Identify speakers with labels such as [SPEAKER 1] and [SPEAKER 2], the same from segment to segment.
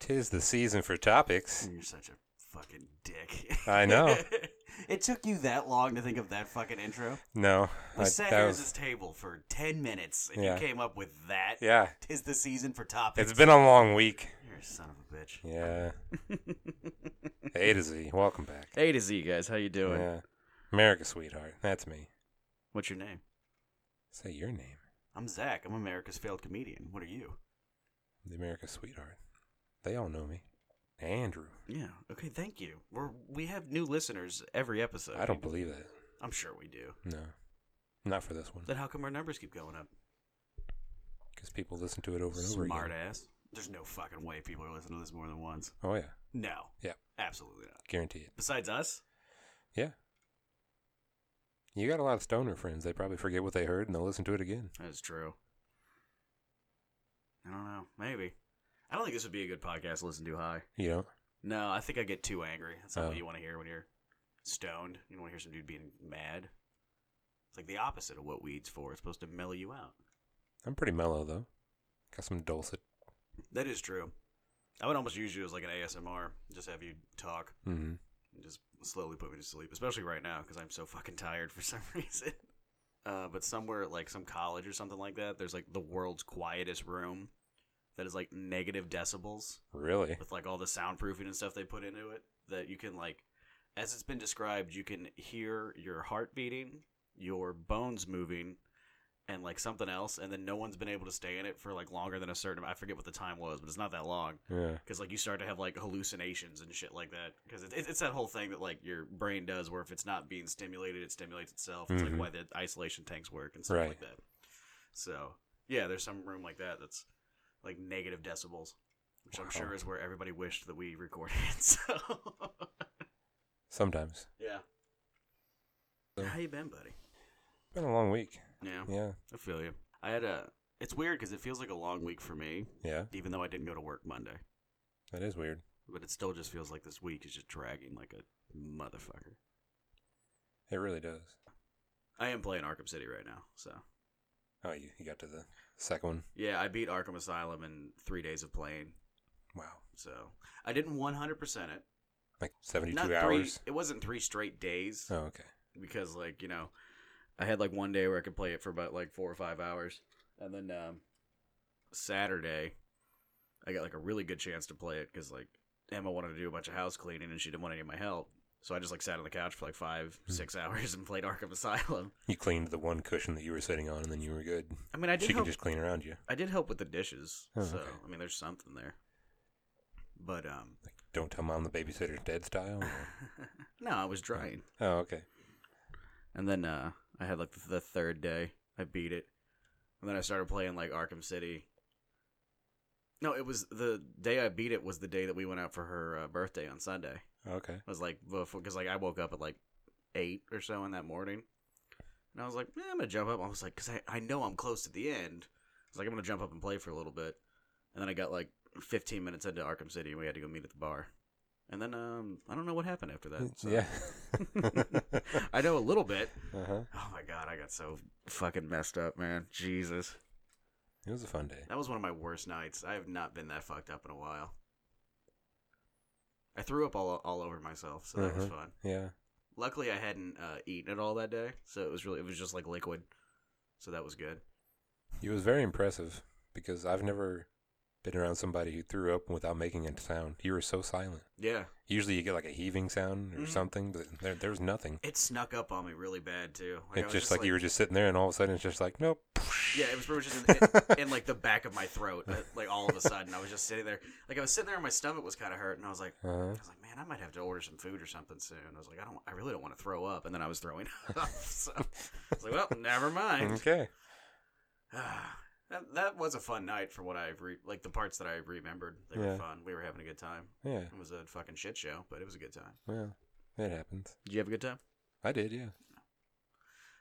[SPEAKER 1] Tis the season for topics.
[SPEAKER 2] You're such a fucking dick.
[SPEAKER 1] I know.
[SPEAKER 2] it took you that long to think of that fucking intro.
[SPEAKER 1] No,
[SPEAKER 2] We
[SPEAKER 1] I-
[SPEAKER 2] sat
[SPEAKER 1] that
[SPEAKER 2] here
[SPEAKER 1] was-
[SPEAKER 2] at this table for ten minutes, and
[SPEAKER 1] Yeah.
[SPEAKER 2] you came up with that.
[SPEAKER 1] yeah.
[SPEAKER 2] Tis the season for topics.
[SPEAKER 1] It's been a long week.
[SPEAKER 2] You're a son of a bitch.
[SPEAKER 1] Yeah. A to Z. Welcome back.
[SPEAKER 3] A to Z, guys. How you doing?
[SPEAKER 1] Yeah. America, sweetheart. That's me.
[SPEAKER 2] What's your name?
[SPEAKER 1] Say your name.
[SPEAKER 2] I'm Zach. I'm America's failed comedian. What are you?
[SPEAKER 1] The America, sweetheart. They all know me. Andrew.
[SPEAKER 2] Yeah. Okay. Thank you. We're we have new listeners every episode.
[SPEAKER 1] I don't believe that.
[SPEAKER 2] I'm sure we do.
[SPEAKER 1] No. Not for this one.
[SPEAKER 2] Then how come our numbers keep going up?
[SPEAKER 1] Because people listen to it over and over
[SPEAKER 2] Smart
[SPEAKER 1] again.
[SPEAKER 2] ass. There's no fucking way people are listening to this more than once.
[SPEAKER 1] Oh, yeah.
[SPEAKER 2] No.
[SPEAKER 1] Yeah.
[SPEAKER 2] Absolutely not.
[SPEAKER 1] Guarantee it.
[SPEAKER 2] Besides us,
[SPEAKER 1] Yeah. You got a lot of stoner friends. They probably forget what they heard and they'll listen to it again.
[SPEAKER 2] that is true. I don't know. Maybe. I don't think this would be a good podcast to listen to high.
[SPEAKER 1] You know?
[SPEAKER 2] No, I think I get too angry. That's not
[SPEAKER 1] Oh.
[SPEAKER 2] what you want to hear when you're stoned. You don't want to hear some dude being mad. It's like the opposite of what weed's for. It's supposed to mellow you out.
[SPEAKER 1] I'm pretty mellow, though. Got some dulcet.
[SPEAKER 2] That is true. I would almost use you as like an ASMR. Just have you talk
[SPEAKER 1] Mm-hmm.
[SPEAKER 2] and just slowly put me to sleep, especially right now because I'm so fucking tired for some reason. Uh, but somewhere like some college or something like that, there's like the world's quietest room that is like negative decibels
[SPEAKER 1] Really?
[SPEAKER 2] with like all the soundproofing and stuff they put into it that you can like as it's been described you can hear your heart beating your bones moving and like something else and then no one's been able to stay in it for like longer than a certain i forget what the time was but it's not that long
[SPEAKER 1] Yeah.
[SPEAKER 2] because like you start to have like hallucinations and shit like that because it, it, it's that whole thing that like your brain does where if it's not being stimulated it stimulates itself it's
[SPEAKER 1] Mhm.
[SPEAKER 2] like why the isolation tanks work and stuff
[SPEAKER 1] Right.
[SPEAKER 2] like that so yeah there's some room like that that's like negative decibels which
[SPEAKER 1] Wow.
[SPEAKER 2] i'm sure is where everybody wished that we recorded so
[SPEAKER 1] Sometimes.
[SPEAKER 2] yeah
[SPEAKER 1] So-
[SPEAKER 2] how you been buddy
[SPEAKER 1] Been a long week.
[SPEAKER 2] yeah
[SPEAKER 1] Yeah.
[SPEAKER 2] i feel you i had a it's weird because it feels like a long week for me
[SPEAKER 1] Yeah.
[SPEAKER 2] even though i didn't go to work monday
[SPEAKER 1] That is weird.
[SPEAKER 2] but it still just feels like this week is just dragging like a motherfucker
[SPEAKER 1] It really does.
[SPEAKER 2] I am playing Arkham City right now, so
[SPEAKER 1] Oh, you, you got to the second one.
[SPEAKER 2] yeah, I beat Arkham Asylum in three days of playing.
[SPEAKER 1] Wow.
[SPEAKER 2] So I didn't one hundred percent it.
[SPEAKER 1] Like 72
[SPEAKER 2] Not
[SPEAKER 1] hours.
[SPEAKER 2] Three, it wasn't three straight days
[SPEAKER 1] Oh, okay.
[SPEAKER 2] because, like you know, I had like one day where I could play it for about like four or five hours, and then um, Saturday I got like a really good chance to play it because like Emma wanted to do a bunch of house cleaning and she didn't want any of my help. So I just like sat on the couch for like five,
[SPEAKER 1] Hmm.
[SPEAKER 2] six hours and played Arkham Asylum.
[SPEAKER 1] You cleaned the one cushion that you were sitting on, and then you were good.
[SPEAKER 2] I mean, I did
[SPEAKER 1] She
[SPEAKER 2] help
[SPEAKER 1] can just clean around you.
[SPEAKER 2] I did help with the dishes,
[SPEAKER 1] Oh,
[SPEAKER 2] so
[SPEAKER 1] okay.
[SPEAKER 2] I mean, there's something there. But um,
[SPEAKER 1] Like, don't tell mom the babysitter's dead style. or-
[SPEAKER 2] no, I was drying,
[SPEAKER 1] oh, okay.
[SPEAKER 2] and then uh, I had like the third day I beat it, and then I started playing like Arkham City. No, it was the day I beat it was the day that we went out for her uh, birthday on Sunday.
[SPEAKER 1] Okay.
[SPEAKER 2] It was like because like I woke up at like eight or so in that morning, and I was like, eh, I'm gonna jump up. I was like, because I, I know I'm close to the end. I was like, I'm gonna jump up and play for a little bit, and then I got like 15 minutes into Arkham City, and we had to go meet at the bar, and then um I don't know what happened after that. So.
[SPEAKER 1] Yeah.
[SPEAKER 2] I know a little bit.
[SPEAKER 1] uh-huh.
[SPEAKER 2] Oh my god, I got so fucking messed up, man. Jesus,
[SPEAKER 1] It was a fun day.
[SPEAKER 2] that was one of my worst nights. I have not been that fucked up in a while. I threw up all all over myself, so that was
[SPEAKER 1] Uh-huh.
[SPEAKER 2] fun.
[SPEAKER 1] Yeah.
[SPEAKER 2] Luckily, I hadn't uh, eaten at all that day, so it was really it was just like liquid, so that was good.
[SPEAKER 1] It was very impressive because I've never been around somebody who threw up without making a sound. You were so silent.
[SPEAKER 2] Yeah,
[SPEAKER 1] Usually you get like a heaving sound or
[SPEAKER 2] Mhm.
[SPEAKER 1] something, but there, there was nothing.
[SPEAKER 2] it snuck up on me really bad too. I
[SPEAKER 1] it's
[SPEAKER 2] was
[SPEAKER 1] just, like, you were just sitting there, and all of a sudden it's just like, nope.
[SPEAKER 2] Yeah, it was pretty much just in, in like the back of my throat, uh, like all of a sudden. I was just sitting there, like I was sitting there, and my stomach was kind of hurt, and I was like,
[SPEAKER 1] Uh-huh.
[SPEAKER 2] I was like, man, I might have to order some food or something soon. I was like, I don't, I really don't want to throw up, and then I was throwing up. So I was like, well, never mind.
[SPEAKER 1] Okay. Mm-hmm.
[SPEAKER 2] that that was a fun night for what I re- like the parts that I remembered. They were
[SPEAKER 1] Yeah.
[SPEAKER 2] fun. We were having a good time.
[SPEAKER 1] Yeah.
[SPEAKER 2] It was a fucking shit show, but it was a good time.
[SPEAKER 1] Well, it happens.
[SPEAKER 2] Did you have a good time?
[SPEAKER 1] I did, yeah.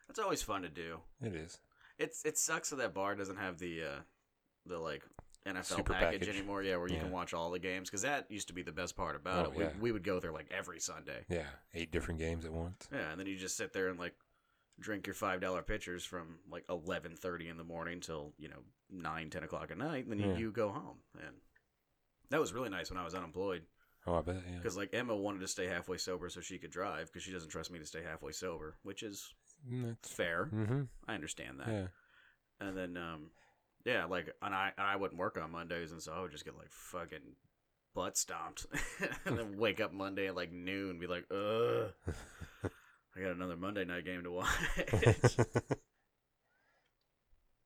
[SPEAKER 2] That's always fun to do.
[SPEAKER 1] It is.
[SPEAKER 2] It's it sucks that that bar doesn't have the uh, the like NFL
[SPEAKER 1] Super
[SPEAKER 2] package,
[SPEAKER 1] package.
[SPEAKER 2] anymore. Yeah, where you
[SPEAKER 1] Yeah.
[SPEAKER 2] can watch all the games because that used to be the best part about
[SPEAKER 1] Oh,
[SPEAKER 2] it. We,
[SPEAKER 1] yeah.
[SPEAKER 2] we would go there like every Sunday.
[SPEAKER 1] Yeah. Eight different games at once.
[SPEAKER 2] Yeah, and then you just sit there and like drink your five dollar pitchers from like eleven thirty in the morning till you know nine ten o'clock at night. And then you,
[SPEAKER 1] Yeah.
[SPEAKER 2] you go home and. That was really nice when I was unemployed
[SPEAKER 1] Oh, I bet. Yeah.
[SPEAKER 2] because like Emma wanted to stay halfway sober so she could drive because she doesn't trust me to stay halfway sober, which is fair.
[SPEAKER 1] Mm-hmm.
[SPEAKER 2] I understand that.
[SPEAKER 1] Yeah.
[SPEAKER 2] And then um, yeah, like and I and I wouldn't work on Mondays, and so I would just get like fucking butt stomped, and then wake up Monday at like noon, and be like, ugh. I got another Monday night game to watch.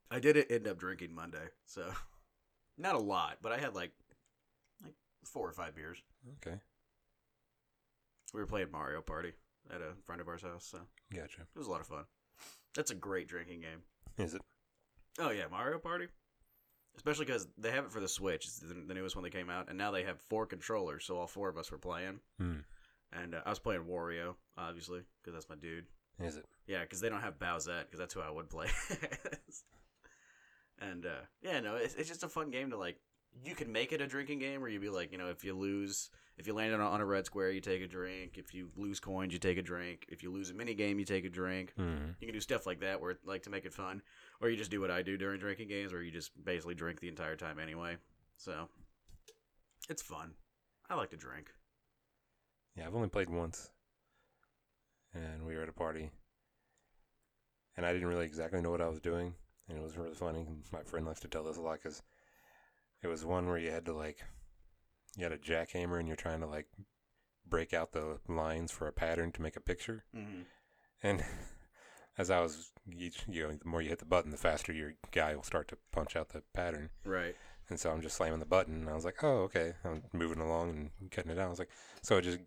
[SPEAKER 2] I did it end up drinking Monday, so not a lot, but I had like like four or five beers.
[SPEAKER 1] okay.
[SPEAKER 2] We were playing Mario Party at a friend of ours' house, so it
[SPEAKER 1] Gotcha.
[SPEAKER 2] was a lot of fun. That's a great drinking game.
[SPEAKER 1] Is it?
[SPEAKER 2] Oh yeah, Mario Party. Especially because they have it for the Switch. It's the, the newest one that came out, and now they have four controllers, so all four of us were playing.
[SPEAKER 1] Hmm.
[SPEAKER 2] And uh, I was playing Wario, obviously, because that's my dude.
[SPEAKER 1] Is it?
[SPEAKER 2] Yeah, because they don't have Bowsette, because that's who I would play. as. and uh, yeah, no, it's, it's just a fun game to like. You can make it a drinking game where you'd be like, you know, if you lose, if you land on a, on a red square, you take a drink. If you lose coins, you take a drink. If you lose a mini game, you take a drink.
[SPEAKER 1] Mm-hmm.
[SPEAKER 2] You can do stuff like that where like to make it fun, or you just do what I do during drinking games, where you just basically drink the entire time anyway. So it's fun. I like to drink.
[SPEAKER 1] Yeah, I've only played once. And we were at a party. And I didn't really exactly know what I was doing. And it was really funny. My friend likes to tell this a lot because it was one where you had to, like, you had a jackhammer and you're trying to, like, break out the lines for a pattern to make a picture.
[SPEAKER 2] Mm-hmm.
[SPEAKER 1] And as I was, each, you know, the more you hit the button, the faster your guy will start to punch out the pattern.
[SPEAKER 2] Right.
[SPEAKER 1] And so I'm just slamming the button. And I was like, oh, okay. I'm moving along and cutting it out. I was like, so it just,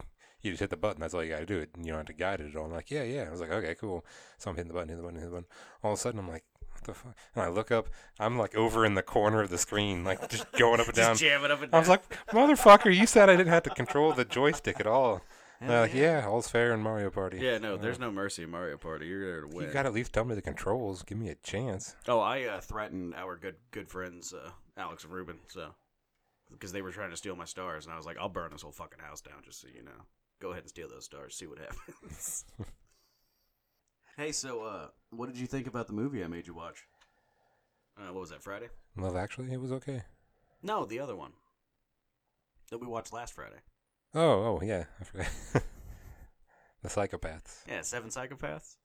[SPEAKER 1] you just hit the button. That's all you got to do. It, you don't have to guide it at all. I'm like, yeah, yeah. I was like, okay, cool. So I'm hitting the button, hitting the button, hitting the button. All of a sudden, I'm like, what the fuck? And I look up. I'm like over in the corner of the screen, like just going up and down.
[SPEAKER 2] Just jam it up and
[SPEAKER 1] I was
[SPEAKER 2] down.
[SPEAKER 1] like, motherfucker, you said I didn't have to control the joystick at all. And they're like,
[SPEAKER 2] yeah.
[SPEAKER 1] yeah, all's fair in Mario Party.
[SPEAKER 2] Yeah, no, there's no mercy in Mario Party. You're there to win.
[SPEAKER 1] uh, You got to at least tell me the controls. Give me a chance.
[SPEAKER 2] oh, I uh, threatened our good good friends uh, Alex and Ruben, so because they were trying to steal my stars, and I was like, I'll burn this whole fucking house down, just so you know. Go ahead and steal those stars. See what happens. hey, so uh, what did you think about the movie I made you watch? Uh, what was that Friday?
[SPEAKER 1] Love Actually, it was okay.
[SPEAKER 2] No, the other one that we watched last Friday.
[SPEAKER 1] Oh, oh, yeah. I forgot. the Psychopaths.
[SPEAKER 2] Yeah, Seven Psychopaths.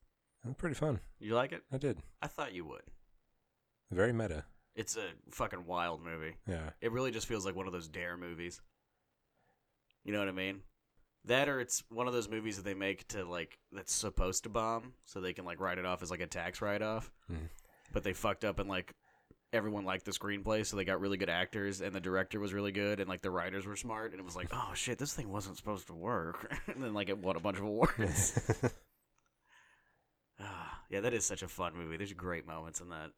[SPEAKER 1] It was pretty fun.
[SPEAKER 2] You like it?
[SPEAKER 1] I did.
[SPEAKER 2] I thought you would.
[SPEAKER 1] Very meta.
[SPEAKER 2] It's a fucking wild movie.
[SPEAKER 1] Yeah.
[SPEAKER 2] It really just feels like one of those dare movies. You know what I mean? That or it's one of those movies that they make to like that's supposed to bomb, so they can like write it off as like a tax write off.
[SPEAKER 1] Mhm.
[SPEAKER 2] But they fucked up and like everyone liked the screenplay, so they got really good actors and the director was really good and like the writers were smart and it was like, oh shit, this thing wasn't supposed to work. and then like it won a bunch of awards. Ah, yeah, that is such a fun movie. There's great moments in that,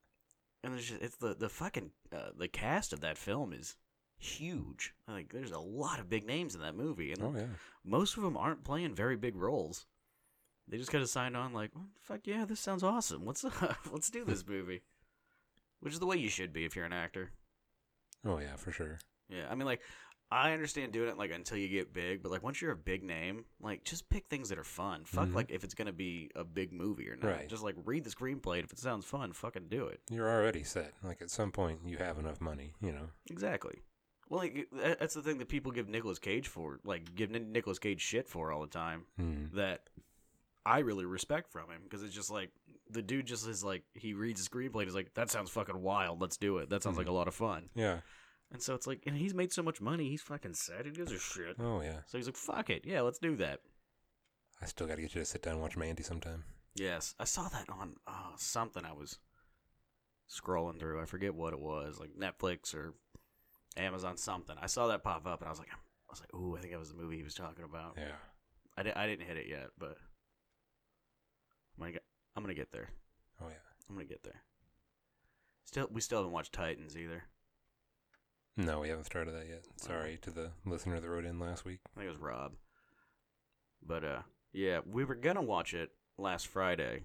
[SPEAKER 2] and there's just, it's the the fucking uh, the cast of that film is huge. Like, there's a lot of big names in that movie, and
[SPEAKER 1] oh yeah.
[SPEAKER 2] most of them aren't playing very big roles. They just kind of signed on, like, "Well, fuck yeah, this sounds awesome. What's up? Let's do this movie. Which is the way you should be if you're an actor.
[SPEAKER 1] Oh yeah, for sure.
[SPEAKER 2] Yeah, I mean, like, I understand doing it like until you get big, but like once you're a big name, like just pick things that are fun. Fuck,
[SPEAKER 1] Mhm.
[SPEAKER 2] like if it's gonna be a big movie or not.
[SPEAKER 1] Right.
[SPEAKER 2] Just like read the screenplay. and If it sounds fun, fucking do it.
[SPEAKER 1] You're already set. Like at some point, you have enough money. You know.
[SPEAKER 2] Exactly. Well, like that- that's the thing that people give Nicolas Cage for, like give Nic- Nicolas Cage shit for all the time.
[SPEAKER 1] Mm.
[SPEAKER 2] That I really respect from him because it's just like the dude just is like he reads the screenplay. and He's like, that sounds fucking wild. Let's do it. That sounds
[SPEAKER 1] Mm-hmm.
[SPEAKER 2] like a lot of fun.
[SPEAKER 1] Yeah.
[SPEAKER 2] And so it's like, and he's made so much money. He's fucking sad. He gives a shit.
[SPEAKER 1] Oh yeah.
[SPEAKER 2] So he's like, fuck it. Yeah, let's do that.
[SPEAKER 1] I still got to get you to sit down and watch Mandy sometime.
[SPEAKER 2] Yes. I saw that on uh, something I was scrolling through. I forget what it was, like Netflix or Amazon something. I saw that pop up and I was like, I was like, ooh, I think that was the movie he was talking about.
[SPEAKER 1] Yeah.
[SPEAKER 2] I, di- I didn't hit it yet, but I'm gonna, get, I'm gonna get there.
[SPEAKER 1] Oh yeah.
[SPEAKER 2] I'm gonna get there. Still, we still haven't watched Titans either.
[SPEAKER 1] No, we haven't started that yet. Sorry to the listener that wrote in last week.
[SPEAKER 2] I think it was Rob. But uh, yeah, we were gonna watch it last Friday,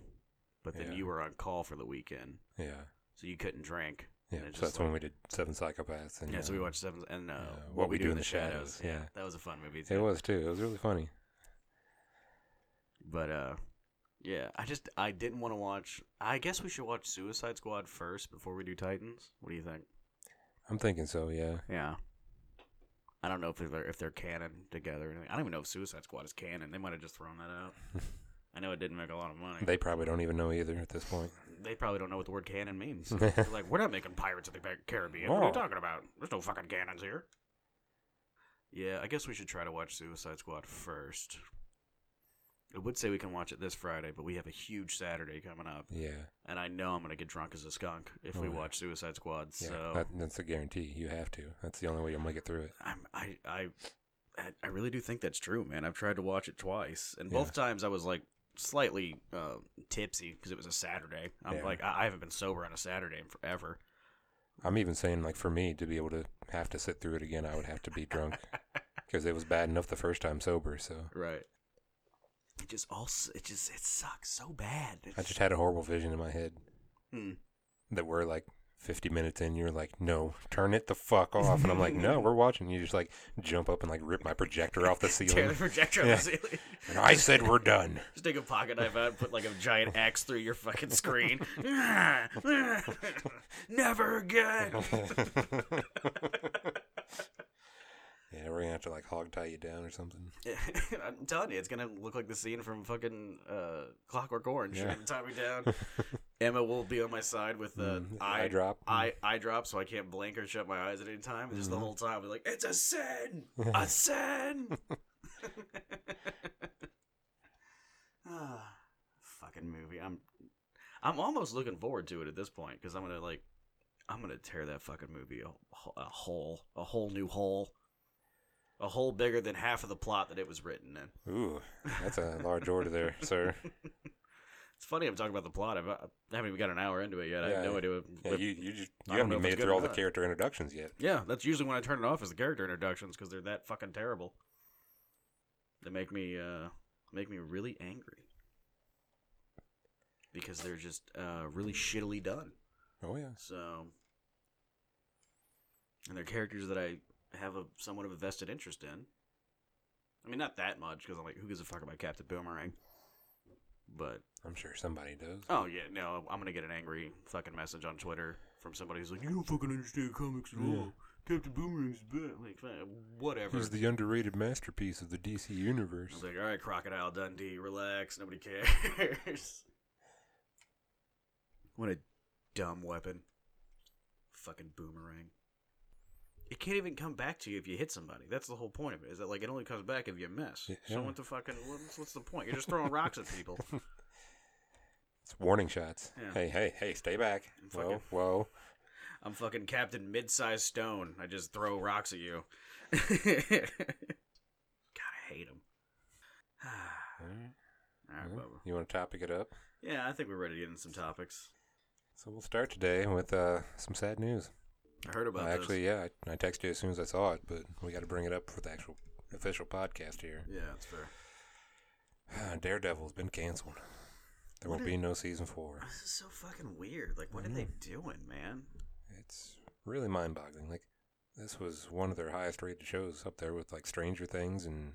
[SPEAKER 2] but then
[SPEAKER 1] Yeah.
[SPEAKER 2] you were on call for the weekend,
[SPEAKER 1] Yeah.
[SPEAKER 2] so you couldn't drink.
[SPEAKER 1] Yeah.
[SPEAKER 2] And it's
[SPEAKER 1] So
[SPEAKER 2] just
[SPEAKER 1] that's when we did Seven Psychopaths. And,
[SPEAKER 2] Yeah, so we
[SPEAKER 1] uh,
[SPEAKER 2] watched Seven and uh,
[SPEAKER 1] yeah,
[SPEAKER 2] what, we, do, in the Shadows. Yeah.
[SPEAKER 1] yeah.
[SPEAKER 2] that was a fun movie.
[SPEAKER 1] It
[SPEAKER 2] Too.
[SPEAKER 1] was too. It was really funny.
[SPEAKER 2] But uh, yeah, I just I didn't want to watch. I guess we should watch Suicide Squad first before we do Titans. What do you think?
[SPEAKER 1] I'm thinking so. Yeah.
[SPEAKER 2] Yeah, I don't know if they're if they're canon together. Or anything. I don't even know if Suicide Squad is canon. They might have just thrown that out. I know it didn't make a lot of money.
[SPEAKER 1] They probably don't even know either at this point.
[SPEAKER 2] They probably don't know what the word canon means. They're like, we're not making Pirates of the Car- Caribbean. What are you
[SPEAKER 1] No.
[SPEAKER 2] talking about? There's no fucking cannons here. Yeah, I guess we should try to watch Suicide Squad first. I would say we can watch it this Friday, but we have a huge Saturday coming up,
[SPEAKER 1] Yeah,
[SPEAKER 2] and I know I'm gonna get drunk as a skunk if
[SPEAKER 1] Oh,
[SPEAKER 2] we
[SPEAKER 1] yeah.
[SPEAKER 2] watch Suicide Squad.
[SPEAKER 1] yeah.
[SPEAKER 2] so
[SPEAKER 1] That, that's a guarantee. You have to. That's the only way you'll make it through it.
[SPEAKER 2] I'm, I, I, I- I really do think that's true, man. I've tried to watch it twice, and
[SPEAKER 1] Yeah.
[SPEAKER 2] both times I was like slightly uh, tipsy because it was a Saturday. I'm
[SPEAKER 1] Yeah.
[SPEAKER 2] like, I, I haven't been sober on a Saturday in forever.
[SPEAKER 1] I'm even saying like for me to be able to have to sit through it again, I would have to be drunk because it was bad enough the first time sober. So
[SPEAKER 2] Right. It just all, s- it just, it sucks so bad.
[SPEAKER 1] I just had a horrible vision in my head
[SPEAKER 2] Hmm.
[SPEAKER 1] that we're like 50 minutes in. You're like, no, turn it the fuck off, and I'm like, no, we're watching. You just like jump up and like rip my projector off the
[SPEAKER 2] Tear
[SPEAKER 1] ceiling.
[SPEAKER 2] the projector
[SPEAKER 1] Yeah.
[SPEAKER 2] off the ceiling.
[SPEAKER 1] and I said we're done.
[SPEAKER 2] Just take a pocket knife out and put like a giant axe through your fucking screen. Never again.
[SPEAKER 1] yeah, we're gonna have to like hog tie you down or something.
[SPEAKER 2] I'm telling you, it's gonna look like the scene from fucking uh, Clockwork Orange.
[SPEAKER 1] Yeah.
[SPEAKER 2] Yeah. Tommy down. Emma will be on my side with the
[SPEAKER 1] Mm,
[SPEAKER 2] eye,
[SPEAKER 1] eye drop.
[SPEAKER 2] eye eye drop, so I can't blink or shut my eyes at any time. Just the
[SPEAKER 1] Mhm.
[SPEAKER 2] whole time, we're like, "It's a sin, a sin." Ah, fucking movie. I'm I'm almost looking forward to it at this point because I'm gonna like I'm gonna tear that fucking movie a, wh- a hole, a whole new hole, a hole bigger than half of the plot that it was written in.
[SPEAKER 1] Ooh, that's a large order there, sir.
[SPEAKER 2] It's funny I'm talking about the plot. I've, I haven't even got an hour into it yet. I
[SPEAKER 1] Yeah,
[SPEAKER 2] have no idea. What,
[SPEAKER 1] Yeah,
[SPEAKER 2] what-
[SPEAKER 1] you you just
[SPEAKER 2] I
[SPEAKER 1] you
[SPEAKER 2] don't
[SPEAKER 1] haven't
[SPEAKER 2] know
[SPEAKER 1] even
[SPEAKER 2] if
[SPEAKER 1] made
[SPEAKER 2] it's
[SPEAKER 1] it
[SPEAKER 2] good
[SPEAKER 1] through
[SPEAKER 2] or
[SPEAKER 1] all the
[SPEAKER 2] not.
[SPEAKER 1] character introductions yet.
[SPEAKER 2] yeah, that's usually when I turn it off is the character introductions because they're that fucking terrible. They make me uh, make me really angry because they're just uh, really shittily done.
[SPEAKER 1] Oh yeah,
[SPEAKER 2] So, and they're characters that I have a somewhat of a vested interest in. I mean, not that much because I'm like, who gives a fuck about Captain Boomerang? But
[SPEAKER 1] I'm sure somebody does.
[SPEAKER 2] oh yeah, no, I'm gonna get an angry fucking message on Twitter from somebody who's like, you don't fucking understand comics at
[SPEAKER 1] Yeah.
[SPEAKER 2] all. Captain Boomerang's bad. Like, fuck, whatever.
[SPEAKER 1] He's the underrated masterpiece of the DC
[SPEAKER 2] I
[SPEAKER 1] universe.
[SPEAKER 2] was like, all right, Crocodile Dundee, relax. Nobody cares. what a dumb weapon. Fucking boomerang. It can't even come back to you if you hit somebody. That's the whole point of it. Is that like it only comes back if you miss.
[SPEAKER 1] Yeah.
[SPEAKER 2] So what the fucking what's, what's the point? You're just throwing rocks at people.
[SPEAKER 1] It's warning shots.
[SPEAKER 2] Yeah.
[SPEAKER 1] Hey, hey, hey, stay back. Whoa,
[SPEAKER 2] Fucking-
[SPEAKER 1] whoa.
[SPEAKER 2] I'm fucking Captain Midsize Stone. I just throw rocks at you. God, I hate him.
[SPEAKER 1] All right,
[SPEAKER 2] All right,
[SPEAKER 1] well,
[SPEAKER 2] Bubba.
[SPEAKER 1] You want to topic it up?
[SPEAKER 2] Yeah, I think we're ready to get into some topics.
[SPEAKER 1] So we'll start today with uh, some sad news.
[SPEAKER 2] I heard about
[SPEAKER 1] I
[SPEAKER 2] this.
[SPEAKER 1] actually, yeah, I, I texted you as soon as I saw it, but we got to bring it up for the actual official podcast here.
[SPEAKER 2] Yeah, that's fair.
[SPEAKER 1] Daredevil's been canceled. There
[SPEAKER 2] What
[SPEAKER 1] won't
[SPEAKER 2] is-
[SPEAKER 1] be no season four.
[SPEAKER 2] This is so fucking weird. Like, what are they doing, man?
[SPEAKER 1] It's really mind-boggling. Like this was one of their highest-rated shows, up there with like Stranger Things and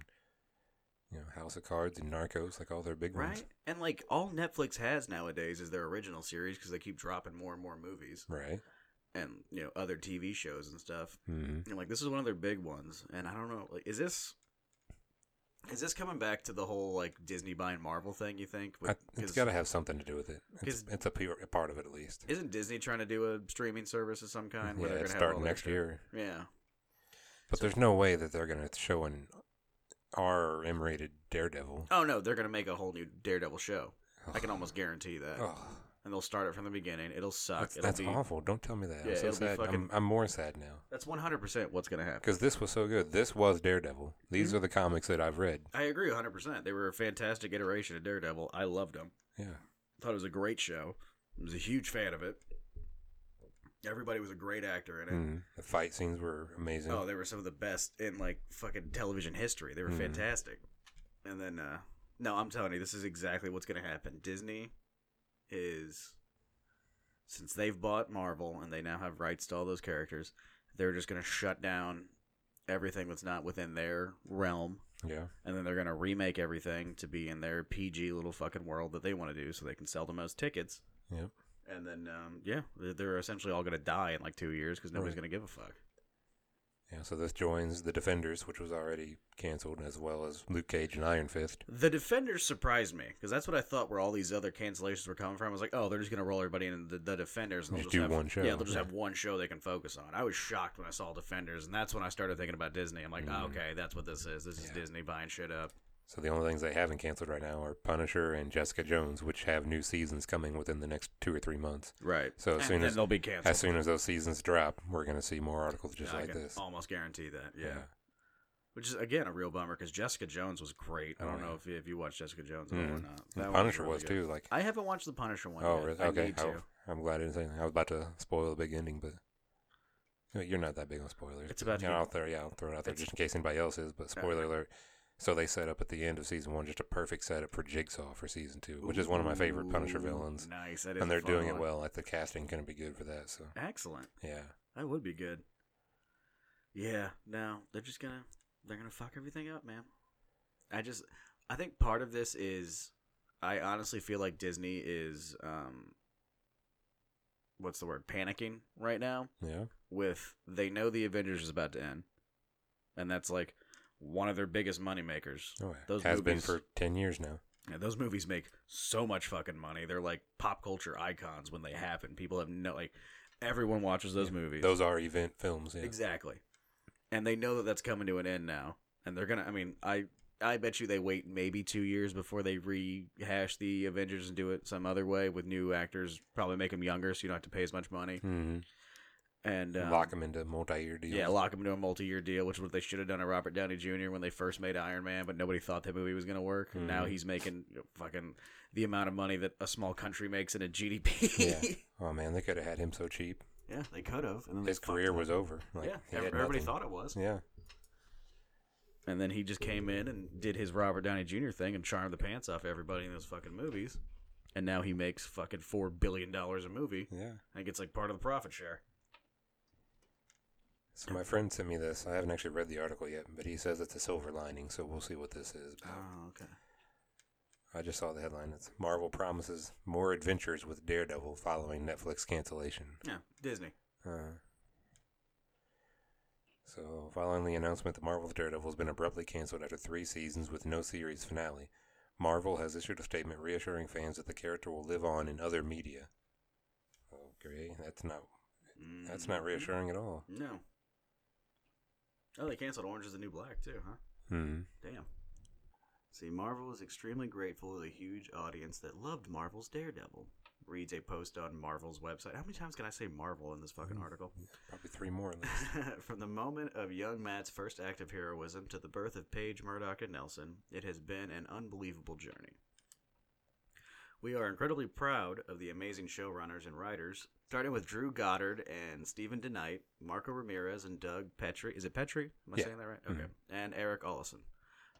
[SPEAKER 1] you know House of Cards and Narcos, like all their big ones.
[SPEAKER 2] Right? And like, all Netflix has nowadays is their original series because they keep dropping more and more movies
[SPEAKER 1] Right.
[SPEAKER 2] and you know other TV shows and stuff.
[SPEAKER 1] Mm-hmm.
[SPEAKER 2] And like, this is one of their big ones. And I don't know, like, is this is this coming back to the whole like Disney buying Marvel thing? You think?
[SPEAKER 1] I, it's
[SPEAKER 2] Because
[SPEAKER 1] got to have something to do with it. It's,
[SPEAKER 2] 'cause-
[SPEAKER 1] it's a, pure, a part of it, at least.
[SPEAKER 2] Isn't Disney trying to do a streaming service of some kind? where
[SPEAKER 1] yeah,
[SPEAKER 2] they're
[SPEAKER 1] it's
[SPEAKER 2] gonna have all
[SPEAKER 1] starting
[SPEAKER 2] their
[SPEAKER 1] next
[SPEAKER 2] shit?
[SPEAKER 1] year.
[SPEAKER 2] Yeah.
[SPEAKER 1] But there's no way that they're going to show an R or M-rated Daredevil.
[SPEAKER 2] Oh no, they're gonna make a whole new Daredevil show. I can
[SPEAKER 1] Ugh.
[SPEAKER 2] almost guarantee that.
[SPEAKER 1] Ugh.
[SPEAKER 2] And they'll start it from the beginning. It'll suck.
[SPEAKER 1] Oh. that's
[SPEAKER 2] It'll
[SPEAKER 1] that's
[SPEAKER 2] be,
[SPEAKER 1] awful. Don't tell me that.
[SPEAKER 2] Yeah,
[SPEAKER 1] I'm so
[SPEAKER 2] it'll be
[SPEAKER 1] sad. I'm,
[SPEAKER 2] fucking-
[SPEAKER 1] I'm more sad now
[SPEAKER 2] That's one hundred percent what's gonna happen.
[SPEAKER 1] because this was so good. This was Daredevil. These
[SPEAKER 2] Hmm?
[SPEAKER 1] are the comics that I've read.
[SPEAKER 2] I agree, one hundred percent. They were a fantastic iteration of Daredevil. I loved them.
[SPEAKER 1] Yeah.
[SPEAKER 2] Thought it was a great show. I was a huge fan of it. Everybody was a great actor in it.
[SPEAKER 1] Mm. The fight scenes were amazing.
[SPEAKER 2] Oh, they were some of the best in like fucking television history. They were
[SPEAKER 1] Mhm.
[SPEAKER 2] fantastic. And then, uh no, I'm telling you, this is exactly what's gonna happen. Disney is since they've bought Marvel and they now have rights to all those characters, they're just gonna shut down everything that's not within their realm
[SPEAKER 1] yeah.
[SPEAKER 2] and then they're going to remake everything to be in their PG little fucking world that they want to do so they can sell the most tickets.
[SPEAKER 1] Yep.
[SPEAKER 2] And then, um, yeah, they're, they're essentially all going to die in like two years because nobody's
[SPEAKER 1] Right.
[SPEAKER 2] going to give a fuck.
[SPEAKER 1] Yeah, so this joins The Defenders, which was already canceled, as well as Luke Cage and Iron Fist.
[SPEAKER 2] The Defenders surprised me because that's what I thought where all these other cancellations were coming from. I was like, oh, they're just gonna roll everybody into the, the Defenders and
[SPEAKER 1] Just
[SPEAKER 2] they'll
[SPEAKER 1] do
[SPEAKER 2] have
[SPEAKER 1] one show,
[SPEAKER 2] Yeah, they'll just
[SPEAKER 1] yeah.
[SPEAKER 2] have one show they can focus on. I was shocked when I saw Defenders, and that's when I started thinking about Disney. I'm like, oh,
[SPEAKER 1] Mm.
[SPEAKER 2] okay, that's what this is. This is
[SPEAKER 1] Yeah.
[SPEAKER 2] Disney buying shit up.
[SPEAKER 1] So the only things they haven't canceled right now are Punisher and Jessica Jones, which have new seasons coming within the next two or three months.
[SPEAKER 2] Right.
[SPEAKER 1] So as
[SPEAKER 2] and
[SPEAKER 1] soon
[SPEAKER 2] then
[SPEAKER 1] as
[SPEAKER 2] they'll be canceled.
[SPEAKER 1] as soon as those seasons drop, we're gonna see more articles just
[SPEAKER 2] I
[SPEAKER 1] like
[SPEAKER 2] can
[SPEAKER 1] this.
[SPEAKER 2] almost guarantee that. Yeah. Which is again a real bummer because Jessica Jones was great. I
[SPEAKER 1] Oh,
[SPEAKER 2] don't
[SPEAKER 1] yeah.
[SPEAKER 2] know if you, if you watched Jessica Jones at all or
[SPEAKER 1] Mhm.
[SPEAKER 2] not.
[SPEAKER 1] The
[SPEAKER 2] That one
[SPEAKER 1] Punisher
[SPEAKER 2] really
[SPEAKER 1] was
[SPEAKER 2] good.
[SPEAKER 1] too. Like,
[SPEAKER 2] I haven't watched the Punisher one.
[SPEAKER 1] oh,
[SPEAKER 2] yet.
[SPEAKER 1] really?
[SPEAKER 2] I
[SPEAKER 1] okay.
[SPEAKER 2] need
[SPEAKER 1] oh,
[SPEAKER 2] to.
[SPEAKER 1] I'm glad I didn't say anything. I was about to spoil the big ending, but you know, you're not that big on spoilers.
[SPEAKER 2] It's
[SPEAKER 1] but,
[SPEAKER 2] about to
[SPEAKER 1] you know,
[SPEAKER 2] get-
[SPEAKER 1] I'll throw, yeah, I'll throw it out there
[SPEAKER 2] It's-
[SPEAKER 1] just in case anybody else is. But spoiler alert. So they set up at the end of season one just a perfect setup for Jigsaw for season two, which is one of my favorite Punisher
[SPEAKER 2] Ooh,
[SPEAKER 1] villains,
[SPEAKER 2] Nice. That is
[SPEAKER 1] and
[SPEAKER 2] a
[SPEAKER 1] they're
[SPEAKER 2] fun
[SPEAKER 1] doing it
[SPEAKER 2] one.
[SPEAKER 1] well. Like the casting gonna be good for that. So
[SPEAKER 2] Excellent.
[SPEAKER 1] yeah,
[SPEAKER 2] That would be good. Yeah. No, they're just gonna they're gonna fuck everything up, man. I just I think part of this is I honestly feel like Disney is um what's the word panicking right now
[SPEAKER 1] yeah,
[SPEAKER 2] with they know the Avengers is about to end, and that's like one of their biggest money makers.
[SPEAKER 1] oh, yeah.
[SPEAKER 2] Those
[SPEAKER 1] has been
[SPEAKER 2] movies-
[SPEAKER 1] for ten years now.
[SPEAKER 2] Yeah, those movies make so much fucking money. They're like pop culture icons when they happen. People have no like everyone watches those
[SPEAKER 1] Yeah,
[SPEAKER 2] movies.
[SPEAKER 1] Those are event films. Yeah.
[SPEAKER 2] exactly, and they know that that's coming to an end now, and they're gonna. I mean, I I bet you they wait maybe two years before they rehash the Avengers and do it some other way with new actors. Probably make them younger, so you don't have to pay as much money.
[SPEAKER 1] hmm
[SPEAKER 2] And um,
[SPEAKER 1] Lock them into multi-year deals.
[SPEAKER 2] Yeah, lock him into a multi-year deal, which is what they should have done to Robert Downey Jr. when they first made Iron Man, but nobody thought that movie was going to work. And Now
[SPEAKER 1] Mhm.
[SPEAKER 2] he's making you know, fucking the amount of money that a small country makes in a GDP. Yeah,
[SPEAKER 1] Yeah. Oh man, they could have had him so cheap.
[SPEAKER 2] they could have. And then
[SPEAKER 1] His career was over. Like, he
[SPEAKER 2] yeah,
[SPEAKER 1] had
[SPEAKER 2] everybody
[SPEAKER 1] nothing.
[SPEAKER 2] thought it was.
[SPEAKER 1] Yeah.
[SPEAKER 2] And then he just came in and did his Robert Downey Jr. thing and charmed the pants off everybody in those fucking movies. And now he makes fucking four billion dollars a movie.
[SPEAKER 1] Yeah.
[SPEAKER 2] I think it's like part of the profit share.
[SPEAKER 1] So my friend sent me this. I haven't actually read the article yet, but he says it's a silver lining. So we'll see what this is. about.
[SPEAKER 2] okay.
[SPEAKER 1] I just saw the headline. It's Marvel promises more adventures with Daredevil following Netflix cancellation.
[SPEAKER 2] Yeah, Disney.
[SPEAKER 1] Uh, so following the announcement that Marvel's Daredevil has been abruptly canceled after three seasons with no series finale, Marvel has issued a statement reassuring fans that the character will live on in other media. Okay, that's not that's not
[SPEAKER 2] Mhm.
[SPEAKER 1] reassuring at all.
[SPEAKER 2] No. Oh, they canceled Orange is the New Black too, huh?
[SPEAKER 1] Hmm.
[SPEAKER 2] Damn. See, Marvel is extremely grateful to the huge audience that loved Marvel's Daredevil. Reads a post on Marvel's website. How many times can I say Marvel in this
[SPEAKER 1] Mm.
[SPEAKER 2] fucking article?
[SPEAKER 1] Probably three more. Of them.
[SPEAKER 2] From the moment of young Matt's first act of heroism to the birth of Paige, Murdoch, and Nelson, it has been an unbelievable journey. We are incredibly proud of the amazing showrunners and writers, starting with Drew Goddard and Stephen DeKnight, Marco Ramirez and Doug Petrie. Is it Petrie? Am I
[SPEAKER 1] Yeah.
[SPEAKER 2] saying that right?
[SPEAKER 1] Mhm.
[SPEAKER 2] Okay. And Eric Ollison,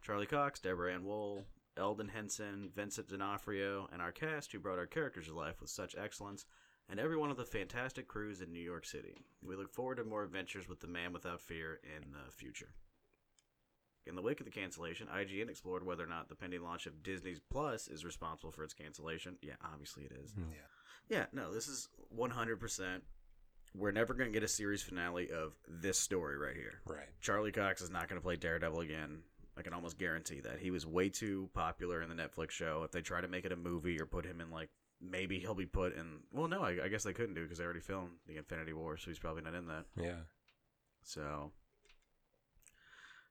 [SPEAKER 2] Charlie Cox, Deborah Ann Wool, Eldon Henson, Vincent D'Onofrio, and our cast who brought our characters to life with such excellence, and every one of the fantastic crews in New York City. We look forward to more adventures with the Man Without Fear in the future. In the wake of the cancellation, IGN explored whether or not the pending launch of Disney's Plus is responsible for its cancellation. Yeah, obviously it is.
[SPEAKER 1] Yeah.
[SPEAKER 2] Yeah, no, this is 100%. We're never going to get a series finale of this story right here.
[SPEAKER 1] Right.
[SPEAKER 2] Charlie Cox is not going to play Daredevil again. I can almost guarantee that. He was way too popular in the Netflix show. If they try to make it a movie or put him in, like, maybe he'll be put in. Well, no, I, I guess they couldn't do because they already filmed The Infinity War, so he's probably not in that.
[SPEAKER 1] Yeah.
[SPEAKER 2] So,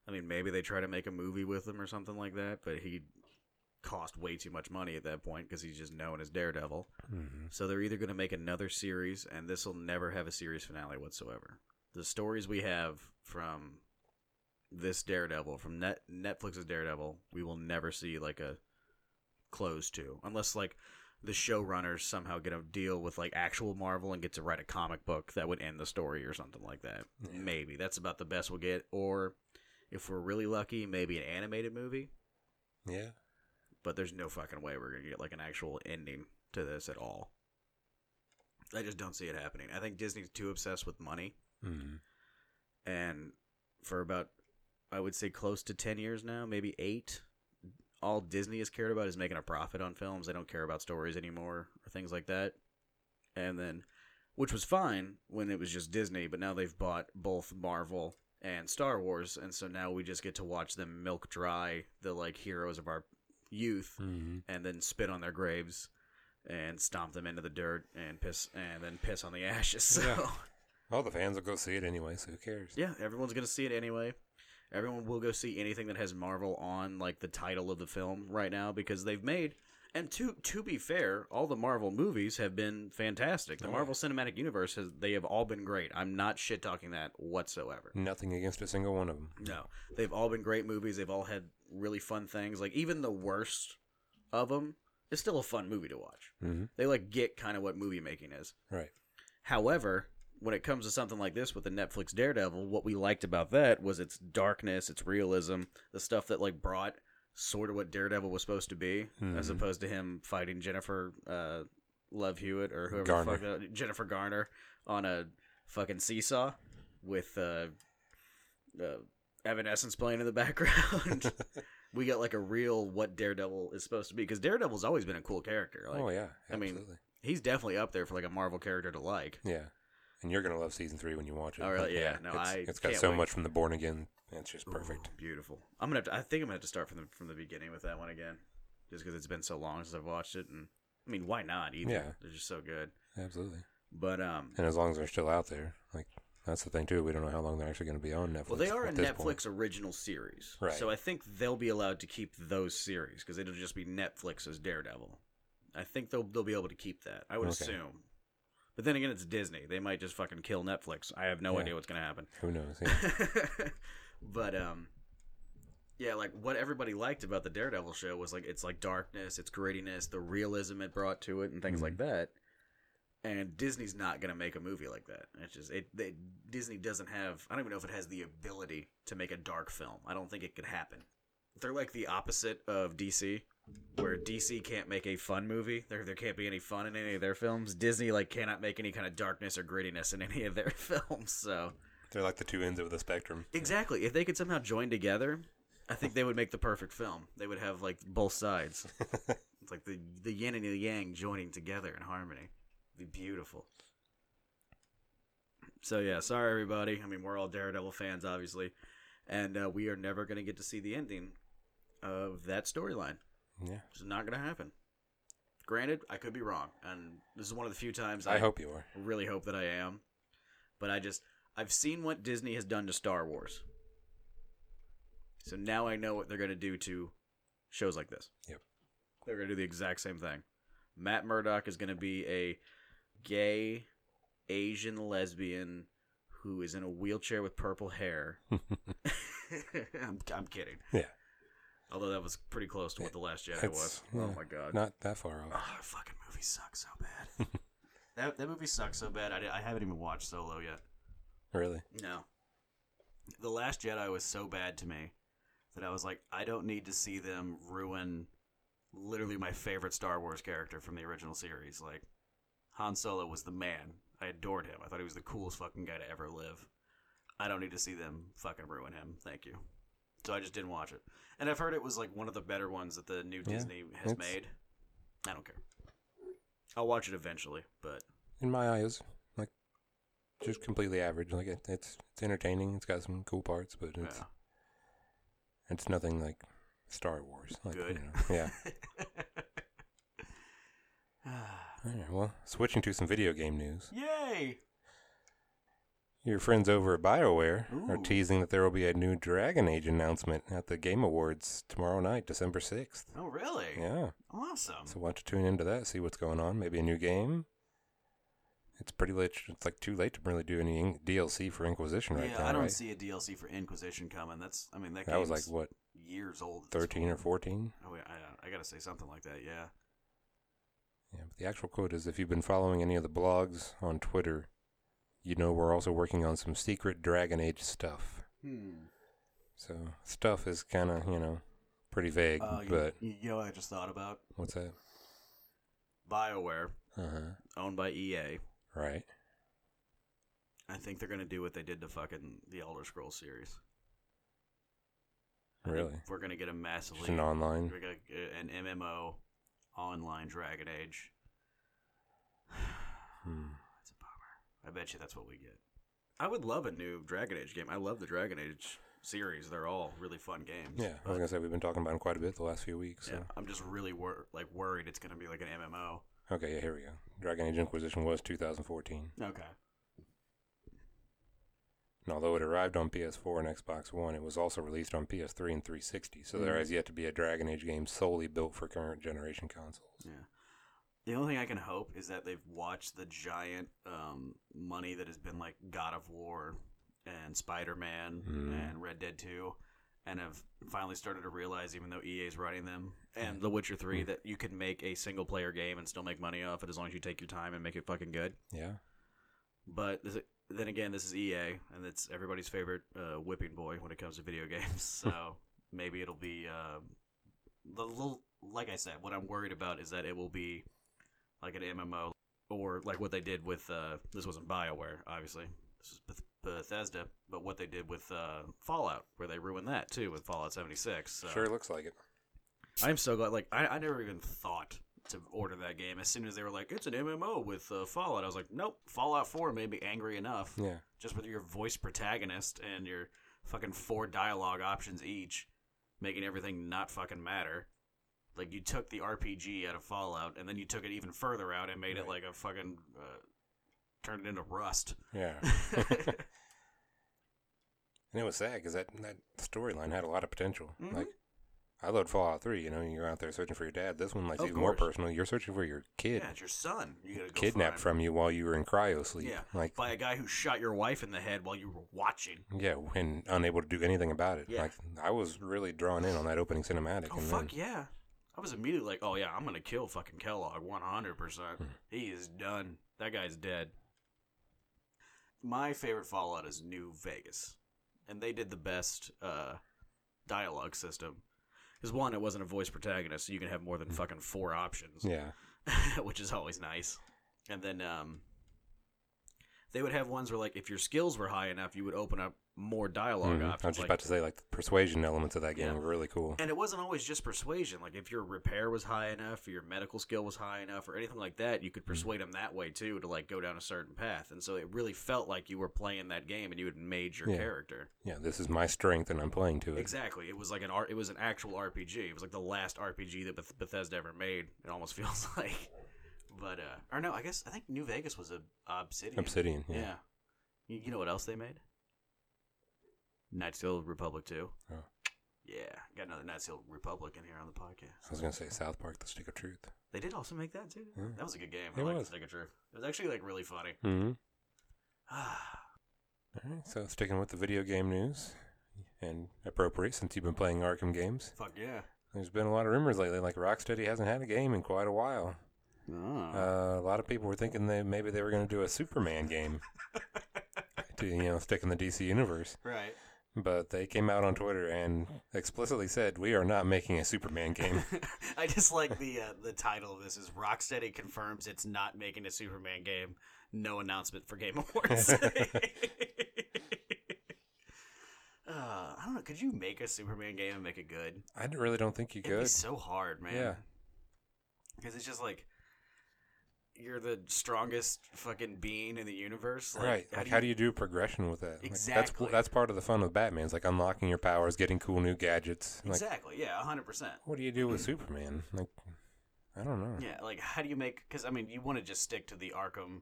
[SPEAKER 2] I mean, maybe they try to make a movie with him or something like that, but he cost way too much money at that point because he's just known as Daredevil.
[SPEAKER 1] Mm-hmm.
[SPEAKER 2] So they're either going to make another series, and this will never have a series finale whatsoever. The stories we have from this Daredevil, from Net- Netflix's Daredevil, we will never see like a close to, unless like the showrunners somehow get a deal with like actual Marvel and get to write a comic book that would end the story or something like that.
[SPEAKER 1] Yeah.
[SPEAKER 2] Maybe that's about the best we'll get, or if we're really lucky, maybe an animated movie.
[SPEAKER 1] Yeah.
[SPEAKER 2] But there's no fucking way we're gonna get like an actual ending to this at all. I just don't see it happening. I think Disney's too obsessed with money,
[SPEAKER 1] Mm-hmm.
[SPEAKER 2] and for about I would say close to ten years now, maybe eight, all Disney has cared about is making a profit on films. They don't care about stories anymore or things like that. And then, which was fine when it was just Disney, but now they've bought both Marvel and Star Wars, and so now we just get to watch them milk dry the like heroes of our youth,
[SPEAKER 1] Mm-hmm.
[SPEAKER 2] and then spit on their graves, and stomp them into the dirt, and piss, and then piss on the ashes. So yeah,
[SPEAKER 1] Yeah. All the fans will go see it anyway, so who cares?
[SPEAKER 2] everyone's gonna see it anyway. Everyone will go see anything that has Marvel on like the title of the film right now because they've made. And to to be fair, all the Marvel movies have been fantastic. The
[SPEAKER 1] Oh, yeah.
[SPEAKER 2] Marvel Cinematic Universe has they have all been great. I'm not shit talking that whatsoever.
[SPEAKER 1] Nothing against a single one of them.
[SPEAKER 2] No, they've all been great movies. They've all had really fun things. Like even the worst of them is still a fun movie to watch.
[SPEAKER 1] Mm-hmm.
[SPEAKER 2] They like get kind of what movie making is.
[SPEAKER 1] Right.
[SPEAKER 2] However, when it comes to something like this with the Netflix Daredevil, what we liked about that was its darkness, its realism, the stuff that like brought sort of what Daredevil was supposed to be, as
[SPEAKER 1] Mhm.
[SPEAKER 2] opposed to him fighting Jennifer uh, Love Hewitt or whoever
[SPEAKER 1] Garner.
[SPEAKER 2] The fuck, that- Jennifer Garner on a fucking seesaw with uh, uh, Evanescence playing in the background. we got like a real what Daredevil is supposed to be because Daredevil's always been a cool character. Like
[SPEAKER 1] oh yeah.
[SPEAKER 2] I mean-
[SPEAKER 1] Absolutely.
[SPEAKER 2] he's definitely up there for like a Marvel character to like.
[SPEAKER 1] yeah. And you're gonna love season three when you watch it.
[SPEAKER 2] Oh, really? Yeah. No,
[SPEAKER 1] it's,
[SPEAKER 2] I
[SPEAKER 1] It's got
[SPEAKER 2] can't
[SPEAKER 1] so
[SPEAKER 2] wait.
[SPEAKER 1] much from the Born Again. It's just perfect.
[SPEAKER 2] Ooh, beautiful. I'm gonna. Have to, I think I'm gonna have to start from the from the beginning with that one again, just because it's been so long since I've watched it, and I mean, why not? Either
[SPEAKER 1] Yeah.
[SPEAKER 2] they're just so good.
[SPEAKER 1] Absolutely.
[SPEAKER 2] But um,
[SPEAKER 1] And as long as they're still out there, like that's the thing too. We don't know how long they're actually gonna be on Netflix.
[SPEAKER 2] well, they are a
[SPEAKER 1] at this
[SPEAKER 2] Netflix
[SPEAKER 1] point.
[SPEAKER 2] original series,
[SPEAKER 1] Right.
[SPEAKER 2] so I think they'll be allowed to keep those series because it'll just be Netflix as Daredevil. I think they'll they'll be able to keep that. I would
[SPEAKER 1] Okay.
[SPEAKER 2] assume. But then again, it's Disney. They might just fucking kill Netflix. I have no
[SPEAKER 1] Yeah.
[SPEAKER 2] idea what's gonna happen.
[SPEAKER 1] Who knows? Yeah.
[SPEAKER 2] but um yeah like what everybody liked about the daredevil show was like it's like darkness it's grittiness the realism it brought to it and things like that and disney's not gonna make a movie like that it's just it, they disney doesn't have i don't even know if it has the ability to make a dark film i don't think it could happen they're like the opposite of dc where DC can't make a fun movie, there there can't be any fun in any of their films. Disney like cannot make any kind of darkness or grittiness in any of their films. So
[SPEAKER 1] they're like the two ends of the spectrum.
[SPEAKER 2] Exactly. If they could somehow join together, I think they would make the perfect film. They would have like both sides. it's like the the yin and the yang joining together in harmony. It'd be beautiful. So yeah, sorry everybody. I mean, we're all Daredevil fans, obviously, and uh, we are never going to get to see the ending of that storyline.
[SPEAKER 1] Yeah.
[SPEAKER 2] It's not going to happen. Granted, I could be wrong, and this is one of the few times
[SPEAKER 1] I hope you are.
[SPEAKER 2] really hope that I am. But I just I've seen what Disney has done to Star Wars. So now I know what they're going to do to shows like this.
[SPEAKER 1] Yep.
[SPEAKER 2] They're going to do the exact same thing. Matt Murdock is going to be a gay Asian lesbian who is in a wheelchair with purple hair. I'm, I'm kidding.
[SPEAKER 1] Yeah.
[SPEAKER 2] Although that was pretty close to what the last Jedi
[SPEAKER 1] It's-
[SPEAKER 2] was. Oh
[SPEAKER 1] yeah.
[SPEAKER 2] my god.
[SPEAKER 1] Not that far off.
[SPEAKER 2] Oh, that fucking movie sucks so bad. that that movie sucks so bad. I, di- I haven't even watched Solo yet.
[SPEAKER 1] Really?
[SPEAKER 2] No. The Last Jedi was so bad to me that I was like, I don't need to see them ruin literally my favorite Star Wars character from the original series. Like, Han Solo was the man. I adored him. I thought he was the coolest fucking guy to ever live. I don't need to see them fucking ruin him. Thank you. So I just didn't watch it. And I've heard it was like one of the better ones that the new
[SPEAKER 1] Yeah,
[SPEAKER 2] Disney has
[SPEAKER 1] it's-
[SPEAKER 2] made. I don't care. I'll watch it eventually, but
[SPEAKER 1] In my eyes, like just completely average. Like it, it's it's entertaining. It's got some cool parts, but it's
[SPEAKER 2] yeah.
[SPEAKER 1] it's nothing like Star Wars. Like, you
[SPEAKER 2] Good.
[SPEAKER 1] know, yeah.
[SPEAKER 2] uh,
[SPEAKER 1] All right, well, switching to some video game news.
[SPEAKER 2] Yay!
[SPEAKER 1] Your friends over at BioWare are
[SPEAKER 2] Ooh.
[SPEAKER 1] teasing that there will be a new Dragon Age announcement at the Game Awards tomorrow night, December 6th.
[SPEAKER 2] Oh, really?
[SPEAKER 1] Yeah,
[SPEAKER 2] Awesome.
[SPEAKER 1] so want to tune into that, see what's going on. Maybe a new game. It's pretty late. It's like too late to really do any in- DLC for Inquisition right
[SPEAKER 2] yeah,
[SPEAKER 1] now.
[SPEAKER 2] I don't
[SPEAKER 1] right?
[SPEAKER 2] see a DLC for Inquisition coming. That's, I mean, that,
[SPEAKER 1] that was like
[SPEAKER 2] game's
[SPEAKER 1] what
[SPEAKER 2] years old. at this
[SPEAKER 1] thirteen or
[SPEAKER 2] point.
[SPEAKER 1] fourteen.
[SPEAKER 2] Oh, wait, I, I gotta say something like that. Yeah.
[SPEAKER 1] Yeah, but the actual quote is if you've been following any of the blogs on Twitter, you know we're also working on some secret Dragon Age stuff.
[SPEAKER 2] Hmm.
[SPEAKER 1] So stuff is kind of you know pretty vague,
[SPEAKER 2] Uh, you,
[SPEAKER 1] but
[SPEAKER 2] you know, what I just thought about
[SPEAKER 1] what's that?
[SPEAKER 2] Bioware,
[SPEAKER 1] Uh huh.
[SPEAKER 2] owned by EA.
[SPEAKER 1] Right.
[SPEAKER 2] I think they're gonna do what they did to fucking the Elder Scrolls series. I think
[SPEAKER 1] Really?
[SPEAKER 2] We're gonna get a
[SPEAKER 1] Just
[SPEAKER 2] massively
[SPEAKER 1] an online.
[SPEAKER 2] We're gonna get an MMO online Dragon Age.
[SPEAKER 1] Hmm.
[SPEAKER 2] That's a bummer. I bet you that's what we get. I would love a new Dragon Age game. I love the Dragon Age series. They're all really fun games.
[SPEAKER 1] Yeah, I was
[SPEAKER 2] But,
[SPEAKER 1] gonna say we've been talking about them quite a bit the last few weeks. So.
[SPEAKER 2] yeah, I'm just really wor- like worried it's gonna be like an MMO.
[SPEAKER 1] Okay, yeah, here we go. Dragon Age Inquisition was 2014,
[SPEAKER 2] Okay.
[SPEAKER 1] and although it arrived on PS4 and Xbox One, it was also released on PS3 and 360. So there
[SPEAKER 2] Mhm.
[SPEAKER 1] has yet to be a Dragon Age game solely built for current generation consoles.
[SPEAKER 2] Yeah. The only thing I can hope is that they've watched the giant um, money that has been like God of War and Spider Man
[SPEAKER 1] Mm.
[SPEAKER 2] and Red Dead Two, and have finally started to realize, even though EA is running them and The Witcher Three, that you can make a single player game and still make money off it as long as you take your time and make it fucking good.
[SPEAKER 1] Yeah,
[SPEAKER 2] But this, then again, this is EA, and it's everybody's favorite uh, whipping boy when it comes to video games. So maybe it'll be uh, the little. Like I said, what I'm worried about is that it will be like an MMO, or like what they did with uh, this wasn't Bioware, obviously. This is Beth- Bethesda, but what they did with uh, Fallout, where they ruined that too with Fallout 76. So.
[SPEAKER 1] sure looks like it.
[SPEAKER 2] I'm so glad. Like, I, I never even thought to order that game. As soon as they were like, it's an MMO with uh, Fallout, I was like, nope, Fallout 4 made me angry enough.
[SPEAKER 1] Yeah,
[SPEAKER 2] Just with your voice protagonist and your fucking four dialogue options each, making everything not fucking matter. Like, you took the RPG out of Fallout, and then you took it even further out and made it
[SPEAKER 1] Right.
[SPEAKER 2] like a fucking. Uh, turned it into Rust.
[SPEAKER 1] yeah. And it was sad because that that storyline had a lot of potential.
[SPEAKER 2] Mhm.
[SPEAKER 1] Like, I loved Fallout Three. You know, you're out there searching for your dad. This one, like,
[SPEAKER 2] Of
[SPEAKER 1] even more
[SPEAKER 2] course.
[SPEAKER 1] personal. You're searching for your kid
[SPEAKER 2] yeah, it's your son. You gotta go
[SPEAKER 1] kidnapped
[SPEAKER 2] find.
[SPEAKER 1] from you while you were in cryo sleep.
[SPEAKER 2] Yeah,
[SPEAKER 1] Like,
[SPEAKER 2] by a guy who shot your wife in the head while you were watching.
[SPEAKER 1] yeah, and unable to do anything about it.
[SPEAKER 2] Yeah.
[SPEAKER 1] Like, I was really drawn in on that opening cinematic.
[SPEAKER 2] Oh
[SPEAKER 1] and
[SPEAKER 2] fuck
[SPEAKER 1] then,
[SPEAKER 2] yeah! I was immediately like, "Oh yeah, I'm gonna kill fucking Kellogg 100. percent
[SPEAKER 1] Hmm.
[SPEAKER 2] He is done. That guy's dead." My favorite Fallout is New Vegas, and they did the best uh, dialogue system. Because one, it wasn't a voice protagonist, so you can have more than fucking four options,
[SPEAKER 1] Hmm. yeah,
[SPEAKER 2] which is always nice. And then um, they would have ones where, like, if your skills were high enough, you would open up more dialogue
[SPEAKER 1] Mhm. I was
[SPEAKER 2] options.
[SPEAKER 1] just
[SPEAKER 2] like-
[SPEAKER 1] about to say, like, the persuasion elements of that game
[SPEAKER 2] Yeah.
[SPEAKER 1] were really cool.
[SPEAKER 2] and it wasn't always just persuasion. Like if your repair was high enough, or your medical skill was high enough, or anything like that, you could persuade them that way too to like go down a certain path. And so it really felt like you were playing that game and you had made your
[SPEAKER 1] Yeah.
[SPEAKER 2] character.
[SPEAKER 1] Yeah, this is my strength, and I'm playing to it.
[SPEAKER 2] Exactly. It was like an art. It was an actual RPG. It was like the last RPG that Beth- Bethesda ever made. It almost feels like. But uh, or no, I guess I think New Vegas was a Obsidian.
[SPEAKER 1] Obsidian.
[SPEAKER 2] Yeah.
[SPEAKER 1] Yeah.
[SPEAKER 2] You, you know what else they made? Knights of the Old Republic 2.
[SPEAKER 1] Oh.
[SPEAKER 2] Yeah, got another Knights of the Old Republic in here on the podcast.
[SPEAKER 1] I was gonna say South Park: The Stick of Truth.
[SPEAKER 2] They did also make that too.
[SPEAKER 1] Yeah.
[SPEAKER 2] That was a good game. I
[SPEAKER 1] It
[SPEAKER 2] liked
[SPEAKER 1] was.
[SPEAKER 2] was. Stick of Truth. It was actually like really funny.
[SPEAKER 1] Mm-hmm. All right, so sticking with the video game news, and appropriate since you've been playing Arkham games,
[SPEAKER 2] Fuck yeah.
[SPEAKER 1] there's been a lot of rumors lately. Like Rocksteady hasn't had a game in quite a while. Uh, a lot of people were thinking they maybe they were going to do a Superman game to you know stick in the DC universe,
[SPEAKER 2] right.
[SPEAKER 1] but they came out on Twitter and explicitly said we are not making a Superman game.
[SPEAKER 2] I just like the uh, the title of this is Rocksteady confirms it's not making a Superman game. No announcement for Game Awards. uh, I don't know. Could you make a Superman game and make it good?
[SPEAKER 1] I d- really don't think you
[SPEAKER 2] It'd be
[SPEAKER 1] could.
[SPEAKER 2] so hard, man.
[SPEAKER 1] Yeah.
[SPEAKER 2] Because it's just like you're the strongest fucking being in the universe. Like,
[SPEAKER 1] right? like, how do you do progression with that? Like,
[SPEAKER 2] Exactly.
[SPEAKER 1] that's that's part of the fun of Batman. It's like unlocking your powers, getting cool new gadgets. Like,
[SPEAKER 2] Exactly. Yeah, hundred percent.
[SPEAKER 1] what do you do with Superman? Like, I don't know.
[SPEAKER 2] Yeah, like how do you make? Because I mean, you want to just stick to the Arkham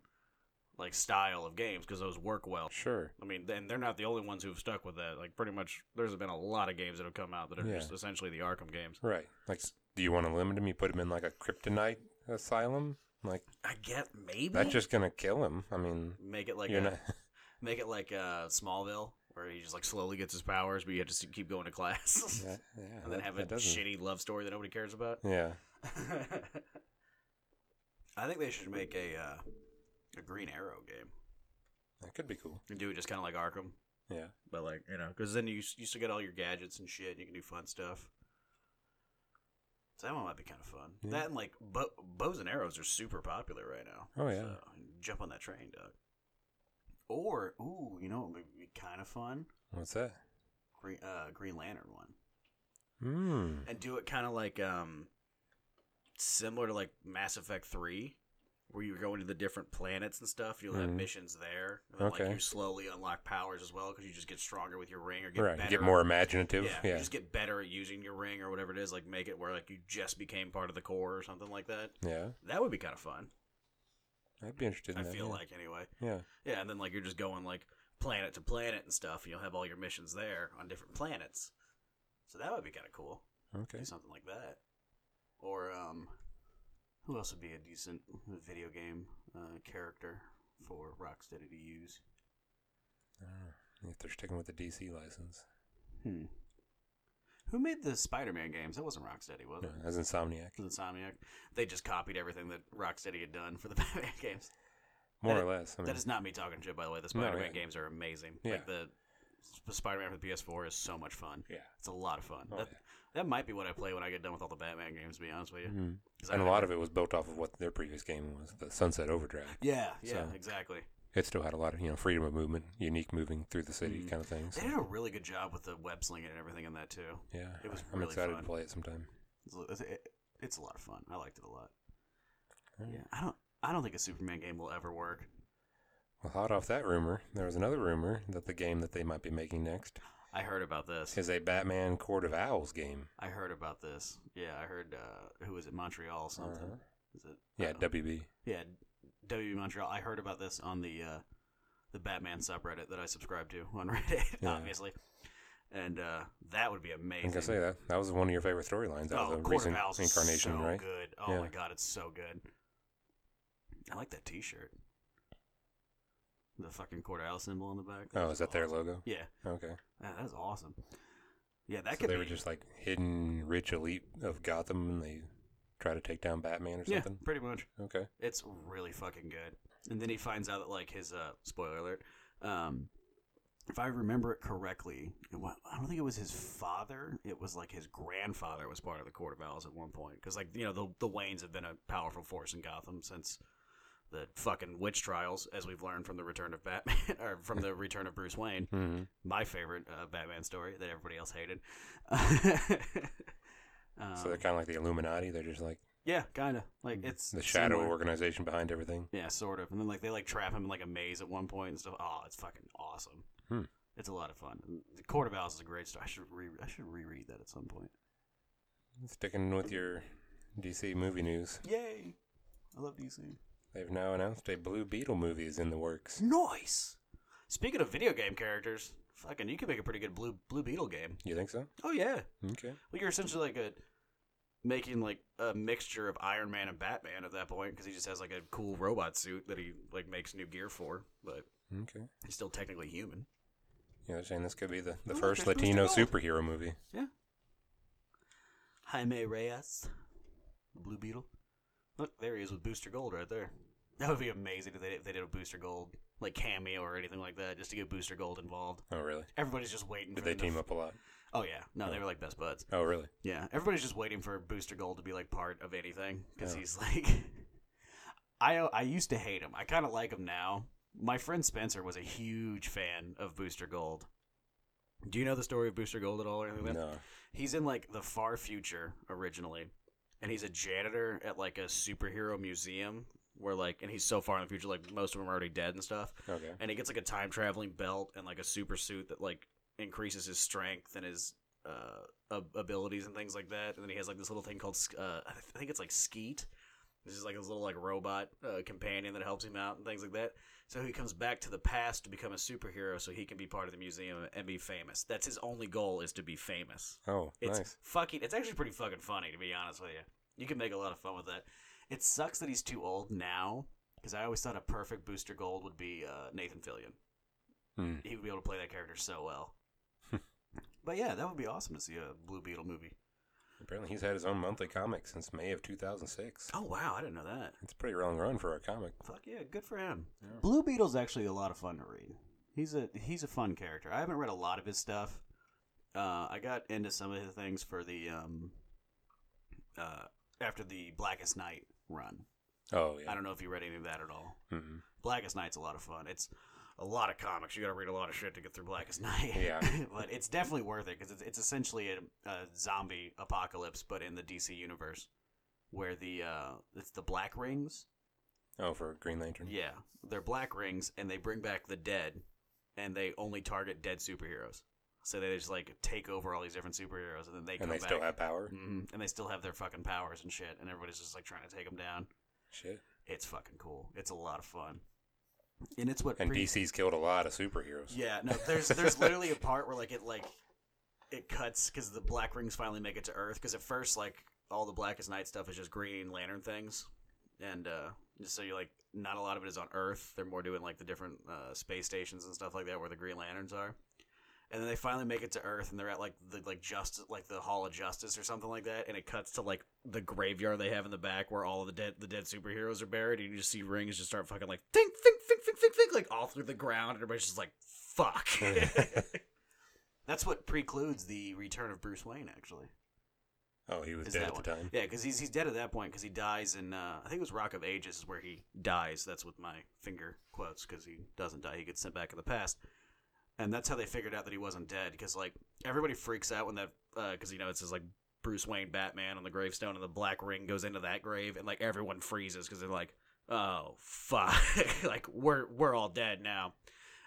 [SPEAKER 2] like style of games because those work well.
[SPEAKER 1] Sure.
[SPEAKER 2] I mean, then they're not the only ones who've stuck with that. Like pretty much, there's been a lot of games that have come out that are
[SPEAKER 1] Yeah.
[SPEAKER 2] just essentially the Arkham games.
[SPEAKER 1] Right. Like, do you want to limit him? You put him in like a kryptonite asylum. Like
[SPEAKER 2] I get maybe
[SPEAKER 1] that's just gonna kill him. I mean,
[SPEAKER 2] make it like
[SPEAKER 1] you're
[SPEAKER 2] a,
[SPEAKER 1] not.
[SPEAKER 2] make it like uh, Smallville where he just like slowly gets his powers, but you have to s- keep going to class.
[SPEAKER 1] Yeah, yeah,
[SPEAKER 2] and then
[SPEAKER 1] that-
[SPEAKER 2] have a
[SPEAKER 1] that doesn't-
[SPEAKER 2] shitty love story that nobody cares about.
[SPEAKER 1] Yeah,
[SPEAKER 2] I think they should make a uh, a Green Arrow game
[SPEAKER 1] that could be cool.
[SPEAKER 2] and do it just kind of like Arkham,
[SPEAKER 1] Yeah,
[SPEAKER 2] but like you know, because then you s- you still get all your gadgets and shit, and you can do fun stuff. So that one might be kind of fun.
[SPEAKER 1] Yeah.
[SPEAKER 2] That and like bo- bows and arrows are super popular right now.
[SPEAKER 1] Oh, yeah.
[SPEAKER 2] So, jump on that train, Doug. Or ooh, you know what would be kind of fun?
[SPEAKER 1] what's that?
[SPEAKER 2] Green uh, Green Lantern one.
[SPEAKER 1] Hmm.
[SPEAKER 2] and do it kind of like um similar to like Mass Effect 3 where you're going to the different planets and stuff. You'll have
[SPEAKER 1] Mhm.
[SPEAKER 2] missions there. And then,
[SPEAKER 1] Okay.
[SPEAKER 2] Like you slowly unlock powers as well because you just get stronger with your ring or get
[SPEAKER 1] right.
[SPEAKER 2] better.
[SPEAKER 1] Get more imaginative.
[SPEAKER 2] Yeah, You
[SPEAKER 1] Yeah.
[SPEAKER 2] just get better at using your ring or whatever it is. Like make it where like you just became part of the core or something like that.
[SPEAKER 1] Yeah.
[SPEAKER 2] That would be kind of fun.
[SPEAKER 1] I'd be interested in
[SPEAKER 2] I
[SPEAKER 1] that.
[SPEAKER 2] feel
[SPEAKER 1] yeah.
[SPEAKER 2] like anyway.
[SPEAKER 1] Yeah.
[SPEAKER 2] Yeah, and then like you're just going like planet to planet and stuff. And you'll have all your missions there on different planets. So that would be kind of cool.
[SPEAKER 1] Okay.
[SPEAKER 2] Do something like that. Or um, who else would be a decent video game uh, character for Rocksteady to use?
[SPEAKER 1] I don't know. If they're sticking with the DC license,
[SPEAKER 2] Hmm. Who made the Spider-Man games? That wasn't Rocksteady, was
[SPEAKER 1] no,
[SPEAKER 2] it?
[SPEAKER 1] as Insomniac,
[SPEAKER 2] It was Insomniac. They just copied everything that Rocksteady had done for the Batman games.
[SPEAKER 1] more
[SPEAKER 2] that-
[SPEAKER 1] or less. I mean,
[SPEAKER 2] That is not me talking shit, by the way. The
[SPEAKER 1] No, yeah.
[SPEAKER 2] Spider-Man games are amazing.
[SPEAKER 1] Yeah.
[SPEAKER 2] Like the, the Spider-Man for the PS4 is so much fun.
[SPEAKER 1] yeah.
[SPEAKER 2] It's a lot of fun.
[SPEAKER 1] Oh,
[SPEAKER 2] that, that might be what I play when I get done with all the Batman games. To be honest with you,
[SPEAKER 1] Mhm.
[SPEAKER 2] 'Cause I
[SPEAKER 1] And a
[SPEAKER 2] haven't-
[SPEAKER 1] lot of it was built off of what their previous game was, the Sunset Overdrive.
[SPEAKER 2] Yeah, yeah,
[SPEAKER 1] So-
[SPEAKER 2] exactly.
[SPEAKER 1] It still had a lot of you know freedom of movement, unique moving through the city
[SPEAKER 2] Mhm.
[SPEAKER 1] kind of things.
[SPEAKER 2] They did a really good job with the web slinging and everything in that too.
[SPEAKER 1] Yeah,
[SPEAKER 2] It was
[SPEAKER 1] I'm
[SPEAKER 2] really
[SPEAKER 1] excited
[SPEAKER 2] fun.
[SPEAKER 1] to play it sometime.
[SPEAKER 2] It's, it's, it, it's a lot of fun. I liked it a lot.
[SPEAKER 1] All right.
[SPEAKER 2] Yeah, I don't. I don't think a Superman game will ever work.
[SPEAKER 1] Well, hot off that rumor, there was another rumor that the game that they might be making next
[SPEAKER 2] I heard about this.
[SPEAKER 1] is a Batman Court of Owls game.
[SPEAKER 2] I heard about this. Yeah, I heard. Uh, who was it? Montreal something.
[SPEAKER 1] Uh-huh.
[SPEAKER 2] Is it?
[SPEAKER 1] Yeah,
[SPEAKER 2] uh,
[SPEAKER 1] WB.
[SPEAKER 2] yeah. W Montreal. I heard about this on the uh, the Batman subreddit that I subscribe to on Reddit,
[SPEAKER 1] Yeah.
[SPEAKER 2] obviously. And uh, that would be
[SPEAKER 1] I
[SPEAKER 2] amazing.
[SPEAKER 1] can say that that was one of your favorite storylines. That
[SPEAKER 2] Oh,
[SPEAKER 1] was a
[SPEAKER 2] Court
[SPEAKER 1] recent
[SPEAKER 2] of Owls is
[SPEAKER 1] incarnation,
[SPEAKER 2] so
[SPEAKER 1] right?
[SPEAKER 2] good. Oh
[SPEAKER 1] Yeah.
[SPEAKER 2] my god, it's so good. I like that T-shirt. The fucking Court of Owls symbol on the back.
[SPEAKER 1] Oh, is that their
[SPEAKER 2] awesome.
[SPEAKER 1] logo?
[SPEAKER 2] Yeah,
[SPEAKER 1] Okay.
[SPEAKER 2] yeah that's awesome. Yeah, that
[SPEAKER 1] so
[SPEAKER 2] could
[SPEAKER 1] they
[SPEAKER 2] be.
[SPEAKER 1] were just like hidden rich elite of Gotham, and they try to take down Batman or
[SPEAKER 2] yeah,
[SPEAKER 1] something.
[SPEAKER 2] pretty much.
[SPEAKER 1] Okay.
[SPEAKER 2] It's really fucking good. And then he finds out that like his uh spoiler alert. Um if I remember it correctly, it wa- I don't think it was his father. It was like his grandfather was part of the Court of Owls at one point because, like, you know, the the Waynes have been a powerful force in Gotham since the fucking witch trials, as we've learned from the return of Batman or from the return of Bruce Wayne.
[SPEAKER 1] Mm-hmm.
[SPEAKER 2] My favorite uh, Batman story that everybody else hated. um,
[SPEAKER 1] so they're kind of like the Illuminati. They're just like
[SPEAKER 2] yeah, kind of like it's
[SPEAKER 1] Mm-hmm. the shadow
[SPEAKER 2] similar.
[SPEAKER 1] organization behind everything.
[SPEAKER 2] Yeah, sort of. And then like they like trap him in like a maze at one point and stuff. Oh, it's fucking awesome.
[SPEAKER 1] Hmm.
[SPEAKER 2] It's a lot of fun. And The Court of Owls is a great story. I should re I should reread that at some point.
[SPEAKER 1] Sticking with your DC movie news,
[SPEAKER 2] Yay! I love DC.
[SPEAKER 1] they've now announced a Blue Beetle movie is in the works.
[SPEAKER 2] Nice. Speaking of video game characters, fucking, you could make a pretty good blue Blue Beetle game.
[SPEAKER 1] You think so?
[SPEAKER 2] Oh yeah.
[SPEAKER 1] Okay.
[SPEAKER 2] Well, you're essentially like a making like a mixture of Iron Man and Batman at that point because he just has like a cool robot suit that he like makes new gear for, but
[SPEAKER 1] Okay.
[SPEAKER 2] he's still technically human.
[SPEAKER 1] Yeah, they're saying this could be the, the
[SPEAKER 2] Oh,
[SPEAKER 1] first
[SPEAKER 2] there's Booster
[SPEAKER 1] Latino
[SPEAKER 2] Gold.
[SPEAKER 1] superhero movie.
[SPEAKER 2] Jaime Reyes, the Blue Beetle. Look, there he is with Booster Gold right there. That would be amazing if they did, if they did a Booster Gold like cameo or anything like that, just to get Booster Gold involved.
[SPEAKER 1] Oh, really?
[SPEAKER 2] Everybody's just waiting.
[SPEAKER 1] Did
[SPEAKER 2] for
[SPEAKER 1] they
[SPEAKER 2] them to-
[SPEAKER 1] team up a lot?
[SPEAKER 2] Oh yeah, no, they were like best buds.
[SPEAKER 1] Oh, really?
[SPEAKER 2] Yeah, everybody's just waiting for Booster Gold to be like part of anything because
[SPEAKER 1] Yeah.
[SPEAKER 2] he's like, I I used to hate him. I kind of like him now. My friend Spencer was a huge fan of Booster Gold. Do you know the story of Booster Gold at all or anything? like that?
[SPEAKER 1] No.
[SPEAKER 2] He's in like the far future originally, and he's a janitor at like a superhero museum where like, and he's so far in the future, like most of them are already dead and stuff.
[SPEAKER 1] Okay.
[SPEAKER 2] And he gets like a time traveling belt and like a super suit that like increases his strength and his uh ab- abilities and things like that. And then he has like this little thing called sk- uh, I think it's like Skeet. This is like his little like robot uh, companion that helps him out and things like that. So he comes back to the past to become a superhero, so he can be part of the museum and be famous. That's his only goal is to be famous.
[SPEAKER 1] Oh,
[SPEAKER 2] It's
[SPEAKER 1] nice.
[SPEAKER 2] fucking. It's actually pretty fucking funny to be honest with you. You can make a lot of fun with that. It sucks that he's too old now because I always thought a perfect Booster Gold would be uh, Nathan Fillion.
[SPEAKER 1] Hmm.
[SPEAKER 2] He would be able to play that character so well. but yeah, that would be awesome to see a Blue Beetle movie.
[SPEAKER 1] Apparently, he's had his own monthly comic since May of 2006.
[SPEAKER 2] Oh wow, I didn't know that.
[SPEAKER 1] It's a pretty long run for a comic.
[SPEAKER 2] Fuck yeah, good for him.
[SPEAKER 1] Yeah.
[SPEAKER 2] Blue Beetle's actually a lot of fun to read. He's a he's a fun character. I haven't read a lot of his stuff. Uh, I got into some of the things for the um, uh, after the Blackest Night run.
[SPEAKER 1] Oh, yeah.
[SPEAKER 2] I don't know if you read any of that at all.
[SPEAKER 1] Mhm.
[SPEAKER 2] Blackest Night's a lot of fun. It's a lot of comics. You got to read a lot of shit to get through Blackest Night.
[SPEAKER 1] Yeah.
[SPEAKER 2] but it's definitely worth it because it's, it's essentially a, a zombie apocalypse, but in the DC universe, where the uh, it's the Black Rings
[SPEAKER 1] Oh, for Green Lantern.
[SPEAKER 2] Yeah, they're black rings, and they bring back the dead, and they only target dead superheroes. So they just like take over all these different superheroes, and then they
[SPEAKER 1] and
[SPEAKER 2] come
[SPEAKER 1] they
[SPEAKER 2] back,
[SPEAKER 1] still have power.
[SPEAKER 2] Mhm, and they still have their fucking powers and shit, and everybody's just like trying to take them down.
[SPEAKER 1] Shit.
[SPEAKER 2] It's fucking cool. It's a lot of fun, and it's what
[SPEAKER 1] And
[SPEAKER 2] pre-
[SPEAKER 1] DC's killed a lot of superheroes.
[SPEAKER 2] Yeah, no, there's there's literally a part where like it like it cuts because the Black Rings finally make it to Earth. Because at first, like all the Blackest Night stuff is just Green Lantern things, and uh, so you're like not a lot of it is on Earth. They're more doing like the different uh, space stations and stuff like that where the Green Lanterns are. And then they finally make it to Earth, and they're at like the like just like the Hall of Justice or something like that. And it cuts to like the graveyard they have in the back where all of the dead the dead superheroes are buried, and you just see rings just start fucking like think think think think think think like all through the ground. And everybody's just like fuck. That's what precludes the return of Bruce Wayne, actually.
[SPEAKER 1] Oh, he was
[SPEAKER 2] Is
[SPEAKER 1] dead
[SPEAKER 2] that
[SPEAKER 1] at the
[SPEAKER 2] one?
[SPEAKER 1] time.
[SPEAKER 2] Yeah, because he's he's dead at that point because he dies in uh, I think it was Rock of Ages is where he dies. That's with my finger quotes because he doesn't die. He gets sent back in the past, and that's how they figured out that he wasn't dead because like everybody freaks out when that because you know it says like Bruce Wayne Batman on the gravestone and the black ring goes into that grave and like everyone freezes because they're like oh fuck like we're we're all dead now,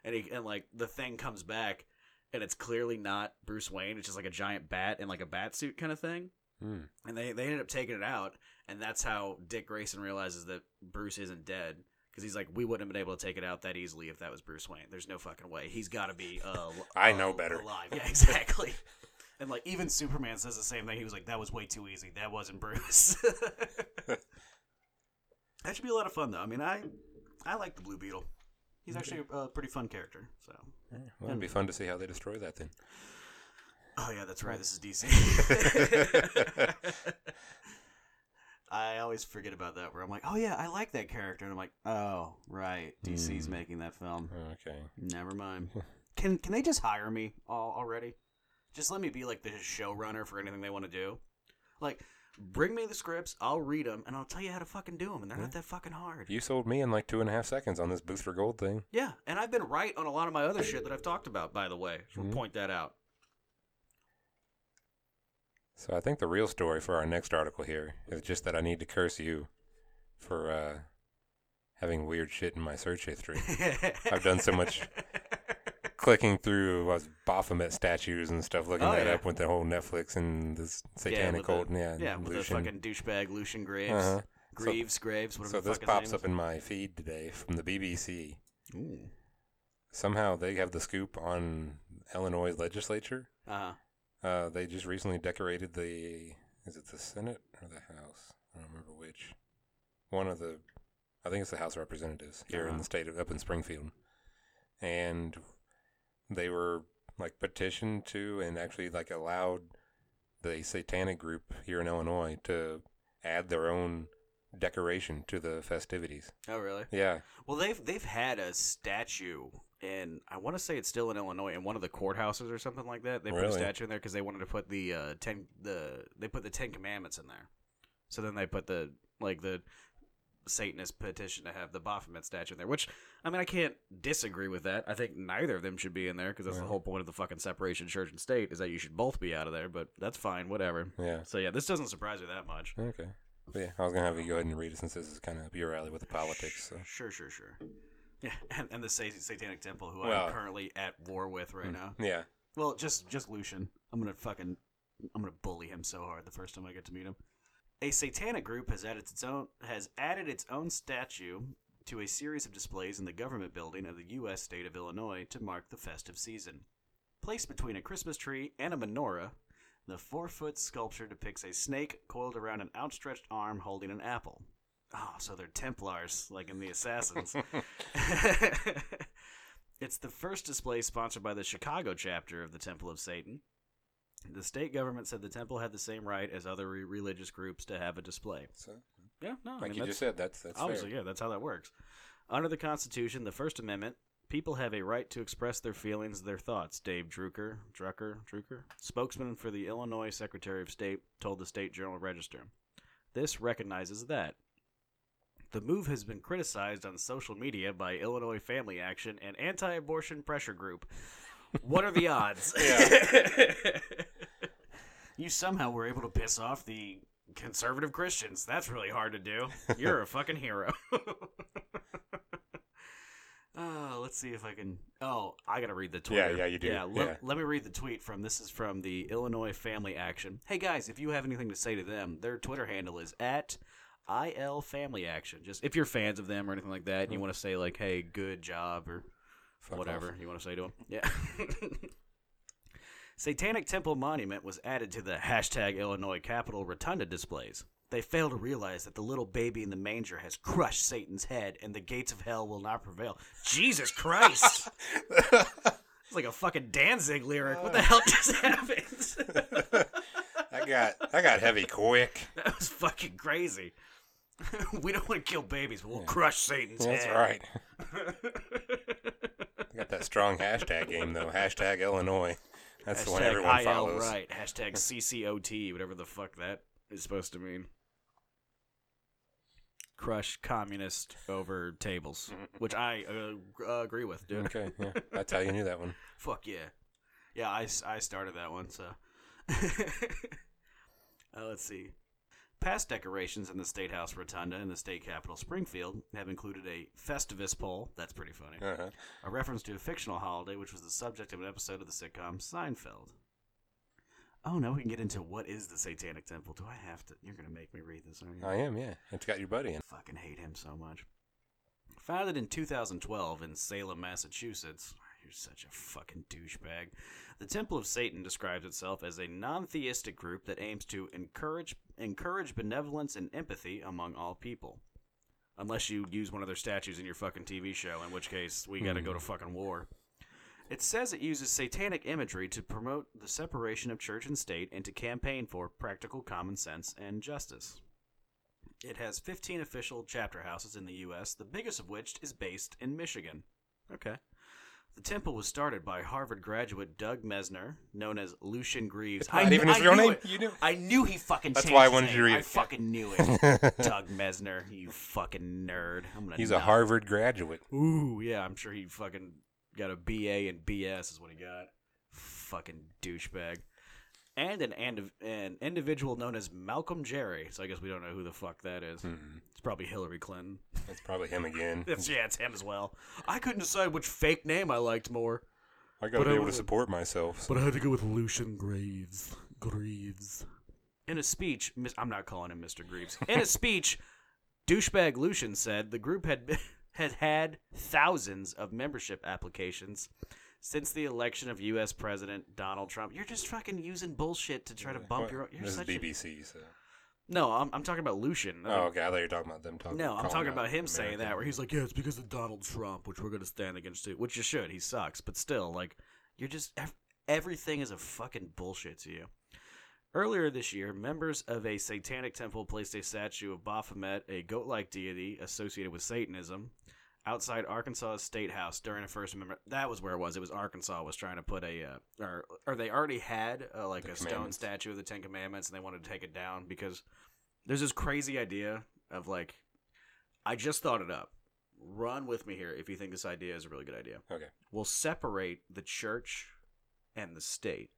[SPEAKER 2] and he and like the thing comes back. And it's clearly not Bruce Wayne. It's just like a giant bat in like a bat suit kind of thing
[SPEAKER 1] Hmm.
[SPEAKER 2] and they, they ended up taking it out and that's how dick grayson realizes that bruce isn't dead because he's like we wouldn't have been able to take it out that easily if that was bruce wayne there's no fucking way he's got to be uh,
[SPEAKER 1] I know
[SPEAKER 2] uh,
[SPEAKER 1] better.
[SPEAKER 2] alive yeah exactly and like even superman says the same thing he was like that was way too easy that wasn't bruce that should be a lot of fun though i mean i i like the blue beetle he's actually a, a pretty fun character so
[SPEAKER 1] Yeah, well, it'd be fun to see how they destroy that thing.
[SPEAKER 2] Oh yeah, that's right. This is DC. I always forget about that. Where I'm like, oh yeah, I like that character, and I'm like, oh right, DC's
[SPEAKER 1] Hmm.
[SPEAKER 2] making that film.
[SPEAKER 1] Okay.
[SPEAKER 2] Never mind. Can can they just hire me all, already? Just let me be like the showrunner for anything they want to do. Like, bring me the scripts, I'll read them, and I'll tell you how to fucking do them. And they're not that fucking hard.
[SPEAKER 1] You sold me in like two and a half seconds on this Booster Gold thing.
[SPEAKER 2] Yeah, and I've been right on a lot of my other shit that I've talked about. By the way, Just wanna
[SPEAKER 1] Mhm.
[SPEAKER 2] point that out.
[SPEAKER 1] So I think the real story for our next article here is just that I need to curse you for uh, having weird shit in my search history. I've done so much clicking through uh, Baphomet statues and stuff, looking
[SPEAKER 2] Oh,
[SPEAKER 1] that
[SPEAKER 2] yeah.
[SPEAKER 1] up with the whole Netflix and this satanic
[SPEAKER 2] with the-
[SPEAKER 1] cult. and yeah,
[SPEAKER 2] Yeah, with the
[SPEAKER 1] Lucian.
[SPEAKER 2] fucking douchebag Lucian Graves.
[SPEAKER 1] Uh-huh.
[SPEAKER 2] Greaves, Graves, whatever
[SPEAKER 1] So
[SPEAKER 2] the
[SPEAKER 1] this
[SPEAKER 2] fuck
[SPEAKER 1] pops up in my feed today from the BBC.
[SPEAKER 2] Ooh.
[SPEAKER 1] Somehow they have the scoop on Illinois legislature.
[SPEAKER 2] Uh-huh.
[SPEAKER 1] Uh, they just recently decorated the is it the Senate or the House? I don't remember which. One of the I think it's the House of Representatives here in
[SPEAKER 2] Uh-huh.
[SPEAKER 1] the state of up in Springfield. And they were like petitioned to and actually like allowed the satanic group here in Illinois to add their own decoration to the festivities.
[SPEAKER 2] Oh, really?
[SPEAKER 1] Yeah.
[SPEAKER 2] Well, they've they've had a statue in I want to say it's still in Illinois in one of the courthouses or something like that. They put a
[SPEAKER 1] Really?
[SPEAKER 2] statue in there because they wanted to put the uh, ten the they put the Ten Commandments in there. So then they put the like the Satanist petition to have the Baphomet statue in there, which I mean I can't disagree with that. I think neither of them should be in there because that's
[SPEAKER 1] Right.
[SPEAKER 2] the whole point of the fucking separation of church and state is that you should both be out of there. But that's fine, whatever.
[SPEAKER 1] Yeah.
[SPEAKER 2] So yeah, this doesn't surprise me that much.
[SPEAKER 1] Okay. But yeah, I was gonna have you go ahead and read it since this is kind of your alley with the politics. So.
[SPEAKER 2] Sure, sure, sure. Yeah, and, and the sa- Satanic Temple, who
[SPEAKER 1] Well- hmm.
[SPEAKER 2] I'm currently at war with right now.
[SPEAKER 1] Yeah.
[SPEAKER 2] Well, just just Lucian. I'm gonna fucking I'm gonna bully him so hard the first time I get to meet him. A satanic group has added its own has added its own statue to a series of displays in the government building of the U.S. state of Illinois to mark the festive season. Placed between a Christmas tree and a menorah, the four foot sculpture depicts a snake coiled around an outstretched arm holding an apple. Oh, so they're Templars, like in the Assassins. it's the first display sponsored by the Chicago chapter of the Temple of Satan. The state government said the temple had the same right as other re- religious groups to have a display.
[SPEAKER 1] So
[SPEAKER 2] Yeah, no, I
[SPEAKER 1] like
[SPEAKER 2] mean,
[SPEAKER 1] you
[SPEAKER 2] that's-
[SPEAKER 1] just said, that's that's
[SPEAKER 2] Obviously,
[SPEAKER 1] fair.
[SPEAKER 2] yeah, that's how that works. Under the Constitution, the First Amendment, people have a right to express their feelings, their thoughts. Dave Drucker, Drucker, Drucker, spokesman for the Illinois Secretary of State, told the State Journal Register. This recognizes that. The move has been criticized on social media by Illinois Family Action and anti abortion pressure group. What are the odds? you somehow were able to piss off the conservative Christians. That's really hard to do. You're a fucking hero. Uh, let's see if I can. Oh, I gotta read the tweet.
[SPEAKER 1] Yeah, yeah, you do.
[SPEAKER 2] Yeah, le-
[SPEAKER 1] Yeah.
[SPEAKER 2] let me read the tweet from. This is from the Illinois Family Action. Hey guys, if you have anything to say to them, their Twitter handle is at IL Family Action. Just if you're fans of them or anything like that,
[SPEAKER 1] Mm-hmm.
[SPEAKER 2] and you want to say like, "Hey, good job" or
[SPEAKER 1] Fuck off.
[SPEAKER 2] whatever you want to say to him. Yeah. Satanic Temple Monument was added to the hashtag Illinois Capitol Rotunda displays. They fail to realize that the little baby in the manger has crushed Satan's head and the gates of hell will not prevail. Jesus Christ! it's like a fucking Danzig lyric. What the hell just happened?
[SPEAKER 1] I got I got heavy quick.
[SPEAKER 2] that was fucking crazy. we don't want to kill babies, but we'll crush Satan's
[SPEAKER 1] That's
[SPEAKER 2] head.
[SPEAKER 1] right. I got that strong hashtag game though. Hashtag Illinois. That's the one
[SPEAKER 2] Hashtag
[SPEAKER 1] everyone
[SPEAKER 2] IL
[SPEAKER 1] follows.
[SPEAKER 2] Right. Hashtag CCOT, whatever the fuck that is supposed to mean. Crush communist over tables, which I uh, gr- uh, agree with, dude.
[SPEAKER 1] Okay, yeah. That's how you knew that one.
[SPEAKER 2] Fuck yeah. Yeah, I, s- I started that one, so. uh, let's see. Past decorations in the State House Rotunda and the State Capitol Springfield have included a Festivus pole. That's pretty funny
[SPEAKER 1] Uh-huh.
[SPEAKER 2] a reference to a fictional holiday which was the subject of an episode of the sitcom Seinfeld. Oh no, we can get into what is the Satanic Temple. Do I have to? You're gonna make me read this, aren't you?
[SPEAKER 1] I am, yeah. It's got your buddy in.
[SPEAKER 2] I fucking hate him so much. Founded in 2012 in Salem, Massachusetts. You're such a fucking douchebag. The Temple of Satan describes itself as a non-theistic group that aims to encourage encourage benevolence and empathy among all people. Unless you use one of their statues in your fucking TV show, in which case we gotta go to fucking war. It says it uses satanic imagery to promote the separation of church and state and to campaign for practical common sense and justice. It has 15 official chapter houses in the U.S., the biggest of which is based in Michigan. Okay. The temple was started by Harvard graduate Doug Mesner, known as Lucian Greaves.
[SPEAKER 1] It's not even his real
[SPEAKER 2] knew
[SPEAKER 1] name.
[SPEAKER 2] it.
[SPEAKER 1] You knew.
[SPEAKER 2] I knew he fucking.
[SPEAKER 1] That's
[SPEAKER 2] changed
[SPEAKER 1] why I
[SPEAKER 2] his
[SPEAKER 1] wanted
[SPEAKER 2] name.
[SPEAKER 1] you to read
[SPEAKER 2] I
[SPEAKER 1] it.
[SPEAKER 2] fucking knew it. Doug Mesner, you fucking nerd. I'm gonna.
[SPEAKER 1] He's a
[SPEAKER 2] knock-
[SPEAKER 1] Harvard graduate.
[SPEAKER 2] Ooh, yeah, I'm sure he fucking got a BA and BS is what he got. Fucking douchebag. And an, and an individual known as Malcolm Jerry. So I guess we don't know who the fuck that is. It's probably Hillary Clinton.
[SPEAKER 1] That's probably him again.
[SPEAKER 2] It's, yeah, it's him as well. I couldn't decide which fake name I liked more,
[SPEAKER 1] I gotta
[SPEAKER 2] But
[SPEAKER 1] be
[SPEAKER 2] I
[SPEAKER 1] able to
[SPEAKER 2] was-
[SPEAKER 1] support myself. so-
[SPEAKER 2] I had to go with Lucian Graves. Greaves. In a speech, Mis- I'm not calling him Mr. Greaves. In a speech, douchebag Lucian said the group had been- had had thousands of membership applications since the election of U.S. President Donald Trump. You're just fucking using bullshit to try to bump
[SPEAKER 1] Well,
[SPEAKER 2] your. own- You're
[SPEAKER 1] this is
[SPEAKER 2] such A,
[SPEAKER 1] BBC. So.
[SPEAKER 2] no, I'm, I'm talking about Lucian.
[SPEAKER 1] Oh, okay. I thought you were talking about them talking.
[SPEAKER 2] No, I'm
[SPEAKER 1] calling
[SPEAKER 2] talking
[SPEAKER 1] out
[SPEAKER 2] about him
[SPEAKER 1] America.
[SPEAKER 2] saying that, where he's like, "Yeah, it's because of Donald Trump, which we're going to stand against too." Which you should. He sucks, but still, like, you're just ev- everything is a fucking bullshit to you. Earlier this year, members of a satanic temple placed a statue of Baphomet, a goat-like deity associated with Satanism, outside Arkansas's state house during a First Amendment. That was where it was. It was Arkansas was trying to put a, uh, or or they already had uh, like
[SPEAKER 1] The
[SPEAKER 2] a stone
[SPEAKER 1] commandments.
[SPEAKER 2] statue of the Ten Commandments, and they wanted to take it down because there's this crazy idea of like, I just thought it up. Run with me here if you think this idea is a really good idea.
[SPEAKER 1] Okay.
[SPEAKER 2] We'll separate the church and the state.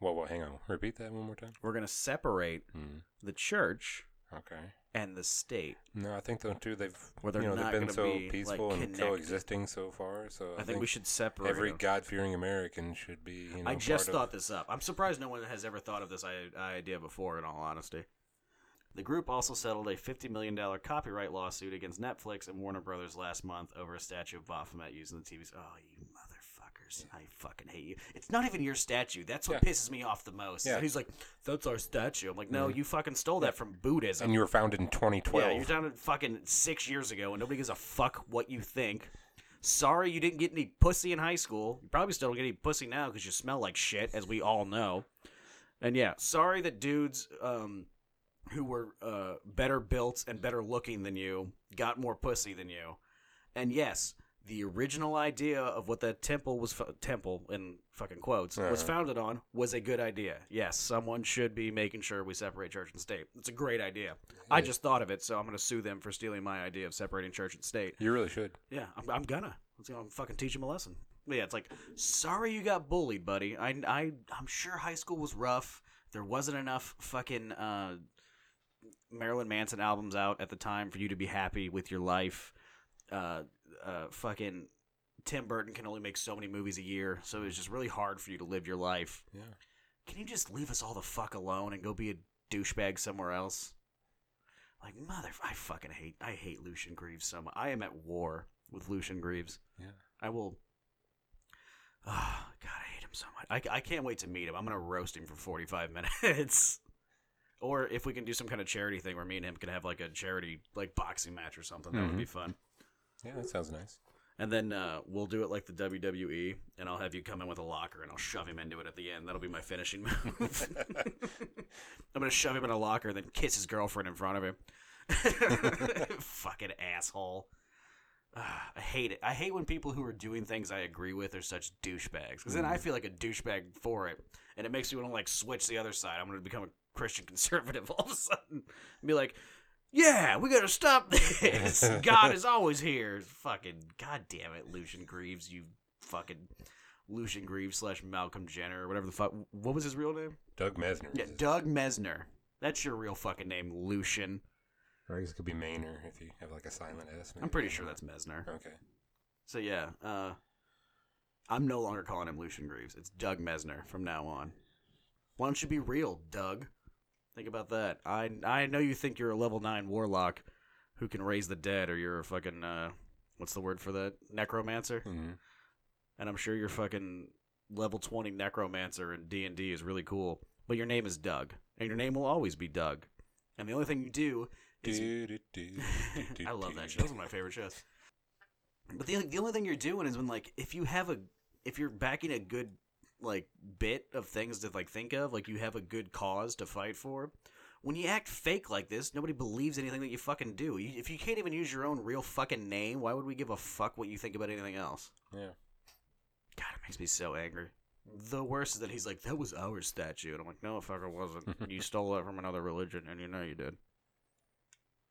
[SPEAKER 1] Whoa, whoa, hang on. Repeat that one more time.
[SPEAKER 2] We're gonna separate
[SPEAKER 1] Mm,
[SPEAKER 2] the church
[SPEAKER 1] okay.
[SPEAKER 2] and the state.
[SPEAKER 1] No, I think though too they've
[SPEAKER 2] Well, they're
[SPEAKER 1] you know
[SPEAKER 2] not
[SPEAKER 1] they've been
[SPEAKER 2] gonna
[SPEAKER 1] so
[SPEAKER 2] be, like,
[SPEAKER 1] peaceful and
[SPEAKER 2] connected.
[SPEAKER 1] coexisting so far. So
[SPEAKER 2] I,
[SPEAKER 1] I,
[SPEAKER 2] think, we should separate.
[SPEAKER 1] every
[SPEAKER 2] them.
[SPEAKER 1] God fearing American should be. You know,
[SPEAKER 2] I just
[SPEAKER 1] part of-
[SPEAKER 2] thought this up. I'm surprised no one has ever thought of this i- idea before, in all honesty. The group also settled a $50 million copyright lawsuit against Netflix and Warner Brothers last month over a statue of Baphomet using the TV's. Oh, you motherfuckers. I fucking hate you. It's not even your statue. That's what pisses me off the most.
[SPEAKER 1] Yeah. Mm-hmm.
[SPEAKER 2] And he's like, that's our statue. I'm like, no, you fucking stole that from Buddhism.
[SPEAKER 1] and you were founded in 2012.
[SPEAKER 2] Yeah, you're down at fucking six years ago, and nobody gives a fuck what you think. Sorry you didn't get any pussy in high school. You probably still don't get any pussy now because you smell like shit, as we all know. And yeah, sorry that dudes um, who were uh, better built and better looking than you got more pussy than you. And yes, the original idea of what that temple was fu- temple in fucking quotes was
[SPEAKER 1] Uh-huh.
[SPEAKER 2] founded on was a good idea. Yes, someone should be making sure we separate church and state. It's a great idea. I just thought of it, so I'm gonna sue them for stealing my idea of separating church and state.
[SPEAKER 1] You really should.
[SPEAKER 2] Yeah, I'm, I'm gonna. Let's go and fucking teach him a lesson. But yeah, it's like, sorry you got bullied, buddy. I, I, I'm sure high school was rough. There wasn't enough fucking uh, Marilyn Manson albums out at the time for you to be happy with your life. Uh, uh, fucking Tim Burton can only make so many movies a year, so it's just really hard for you to live your life.
[SPEAKER 1] Yeah.
[SPEAKER 2] Can you just leave us all the fuck alone and go be a douchebag somewhere else? Like mother, I fucking hate. I hate Lucian Greaves so much. I am at war with Lucian Greaves.
[SPEAKER 1] Yeah.
[SPEAKER 2] I will. Oh, God, I hate him so much. I, I can't wait to meet him. I'm going to roast him for 45 minutes. or if we can do some kind of charity thing where me and him can have like a charity, like boxing match or something, that would be fun.
[SPEAKER 1] Yeah, that sounds nice.
[SPEAKER 2] And then uh, we'll do it like the WWE, and I'll have you come in with a locker and I'll shove him into it at the end. That'll be my finishing move. I'm going to shove him in a locker and then kiss his girlfriend in front of him. Fucking asshole. Ah, I hate it. I hate when people who are doing things I agree with are such douchebags. Because then I feel like a douchebag for it, and it makes me want to like switch the other side. I'm going to become a Christian conservative all of a sudden. Be like, yeah, we got to stop this. God is always here. Fucking goddamn it, Lucian Greaves, you fucking Lucian Greaves slash Malcolm Jenner or whatever the fuck. What was his real name?
[SPEAKER 1] Doug Mesner.
[SPEAKER 2] Yeah,
[SPEAKER 1] is-
[SPEAKER 2] Doug Mesner. That's your real fucking name, Lucian.
[SPEAKER 1] or I guess it could be Mainer if you have like a silent S.
[SPEAKER 2] I'm
[SPEAKER 1] maybe.
[SPEAKER 2] pretty sure that's Mesner.
[SPEAKER 1] Okay.
[SPEAKER 2] So yeah, uh, I'm no longer calling him Lucian Greaves. It's Doug Mesner from now on. Why don't you be real, Doug? Think about that. I I know you think you're a level nine warlock who can raise the dead, or you're a fucking uh, what's the word for that necromancer?
[SPEAKER 1] hmm
[SPEAKER 2] And I'm sure your fucking level twenty necromancer in D and D is really cool. But your name is Doug, and your name will always be Doug. And the only thing you do is I love that show. Those are my favorite shows. But the the only thing you're doing is when like if you have a if you're backing a good like bit of things to like think of, like you have a good cause to fight for. When you act fake like this, nobody believes anything that you fucking do. You, if you can't even use your own real fucking name, why would we give a fuck what you think about anything else?
[SPEAKER 1] Yeah.
[SPEAKER 2] God, it makes me so angry. The worst is that he's like, "That was our statue," and I'm like, "No, it fucking wasn't. you stole it from another religion, and you know you did."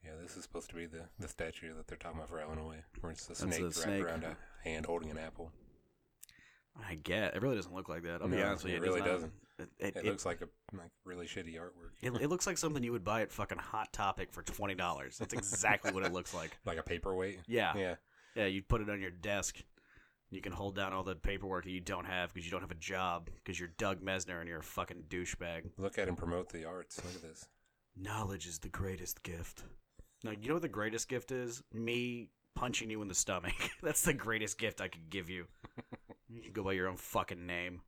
[SPEAKER 1] Yeah, this is supposed to be the, the statue that they're talking about for Illinois, where it's the
[SPEAKER 2] That's
[SPEAKER 1] snake
[SPEAKER 2] the
[SPEAKER 1] wrapped
[SPEAKER 2] snake.
[SPEAKER 1] around a hand holding an apple.
[SPEAKER 2] I get it. Really doesn't look like that. I'll be
[SPEAKER 1] No,
[SPEAKER 2] honest with
[SPEAKER 1] it
[SPEAKER 2] you.
[SPEAKER 1] really
[SPEAKER 2] does
[SPEAKER 1] doesn't.
[SPEAKER 2] not. It,
[SPEAKER 1] It,
[SPEAKER 2] it-
[SPEAKER 1] looks like a like really shitty artwork,
[SPEAKER 2] it- it looks like something you would buy at fucking Hot Topic for twenty dollars. That's exactly what it looks like.
[SPEAKER 1] like a paperweight.
[SPEAKER 2] Yeah, yeah.
[SPEAKER 1] Yeah,
[SPEAKER 2] you'd put it on your desk. You can hold down all the paperwork that you don't have because you don't have a job because you're Doug Mesner and you're a fucking douchebag.
[SPEAKER 1] look at and promote the arts. Look at this.
[SPEAKER 2] Knowledge is the greatest gift. Now you know what the greatest gift is? Me punching you in the stomach. That's the greatest gift I could give you. you can go by your own fucking name.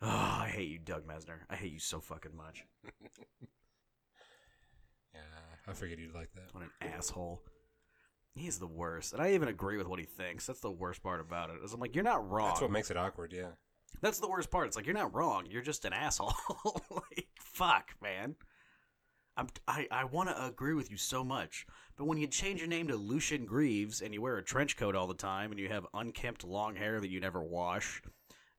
[SPEAKER 2] Oh, I hate you, Doug Mesner. I hate you so fucking much.
[SPEAKER 1] Yeah, I figured you'd like that.
[SPEAKER 2] What an asshole. He's the worst. And I even agree with what he thinks. That's the worst part about it. Is I'm like, you're not wrong.
[SPEAKER 1] That's what makes it awkward. Yeah,
[SPEAKER 2] That's the worst part. It's like you're not wrong. You're just an asshole. like, fuck, man. I'm, I I want to agree with you so much, but when you change your name to Lucian Greaves and you wear a trench coat all the time and you have unkempt long hair that you never wash,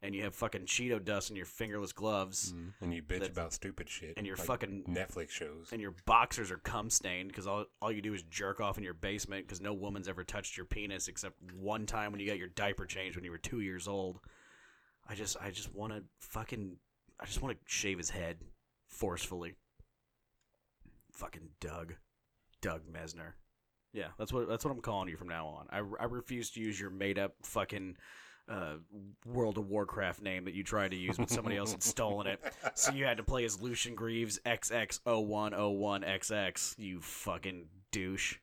[SPEAKER 2] and you have fucking Cheeto dust in your fingerless gloves,
[SPEAKER 1] and you bitch
[SPEAKER 2] Mm-hmm. That's-
[SPEAKER 1] about stupid shit
[SPEAKER 2] and your
[SPEAKER 1] like
[SPEAKER 2] fucking
[SPEAKER 1] Netflix shows.
[SPEAKER 2] and your boxers are cum stained because all, all you do is jerk off in your basement because no woman's ever touched your penis except one time when you got your diaper changed when you were two years old. I just I just want to fucking I just want to shave his head forcefully. Fucking Doug, Doug Mesner. Yeah, that's what that's what I'm calling you from now on. I, I refuse to use your made up fucking uh, World of Warcraft name that you tried to use, but somebody else had stolen it. So you had to play as Lucian Greaves XX0101XX. You fucking douche.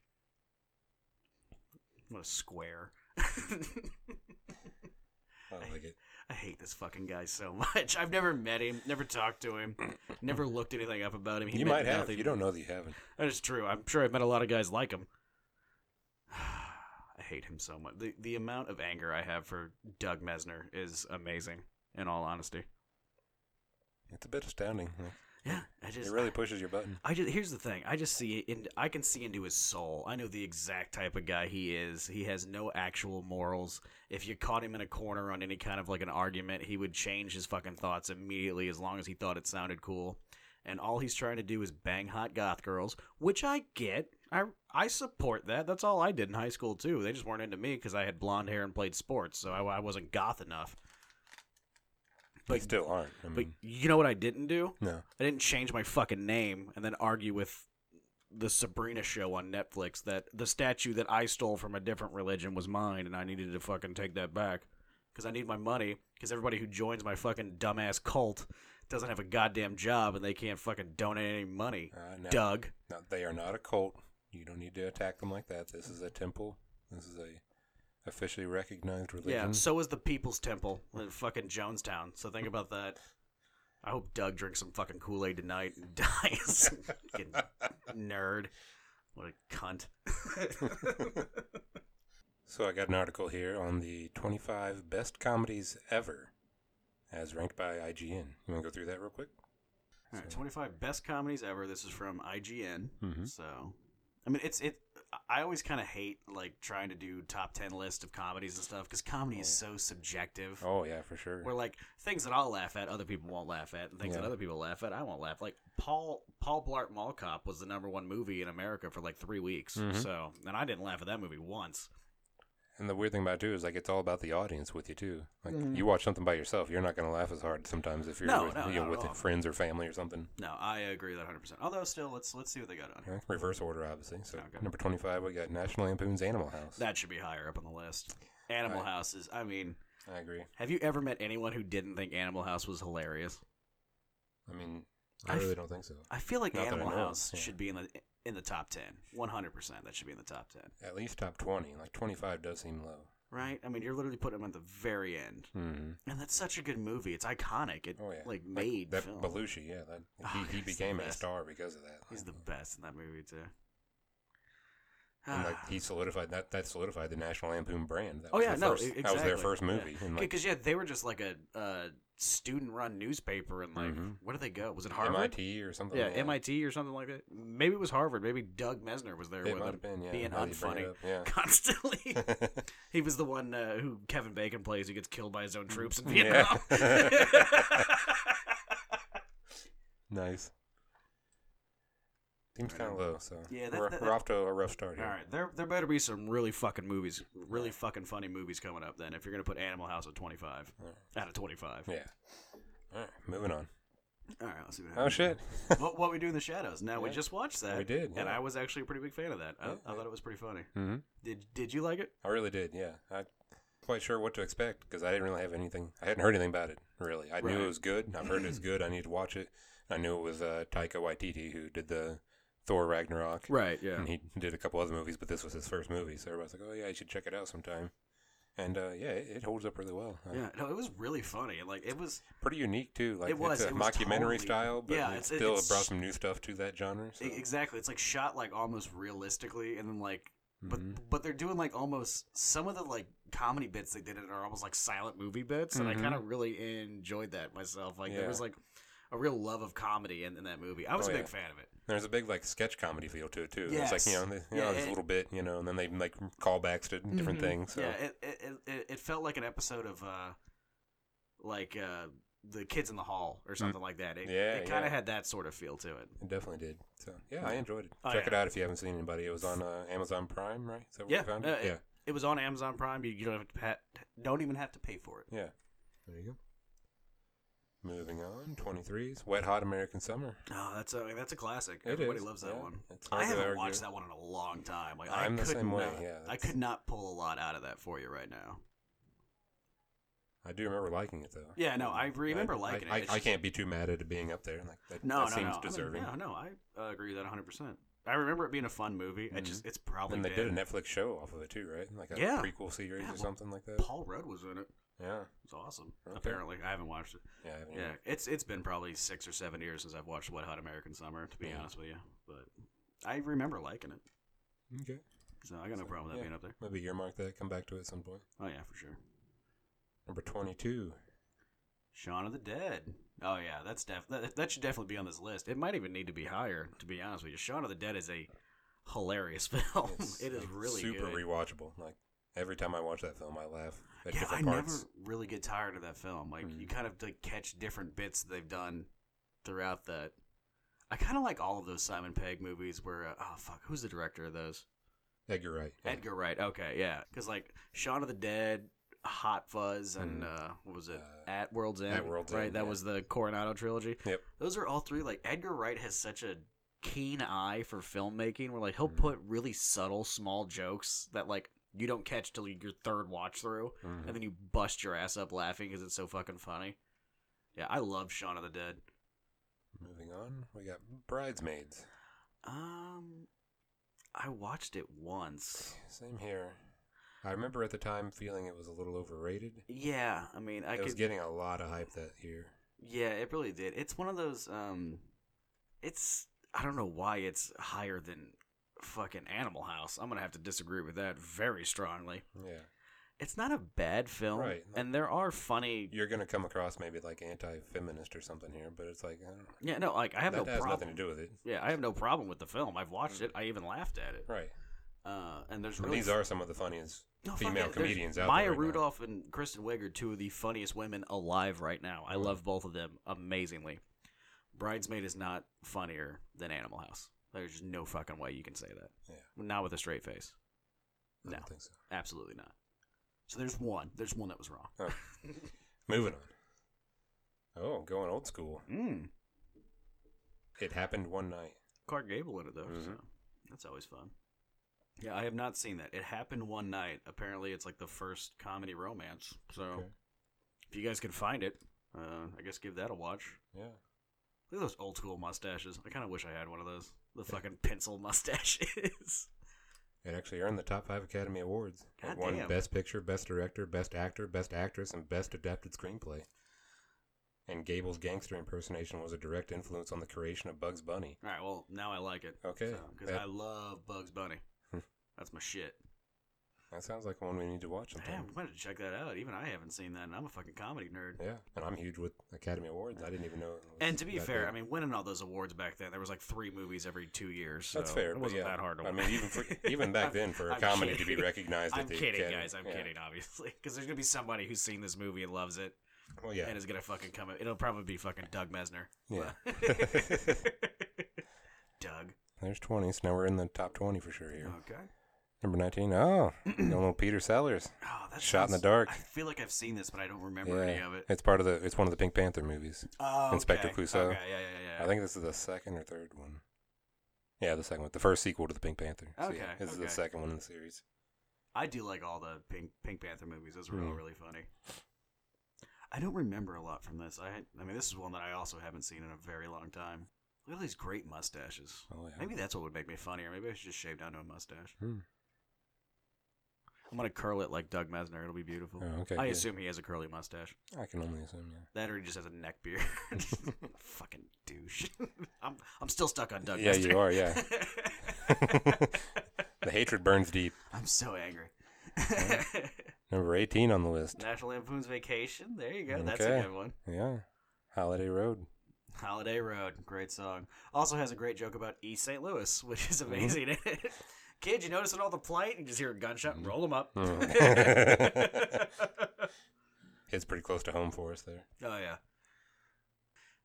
[SPEAKER 2] What a square.
[SPEAKER 1] I like it.
[SPEAKER 2] I hate this fucking guy so much. I've never met him, never talked to him, never looked anything up about him. He
[SPEAKER 1] You
[SPEAKER 2] meant
[SPEAKER 1] might have.
[SPEAKER 2] nothing.
[SPEAKER 1] You don't know that you haven't.
[SPEAKER 2] That is true. I'm sure I've met a lot of guys like him. I hate him so much. The the amount of anger I have for Doug Mesner is amazing, in all honesty.
[SPEAKER 1] It's a bit astounding. Like,
[SPEAKER 2] Yeah, I just
[SPEAKER 1] It really pushes your button.
[SPEAKER 2] I just here's the thing. I just see in I can see into his soul. I know the exact type of guy he is. He has no actual morals. If you caught him in a corner on any kind of like an argument, he would change his fucking thoughts immediately as long as he thought it sounded cool. And all he's trying to do is bang hot goth girls, which I get. I I support that. That's all I did in high school too. They just weren't into me because I had blonde hair and played sports, so I, I wasn't goth enough.
[SPEAKER 1] They
[SPEAKER 2] But-
[SPEAKER 1] still aren't. I
[SPEAKER 2] But
[SPEAKER 1] mean,
[SPEAKER 2] you know what I didn't do?
[SPEAKER 1] no.
[SPEAKER 2] I didn't change my fucking name and then argue with the Sabrina show on Netflix that the statue that I stole from a different religion was mine and I needed to fucking take that back because I need my money because everybody who joins my fucking dumbass cult doesn't have a goddamn job and they can't fucking donate any money.
[SPEAKER 1] Uh, now,
[SPEAKER 2] Doug.
[SPEAKER 1] now, they are not a cult. You don't need to attack them like that. This is a temple. This is a officially recognized religion.
[SPEAKER 2] Yeah, so is the People's Temple in fucking Jonestown. So think about that. I hope Doug drinks some fucking Kool Aid tonight and dies. fucking nerd. What a cunt.
[SPEAKER 1] So I got an article here on the 25 best comedies ever, as ranked by IGN. You want to go through that real quick?
[SPEAKER 2] All right,
[SPEAKER 1] So-
[SPEAKER 2] 25 best comedies ever. This is from IGN.
[SPEAKER 1] Mhm.
[SPEAKER 2] So, I mean, it's it. I always kind of hate like trying to do top 10 list of comedies and stuff because comedy is so subjective.
[SPEAKER 1] Oh yeah, for sure.
[SPEAKER 2] Where like things that I'll laugh at, other people won't laugh at, and things that
[SPEAKER 1] Yeah.
[SPEAKER 2] other people laugh at, I won't laugh. Like Paul Paul Blart Mall Cop was the number one movie in America for like three weeks.
[SPEAKER 1] Mhm.
[SPEAKER 2] So, and I didn't laugh at that movie once.
[SPEAKER 1] and the weird thing about it too is like it's all about the audience with you too. Like
[SPEAKER 2] Mhm.
[SPEAKER 1] you watch something by yourself, you're not going to laugh as hard sometimes if you're
[SPEAKER 2] No,
[SPEAKER 1] with,
[SPEAKER 2] no,
[SPEAKER 1] you know,
[SPEAKER 2] not at
[SPEAKER 1] with
[SPEAKER 2] all.
[SPEAKER 1] friends or family or something.
[SPEAKER 2] No, I agree that 100. percent Although, still, let's let's see what they got on here.
[SPEAKER 1] Yeah, Reverse order, obviously. So
[SPEAKER 2] Okay.
[SPEAKER 1] number 25, we got National Lampoon's Animal House.
[SPEAKER 2] That should be higher up on the list. Animal
[SPEAKER 1] Right.
[SPEAKER 2] House is. I mean.
[SPEAKER 1] I agree.
[SPEAKER 2] Have you ever met anyone who didn't think Animal House was hilarious?
[SPEAKER 1] I mean,
[SPEAKER 2] I
[SPEAKER 1] I
[SPEAKER 2] f-
[SPEAKER 1] really don't think so.
[SPEAKER 2] I feel like
[SPEAKER 1] Not that I
[SPEAKER 2] Animal
[SPEAKER 1] know of,
[SPEAKER 2] House
[SPEAKER 1] yeah.
[SPEAKER 2] should be in the in the top ten. One hundred percent, that should be in the top ten,
[SPEAKER 1] At least top 20. Like 25 does seem low.
[SPEAKER 2] right? I mean, you're literally putting them at the very end,
[SPEAKER 1] Mm-hmm.
[SPEAKER 2] and that's such a good movie. It's iconic. It
[SPEAKER 1] Oh yeah,
[SPEAKER 2] like made
[SPEAKER 1] that
[SPEAKER 2] film.
[SPEAKER 1] Belushi. Yeah, that,
[SPEAKER 2] Oh,
[SPEAKER 1] he, he
[SPEAKER 2] he's the
[SPEAKER 1] became a
[SPEAKER 2] best.
[SPEAKER 1] star because of that.
[SPEAKER 2] He's the
[SPEAKER 1] Like,
[SPEAKER 2] best in that movie too.
[SPEAKER 1] And like he solidified that that solidified the National Lampoon brand. That
[SPEAKER 2] Oh
[SPEAKER 1] was
[SPEAKER 2] yeah,
[SPEAKER 1] the
[SPEAKER 2] no,
[SPEAKER 1] first,
[SPEAKER 2] e-
[SPEAKER 1] that was their
[SPEAKER 2] exactly.
[SPEAKER 1] first movie.
[SPEAKER 2] Yeah.
[SPEAKER 1] And like,
[SPEAKER 2] Because yeah, they were just like a uh, student-run newspaper, and like
[SPEAKER 1] Mhm.
[SPEAKER 2] where did they go? Was it Harvard?
[SPEAKER 1] MIT or something.
[SPEAKER 2] Yeah,
[SPEAKER 1] like
[SPEAKER 2] MIT or something like that. Maybe it was Harvard. Maybe Doug Mesner was there
[SPEAKER 1] That. It
[SPEAKER 2] with
[SPEAKER 1] might
[SPEAKER 2] them,
[SPEAKER 1] have been yeah.
[SPEAKER 2] being
[SPEAKER 1] now that you bring
[SPEAKER 2] unfunny.
[SPEAKER 1] it up,
[SPEAKER 2] constantly.
[SPEAKER 1] Yeah.
[SPEAKER 2] He was the one uh, who Kevin Bacon plays who gets killed by his own troops in
[SPEAKER 1] Yeah.
[SPEAKER 2] Vietnam.
[SPEAKER 1] nice. Seems kind of low, so
[SPEAKER 2] Yeah, that-
[SPEAKER 1] we're,
[SPEAKER 2] that-
[SPEAKER 1] we're off to a rough start
[SPEAKER 2] All
[SPEAKER 1] here.
[SPEAKER 2] right, there there better be some really fucking movies, really fucking funny movies coming up then if you're going to put Animal House at 25
[SPEAKER 1] All right.
[SPEAKER 2] out of 25.
[SPEAKER 1] Yeah. All right, moving on.
[SPEAKER 2] All right, let's see what
[SPEAKER 1] Oh
[SPEAKER 2] happens.
[SPEAKER 1] shit!
[SPEAKER 2] what, what we do in the shadows. Now we
[SPEAKER 1] Yeah.
[SPEAKER 2] just watched that.
[SPEAKER 1] We did,
[SPEAKER 2] and
[SPEAKER 1] yeah.
[SPEAKER 2] I was actually a pretty big fan of that. I,
[SPEAKER 1] Yeah,
[SPEAKER 2] I
[SPEAKER 1] yeah.
[SPEAKER 2] thought it was pretty funny.
[SPEAKER 1] mm-hmm.
[SPEAKER 2] Did did you like it?
[SPEAKER 1] I really did. Yeah, I quite sure what to expect because I didn't really have anything. I hadn't heard anything about it really. I knew
[SPEAKER 2] Right.
[SPEAKER 1] it was good. I've heard it's good. I need to watch it. I knew it was uh, Taika Waititi who did the Thor Ragnarok,
[SPEAKER 2] Right. Yeah.
[SPEAKER 1] and he did a couple other movies, but this was his first movie. So everybody's like, "Oh yeah, you should check it out sometime." And uh, yeah, it, it holds up really well. Uh,
[SPEAKER 2] Yeah. No, it was really funny. and, Like it was.
[SPEAKER 1] Pretty unique too. Like
[SPEAKER 2] It was,
[SPEAKER 1] it's a
[SPEAKER 2] it was
[SPEAKER 1] mockumentary
[SPEAKER 2] totally-
[SPEAKER 1] style, but
[SPEAKER 2] Yeah,
[SPEAKER 1] it
[SPEAKER 2] it's-
[SPEAKER 1] still
[SPEAKER 2] it's-
[SPEAKER 1] brought some new stuff to that genre. So.
[SPEAKER 2] E- Exactly. It's like shot like almost realistically, and then like, but
[SPEAKER 1] Mhm.
[SPEAKER 2] but they're doing like almost some of the like comedy bits they did it are almost like silent movie bits, and
[SPEAKER 1] Mhm.
[SPEAKER 2] I kind of really enjoyed that myself. Like there
[SPEAKER 1] Yeah.
[SPEAKER 2] was like a real love of comedy in, in that movie. I was
[SPEAKER 1] Oh,
[SPEAKER 2] a big
[SPEAKER 1] yeah.
[SPEAKER 2] fan of it.
[SPEAKER 1] There's a big like sketch comedy feel to it too. It's like you know,
[SPEAKER 2] Yes.
[SPEAKER 1] they, you
[SPEAKER 2] Yeah,
[SPEAKER 1] know, this
[SPEAKER 2] it-
[SPEAKER 1] little bit, you know, and then they make callbacks to different
[SPEAKER 2] Mhm.
[SPEAKER 1] things. So.
[SPEAKER 2] Yeah, it it, it- it it felt like an episode of uh, like uh, the Kids in the Hall or something like that. It,
[SPEAKER 1] Mm. Yeah,
[SPEAKER 2] it kind
[SPEAKER 1] yeah.
[SPEAKER 2] of had that sort of feel to it.
[SPEAKER 1] It definitely did. So yeah, I
[SPEAKER 2] Yeah.
[SPEAKER 1] enjoyed it.
[SPEAKER 2] Oh,
[SPEAKER 1] Check
[SPEAKER 2] yeah.
[SPEAKER 1] it out if you haven't seen anybody. It was on uh, Amazon Prime, right? Is that where
[SPEAKER 2] Yeah,
[SPEAKER 1] you found
[SPEAKER 2] uh,
[SPEAKER 1] it? Yeah,
[SPEAKER 2] it- It was on Amazon Prime. You, you don't have to pat, don't even have to pay for it.
[SPEAKER 1] yeah. There you go. Moving on, 23's Wet Hot American Summer.
[SPEAKER 2] Oh, that's a that's a classic.
[SPEAKER 1] It
[SPEAKER 2] Everybody
[SPEAKER 1] is,
[SPEAKER 2] loves that
[SPEAKER 1] yeah.
[SPEAKER 2] one.
[SPEAKER 1] It's hard
[SPEAKER 2] I
[SPEAKER 1] to
[SPEAKER 2] haven't
[SPEAKER 1] argue.
[SPEAKER 2] watched that one in a long time. Like I
[SPEAKER 1] I'm the
[SPEAKER 2] could
[SPEAKER 1] same
[SPEAKER 2] not,
[SPEAKER 1] way, yeah,
[SPEAKER 2] I
[SPEAKER 1] that's-
[SPEAKER 2] could not pull a lot out of that for you right now.
[SPEAKER 1] I do remember liking it though.
[SPEAKER 2] Yeah, no, I remember
[SPEAKER 1] I-
[SPEAKER 2] liking
[SPEAKER 1] I,
[SPEAKER 2] it. It's
[SPEAKER 1] I, I
[SPEAKER 2] just-
[SPEAKER 1] can't be too mad at it being up there. Like that,
[SPEAKER 2] No,
[SPEAKER 1] that
[SPEAKER 2] no,
[SPEAKER 1] seems
[SPEAKER 2] no.
[SPEAKER 1] deserving.
[SPEAKER 2] I mean, no, no, I uh, agree with that 100. percent I remember it being a fun movie. I just it's probably
[SPEAKER 1] Mm-hmm. and they did
[SPEAKER 2] been-
[SPEAKER 1] a Netflix show off of it too, right? Like a
[SPEAKER 2] Yeah.
[SPEAKER 1] prequel series
[SPEAKER 2] Yeah,
[SPEAKER 1] or
[SPEAKER 2] well,
[SPEAKER 1] something like that.
[SPEAKER 2] Paul Rudd was in it.
[SPEAKER 1] Yeah,
[SPEAKER 2] It's awesome.
[SPEAKER 1] Okay.
[SPEAKER 2] Apparently, I haven't watched it.
[SPEAKER 1] yeah, I haven't
[SPEAKER 2] Yeah, it's it's been probably six or seven years since I've watched Wet Hot American Summer. To be
[SPEAKER 1] Yeah.
[SPEAKER 2] honest with you, but I remember liking it,
[SPEAKER 1] even- Okay,
[SPEAKER 2] so I got no
[SPEAKER 1] So,
[SPEAKER 2] problem with that
[SPEAKER 1] yeah.
[SPEAKER 2] being up there.
[SPEAKER 1] maybe earmark that. Come back to it at some point.
[SPEAKER 2] Oh yeah, for sure.
[SPEAKER 1] Number twenty-two.
[SPEAKER 2] Shaun of the Dead. Oh yeah, that's def- that, that should definitely be on this list. It might even need to be higher, to be honest with you. Shaun of the Dead is a hilarious film. Oh, it is
[SPEAKER 1] like,
[SPEAKER 2] really
[SPEAKER 1] super
[SPEAKER 2] good.
[SPEAKER 1] rewatchable. Like every time I watch that film, I laugh at
[SPEAKER 2] yeah, I
[SPEAKER 1] different parts.
[SPEAKER 2] never really get tired of that film. Like
[SPEAKER 1] Mhm.
[SPEAKER 2] you kind of like catch different bits that they've done throughout that. I kind of like all of those Simon Pegg movies where uh, oh fuck, who's the director of those?
[SPEAKER 1] Edgar Wright. Yeah.
[SPEAKER 2] Edgar Wright. Okay, yeah, because like Shaun of the Dead, Hot Fuzz and uh, what was it?
[SPEAKER 1] Hmm. Uh,
[SPEAKER 2] At World's End.
[SPEAKER 1] At World's
[SPEAKER 2] right,
[SPEAKER 1] End,
[SPEAKER 2] that
[SPEAKER 1] yeah.
[SPEAKER 2] was the Coronado trilogy.
[SPEAKER 1] Yep.
[SPEAKER 2] Those are all three. Like Edgar Wright has such a keen eye for filmmaking, where like he'll
[SPEAKER 1] Mhm.
[SPEAKER 2] put really subtle, small jokes that like you don't catch till your third watch through,
[SPEAKER 1] Mhm.
[SPEAKER 2] and then you bust your ass up laughing because it's so fucking funny. Yeah, I love Shaun of the Dead.
[SPEAKER 1] Moving on, we got Bridesmaids.
[SPEAKER 2] Um, I watched it once.
[SPEAKER 1] Same here. I remember at the time feeling it was a little overrated.
[SPEAKER 2] Yeah, I mean, I
[SPEAKER 1] it
[SPEAKER 2] could.
[SPEAKER 1] was getting a lot of hype that year.
[SPEAKER 2] Yeah, it really did. It's one of those. Um, it's I don't know why it's higher than fucking Animal House. I'm gonna have to disagree with that very strongly.
[SPEAKER 1] Yeah,
[SPEAKER 2] It's not a bad film,
[SPEAKER 1] Right.
[SPEAKER 2] and there are funny.
[SPEAKER 1] you're gonna come across maybe like anti-feminist or something here, but it's like I don't,
[SPEAKER 2] Yeah, no, like I have
[SPEAKER 1] that
[SPEAKER 2] no
[SPEAKER 1] has
[SPEAKER 2] problem.
[SPEAKER 1] nothing to do with it,
[SPEAKER 2] Yeah, I have no problem with the film. I've watched it. I even laughed at it.
[SPEAKER 1] right?
[SPEAKER 2] Uh, and there's
[SPEAKER 1] And
[SPEAKER 2] really
[SPEAKER 1] These are some of the funniest
[SPEAKER 2] No, fuck
[SPEAKER 1] female
[SPEAKER 2] it. There's-
[SPEAKER 1] comedians out
[SPEAKER 2] Maya
[SPEAKER 1] there. right now.
[SPEAKER 2] Rudolph and Kristen Wiig are two of the funniest women alive right now. I love both of them amazingly. Bridesmaid is not funnier than Animal House. There's just no fucking way you can say that.
[SPEAKER 1] Yeah.
[SPEAKER 2] Not with a straight face.
[SPEAKER 1] I
[SPEAKER 2] No.
[SPEAKER 1] don't think so.
[SPEAKER 2] Absolutely not. So there's one. There's one that was wrong.
[SPEAKER 1] Oh. Moving on. Oh, going old school.
[SPEAKER 2] Mm.
[SPEAKER 1] It happened one night.
[SPEAKER 2] Clark Gable in it though, so
[SPEAKER 1] Mhm.
[SPEAKER 2] that's always fun. Yeah, I have not seen that. It happened one night. Apparently, it's like the first comedy romance. So
[SPEAKER 1] Okay.
[SPEAKER 2] if you guys can find it, uh, I guess give that a watch.
[SPEAKER 1] Yeah.
[SPEAKER 2] Look at those old school mustaches. I kind of wish I had one of those. The fucking pencil mustaches.
[SPEAKER 1] It actually earned the top five Academy Awards. it
[SPEAKER 2] God
[SPEAKER 1] won
[SPEAKER 2] damn.
[SPEAKER 1] Best Picture, Best Director, Best Actor, Best Actress, and Best Adapted Screenplay. And Gable's gangster impersonation was a direct influence on the creation of Bugs Bunny.
[SPEAKER 2] All right, well, now I like it.
[SPEAKER 1] Okay, Hmm.
[SPEAKER 2] Because
[SPEAKER 1] that-
[SPEAKER 2] I love Bugs Bunny. That's my shit.
[SPEAKER 1] That sounds like one we need to watch
[SPEAKER 2] Damn,
[SPEAKER 1] sometime.
[SPEAKER 2] we might have to check that out. Even I haven't seen that, and I'm a fucking comedy nerd.
[SPEAKER 1] Yeah, and I'm huge with Academy Awards. I didn't even know. It was
[SPEAKER 2] And to be
[SPEAKER 1] that
[SPEAKER 2] fair,
[SPEAKER 1] big.
[SPEAKER 2] I mean, winning all those awards back then, there was like three movies every two years. So
[SPEAKER 1] that's fair.
[SPEAKER 2] It
[SPEAKER 1] but
[SPEAKER 2] wasn't
[SPEAKER 1] yeah.
[SPEAKER 2] that hard to
[SPEAKER 1] I
[SPEAKER 2] win.
[SPEAKER 1] mean, even for, even back then, for a
[SPEAKER 2] I'm
[SPEAKER 1] comedy to be
[SPEAKER 2] kidding.
[SPEAKER 1] recognized.
[SPEAKER 2] I'm
[SPEAKER 1] at the
[SPEAKER 2] kidding,
[SPEAKER 1] Academy-
[SPEAKER 2] guys. I'm
[SPEAKER 1] yeah.
[SPEAKER 2] kidding, obviously, because there's gonna be somebody who's seen this movie and loves it,
[SPEAKER 1] Well, yeah,
[SPEAKER 2] and is gonna fucking come. It'll probably be fucking Doug Mesner.
[SPEAKER 1] yeah.
[SPEAKER 2] uh, Doug.
[SPEAKER 1] There's 20, so now we're in the top 20 for sure here.
[SPEAKER 2] Okay.
[SPEAKER 1] Number 19, oh, young old Peter Sellers.
[SPEAKER 2] Oh, that's
[SPEAKER 1] Shot in the dark.
[SPEAKER 2] I feel like I've seen this, but I don't remember any of it.
[SPEAKER 1] It's part of the, it's one of the Pink Panther movies.
[SPEAKER 2] Oh,
[SPEAKER 1] Inspector
[SPEAKER 2] okay.
[SPEAKER 1] Clouseau.
[SPEAKER 2] Okay, yeah, yeah, yeah.
[SPEAKER 1] I think this is the second or third one. Yeah, the second one. The first sequel to the Pink Panther. yeah,
[SPEAKER 2] Okay,
[SPEAKER 1] this is the
[SPEAKER 2] okay.
[SPEAKER 1] second one in the series.
[SPEAKER 2] I do like all the Pink Pink Panther movies. Those were all
[SPEAKER 1] Hmm.
[SPEAKER 2] really funny. I don't remember a lot from this. I had- I mean, this is one that I also haven't seen in a very long time. Look at all these great mustaches.
[SPEAKER 1] Oh, yeah.
[SPEAKER 2] Maybe that's what would make me funnier. Maybe I should just shave down to a mustache.
[SPEAKER 1] Hmm.
[SPEAKER 2] I'm gonna curl it like Doug Mesner. It'll be beautiful.
[SPEAKER 1] Oh, okay.
[SPEAKER 2] I
[SPEAKER 1] good.
[SPEAKER 2] assume he has a curly mustache.
[SPEAKER 1] I can only assume, yeah.
[SPEAKER 2] That or he just has a neck beard. Fucking douche. I'm I'm still stuck on Doug.
[SPEAKER 1] yeah,
[SPEAKER 2] Mesner.
[SPEAKER 1] you are, yeah. the hatred burns deep.
[SPEAKER 2] I'm so angry.
[SPEAKER 1] Number 18 on the list.
[SPEAKER 2] National Lampoon's Vacation. There you go. That's a
[SPEAKER 1] Okay.
[SPEAKER 2] good one.
[SPEAKER 1] Yeah. Holiday Road.
[SPEAKER 2] Holiday Road. Great song. Also has a great joke about East St. Louis, which is
[SPEAKER 1] Mm-hmm.
[SPEAKER 2] amazing. Kid, you noticing all the plight? You just hear a gunshot
[SPEAKER 1] Mm-hmm.
[SPEAKER 2] and roll them up.
[SPEAKER 1] Mhm.
[SPEAKER 2] oh,
[SPEAKER 1] It's pretty close to home for us there.
[SPEAKER 2] yeah.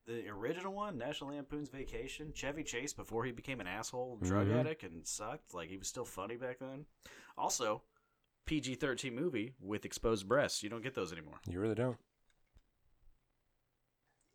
[SPEAKER 2] The original one, National Lampoon's Vacation, Chevy Chase before he became an asshole drug
[SPEAKER 1] Mhm.
[SPEAKER 2] addict and sucked. Like, he was still funny back then. Also, PG 13 movie with exposed breasts. You don't get those anymore.
[SPEAKER 1] You really don't.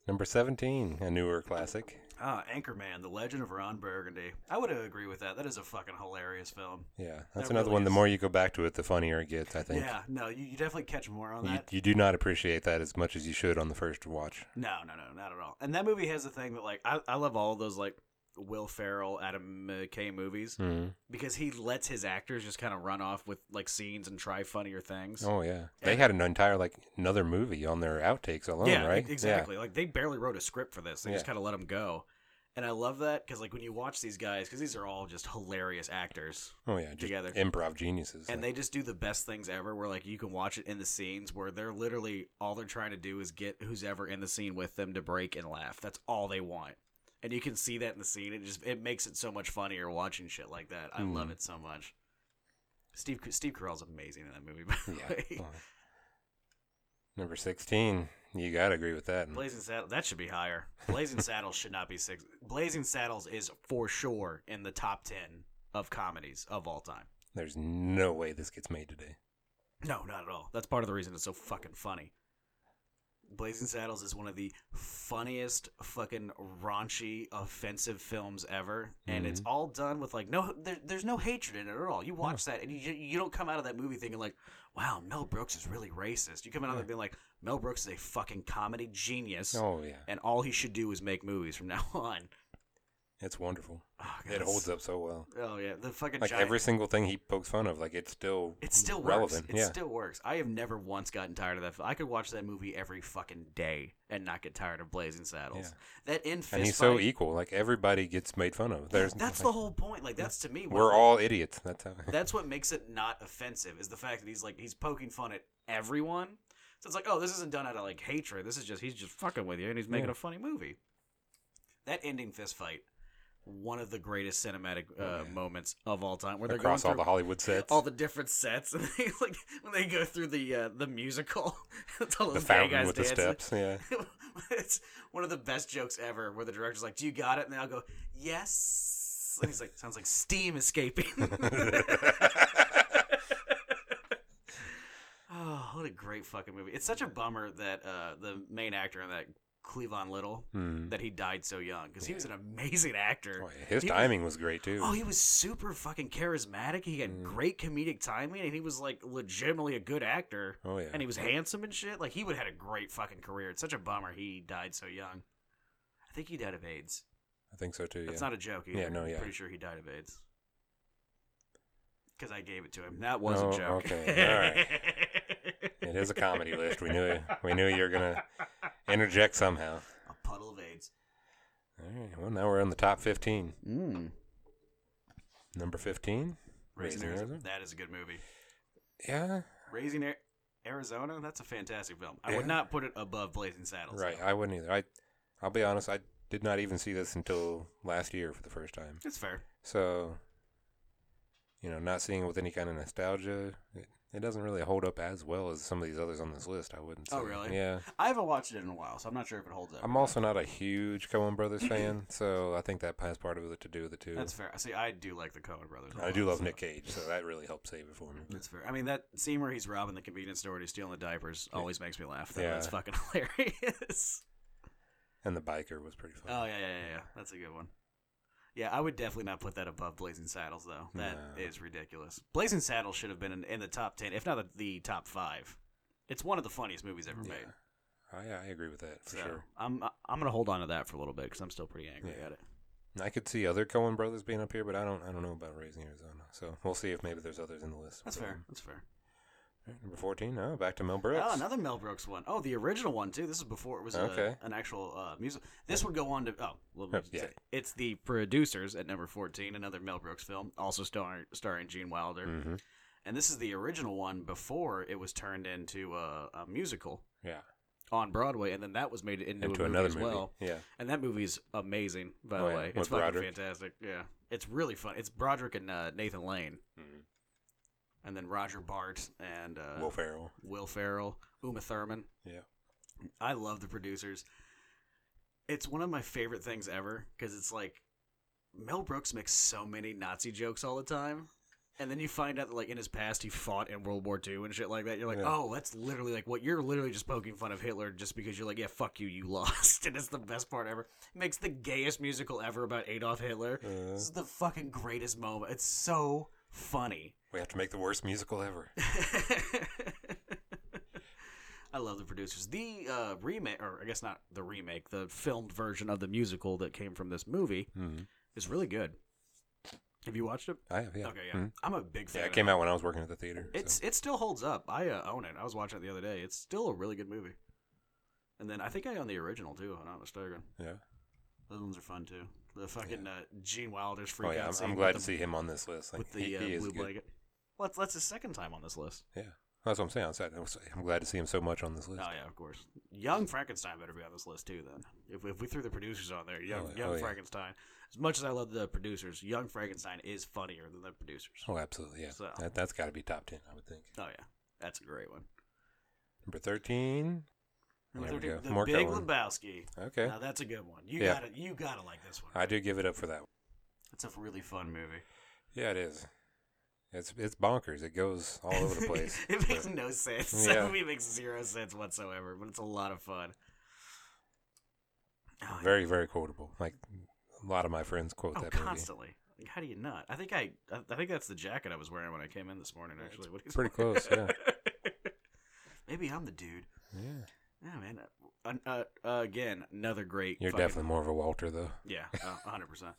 [SPEAKER 1] Number 17, a newer classic.
[SPEAKER 2] Ah, Anchorman, The Legend of Ron Burgundy. I would agree with that. That is a fucking hilarious film.
[SPEAKER 1] Yeah, that's
[SPEAKER 2] That
[SPEAKER 1] another
[SPEAKER 2] really
[SPEAKER 1] one. The
[SPEAKER 2] is-
[SPEAKER 1] more you go back to it, the funnier it gets, I think.
[SPEAKER 2] Yeah, no, you, you definitely catch more on
[SPEAKER 1] You,
[SPEAKER 2] that.
[SPEAKER 1] you do not appreciate that as much as you should on the first watch.
[SPEAKER 2] No, no, no, not at all. And that movie has the thing that, like, I, I love all those, like, Will Ferrell, Adam McKay movies
[SPEAKER 1] Mm-hmm.
[SPEAKER 2] because he lets his actors just kind of run off with, like, scenes and try funnier things.
[SPEAKER 1] Oh yeah, they had an entire like another movie on their outtakes alone,
[SPEAKER 2] yeah,
[SPEAKER 1] right?
[SPEAKER 2] e- exactly. Like, they barely wrote a script for this, they just
[SPEAKER 1] Yeah.
[SPEAKER 2] kind of let him go. And I love that because, like, when you watch these guys, because these are all just hilarious actors.
[SPEAKER 1] Yeah. Oh yeah, just
[SPEAKER 2] Together.
[SPEAKER 1] improv geniuses.
[SPEAKER 2] and they just do the best things ever where like you can watch it in the scenes where they're literally all they're trying to do is get who's ever in the scene with them to break and laugh that's all they want and you can see that in the scene it just it makes it so much funnier watching shit like that i
[SPEAKER 1] Hmm.
[SPEAKER 2] love it so much steve steve carell's amazing in that movie by the
[SPEAKER 1] yeah.
[SPEAKER 2] way
[SPEAKER 1] Oh. Number sixteen, you gotta agree with that.
[SPEAKER 2] blazing saddle that should be higher blazing saddles should not be six blazing saddles is for sure in the top 10 of comedies of all time
[SPEAKER 1] There's no way this gets made today.
[SPEAKER 2] No, not at all. That's part of the reason it's so fucking funny. Blazing Saddles is one of the funniest, fucking raunchy, offensive films ever, and it's all done with like no, there, there's no hatred in it at all. You watch that, and you you don't come out of that movie thinking like, "Wow, Mel Brooks is really racist." You come out of
[SPEAKER 1] Yeah.
[SPEAKER 2] it being like, "Mel Brooks is a fucking comedy genius,
[SPEAKER 1] Oh yeah,
[SPEAKER 2] and all he should do is make movies from now on."
[SPEAKER 1] it's wonderful.
[SPEAKER 2] Oh, God,
[SPEAKER 1] It
[SPEAKER 2] it's-
[SPEAKER 1] holds up so well.
[SPEAKER 2] Oh yeah, the fucking
[SPEAKER 1] Like
[SPEAKER 2] giant-
[SPEAKER 1] every single thing he pokes fun of, like it's still
[SPEAKER 2] It still
[SPEAKER 1] relevant.
[SPEAKER 2] works. It
[SPEAKER 1] yeah,
[SPEAKER 2] still works. I have never once gotten tired of that. fi- I could watch that movie every fucking day and not get tired of Blazing Saddles. That end fist
[SPEAKER 1] and he's
[SPEAKER 2] fight,
[SPEAKER 1] so equal. Like everybody gets made fun of. There's
[SPEAKER 2] that's the whole point. Like that's to me. what-
[SPEAKER 1] we're all idiots. That's how.
[SPEAKER 2] That's what makes it not offensive is the fact that he's like he's poking fun at everyone. So it's like, oh, this isn't done out of like hatred. This is just he's just fucking with you and he's making
[SPEAKER 1] Yeah.
[SPEAKER 2] a funny movie. That ending fist fight, one of the greatest cinematic uh,
[SPEAKER 1] Oh, yeah.
[SPEAKER 2] moments of all time, where they're
[SPEAKER 1] across
[SPEAKER 2] going
[SPEAKER 1] all
[SPEAKER 2] through
[SPEAKER 1] the Hollywood sets.
[SPEAKER 2] all the different sets, and they like when they go through the uh, the musical, it's all
[SPEAKER 1] the
[SPEAKER 2] those gay
[SPEAKER 1] fountain
[SPEAKER 2] guys
[SPEAKER 1] with
[SPEAKER 2] dancing.
[SPEAKER 1] the steps. Yeah.
[SPEAKER 2] it's one of the best jokes ever, where the director's like, "Do you got it?" And I'll go, "Yes," and he's like, "Sounds like steam escaping." oh, what a great fucking movie! It's such a bummer that uh, the main actor in that Cleavon Little
[SPEAKER 1] Hmm.
[SPEAKER 2] that he died so young because he
[SPEAKER 1] Yeah.
[SPEAKER 2] was an amazing actor.
[SPEAKER 1] Oh, yeah. His
[SPEAKER 2] He was-
[SPEAKER 1] timing was great too.
[SPEAKER 2] Oh, he was super fucking charismatic. He had
[SPEAKER 1] Mm.
[SPEAKER 2] great comedic timing, and he was like legitimately a good actor.
[SPEAKER 1] Oh yeah.
[SPEAKER 2] And he was handsome and shit. Like he would have had a great fucking career. It's such a bummer he died so young. I think he died of AIDS.
[SPEAKER 1] I think so too.
[SPEAKER 2] That's
[SPEAKER 1] yeah.
[SPEAKER 2] not a joke. Either.
[SPEAKER 1] Yeah, no, yeah.
[SPEAKER 2] I'm pretty sure he died of AIDS. Because I gave it to him. That was
[SPEAKER 1] Oh,
[SPEAKER 2] a joke.
[SPEAKER 1] okay. It is a comedy list. We knew we knew you were gonna interject somehow.
[SPEAKER 2] A puddle of AIDS.
[SPEAKER 1] All right. Well, now we're on the top fifteen.
[SPEAKER 2] Mm.
[SPEAKER 1] Number fifteen.
[SPEAKER 2] Raising
[SPEAKER 1] Raising
[SPEAKER 2] Arizona.
[SPEAKER 1] Arizona?
[SPEAKER 2] That is a good movie.
[SPEAKER 1] Yeah.
[SPEAKER 2] Raising Ar- Arizona. That's a fantastic film. I
[SPEAKER 1] Yeah.
[SPEAKER 2] would not put it above Blazing Saddles.
[SPEAKER 1] Right.
[SPEAKER 2] though.
[SPEAKER 1] I wouldn't either. I, I'll be honest. I did not even see this until last year for the first time.
[SPEAKER 2] It's fair.
[SPEAKER 1] So, you know, not seeing it with any kind of nostalgia, it, it doesn't really hold up as well as some of these others on this list. I wouldn't. Say.
[SPEAKER 2] Oh, really?
[SPEAKER 1] Yeah.
[SPEAKER 2] I haven't watched it in a while, so I'm not sure if it holds up.
[SPEAKER 1] I'm also not a huge Coen Brothers fan, so I think that has part of it to do with it too.
[SPEAKER 2] That's fair. See, I do like the Coen Brothers. a
[SPEAKER 1] I
[SPEAKER 2] lot,
[SPEAKER 1] do love
[SPEAKER 2] so-
[SPEAKER 1] Nick Cage, so that really helped save it for me.
[SPEAKER 2] That's fair. I mean, that scene where he's robbing the convenience store and he's stealing the diapers always makes me laugh. Though.
[SPEAKER 1] Yeah.
[SPEAKER 2] That's fucking hilarious.
[SPEAKER 1] And the biker was pretty fun.
[SPEAKER 2] Oh yeah, yeah, yeah, yeah. That's a good one. Yeah, I would definitely not put that above Blazing Saddles though. That is
[SPEAKER 1] No.
[SPEAKER 2] ridiculous. Blazing Saddles should have been in, in the top ten, if not the, the top five. It's one of the funniest movies ever made.
[SPEAKER 1] Oh, I, I agree with that for
[SPEAKER 2] so
[SPEAKER 1] sure.
[SPEAKER 2] I'm I'm gonna hold on to that for a little bit because I'm still pretty angry
[SPEAKER 1] Yeah.
[SPEAKER 2] at it.
[SPEAKER 1] I could see other Coen Brothers being up here, but I don't. I don't know about Raising Arizona, so we'll see if maybe there's others in the list.
[SPEAKER 2] That's
[SPEAKER 1] But,
[SPEAKER 2] fair.
[SPEAKER 1] um,
[SPEAKER 2] That's fair.
[SPEAKER 1] alright, number fourteen. Oh, back to Mel Brooks.
[SPEAKER 2] Oh, another Mel Brooks one. Oh, the original one too. This is before it was a-
[SPEAKER 1] Okay.
[SPEAKER 2] an actual uh, music. This would go on to oh, let me
[SPEAKER 1] Yeah.
[SPEAKER 2] just say. it's the producers at number fourteen. Another Mel Brooks film, also starring starring Gene Wilder.
[SPEAKER 1] hmm
[SPEAKER 2] And this is the original one before it was turned into a, a musical
[SPEAKER 1] Yeah.
[SPEAKER 2] on Broadway, and then that was made
[SPEAKER 1] Into
[SPEAKER 2] into, a movie
[SPEAKER 1] another
[SPEAKER 2] as
[SPEAKER 1] movie.
[SPEAKER 2] well.
[SPEAKER 1] Yeah.
[SPEAKER 2] And that movie's amazing, by
[SPEAKER 1] Oh,
[SPEAKER 2] the
[SPEAKER 1] yeah.
[SPEAKER 2] way.
[SPEAKER 1] With
[SPEAKER 2] It's fucking
[SPEAKER 1] Broderick.
[SPEAKER 2] fantastic. Yeah, it's really fun. It's Broderick and uh, Nathan Lane, Mm.
[SPEAKER 1] Mm-hmm.
[SPEAKER 2] and then Roger Bart and uh,
[SPEAKER 1] Will Ferrell.
[SPEAKER 2] Will Ferrell, Uma Thurman.
[SPEAKER 1] Yeah.
[SPEAKER 2] I love the producers. It's one of my favorite things ever because it's like Mel Brooks makes so many Nazi jokes all the time. And then you find out that, like, in his past, he fought in World War II and shit like that. You're like,
[SPEAKER 1] Yeah.
[SPEAKER 2] oh, that's literally like what you're literally just poking fun of Hitler just because you're like, yeah, fuck you, you lost. And it's the best part ever. makes the gayest musical ever about Adolf Hitler.
[SPEAKER 1] Uh,
[SPEAKER 2] This is the fucking greatest moment. It's so funny.
[SPEAKER 1] we have to make the worst musical ever.
[SPEAKER 2] I love the producers. The uh, remake, or I guess not the remake, the filmed version of the musical that came from this movie
[SPEAKER 1] Mhm.
[SPEAKER 2] is really good. Have you watched it?
[SPEAKER 1] I have. Yeah.
[SPEAKER 2] Okay, yeah.
[SPEAKER 1] Mhm.
[SPEAKER 2] I'm a big fan.
[SPEAKER 1] Yeah.
[SPEAKER 2] of
[SPEAKER 1] It came out when I was working at the theater. so-
[SPEAKER 2] It's it still holds up. I uh, own it. I was watching it the other day. It's still a really good movie. And then I think I own the original too. If I'm not mistaken.
[SPEAKER 1] yeah. Oh,
[SPEAKER 2] Those ones are fun too. The fucking uh, Gene Wilder's freak
[SPEAKER 1] oh yeah.
[SPEAKER 2] out
[SPEAKER 1] I'm,
[SPEAKER 2] scene
[SPEAKER 1] I'm
[SPEAKER 2] with
[SPEAKER 1] glad
[SPEAKER 2] the-
[SPEAKER 1] to see him on this list. Like,
[SPEAKER 2] with the
[SPEAKER 1] he,
[SPEAKER 2] uh,
[SPEAKER 1] he is
[SPEAKER 2] blue
[SPEAKER 1] good.
[SPEAKER 2] blanket. Well, that's, that's his second time on this list.
[SPEAKER 1] Yeah. That's what I'm saying. I'm sad- I'm s- I'm glad to see him so much on this list.
[SPEAKER 2] Oh yeah, of course. Young Frankenstein better be on this list too. Then, if, if we threw the producers on there, Young,
[SPEAKER 1] Oh, yeah.
[SPEAKER 2] Young
[SPEAKER 1] Oh, yeah.
[SPEAKER 2] Frankenstein. As much as I love the producers, Young Frankenstein is funnier than the producers.
[SPEAKER 1] Oh, absolutely. Yeah.
[SPEAKER 2] So-
[SPEAKER 1] That, that's got to be top 10, I would think.
[SPEAKER 2] Oh yeah, that's a great one.
[SPEAKER 1] Number 13. There we go.
[SPEAKER 2] the
[SPEAKER 1] More
[SPEAKER 2] Big
[SPEAKER 1] Cohen.
[SPEAKER 2] Lebowski.
[SPEAKER 1] Okay.
[SPEAKER 2] Now that's a good one. You
[SPEAKER 1] Yeah.
[SPEAKER 2] gotta you gotta like this one.
[SPEAKER 1] I do give it up for that.
[SPEAKER 2] It's a really fun movie.
[SPEAKER 1] Yeah, it is. It's it's bonkers. It goes all over the place.
[SPEAKER 2] it makes
[SPEAKER 1] but-
[SPEAKER 2] no sense.
[SPEAKER 1] Yeah.
[SPEAKER 2] That movie makes zero sense whatsoever, but it's a lot of fun. Oh,
[SPEAKER 1] very very quotable. Like a lot of my friends quote
[SPEAKER 2] oh,
[SPEAKER 1] that
[SPEAKER 2] constantly. Like, how do you not? I think I, I, I think that's the jacket I was wearing when I came in this morning.
[SPEAKER 1] Yeah,
[SPEAKER 2] Actually, what he's
[SPEAKER 1] pretty
[SPEAKER 2] wearing.
[SPEAKER 1] close, yeah.
[SPEAKER 2] Maybe I'm the dude.
[SPEAKER 1] movie. Yeah,
[SPEAKER 2] Yeah, man. Uh, uh, uh, again, another great.
[SPEAKER 1] you're
[SPEAKER 2] fucking-
[SPEAKER 1] definitely more of a Walter though.
[SPEAKER 2] Yeah, hundred percent.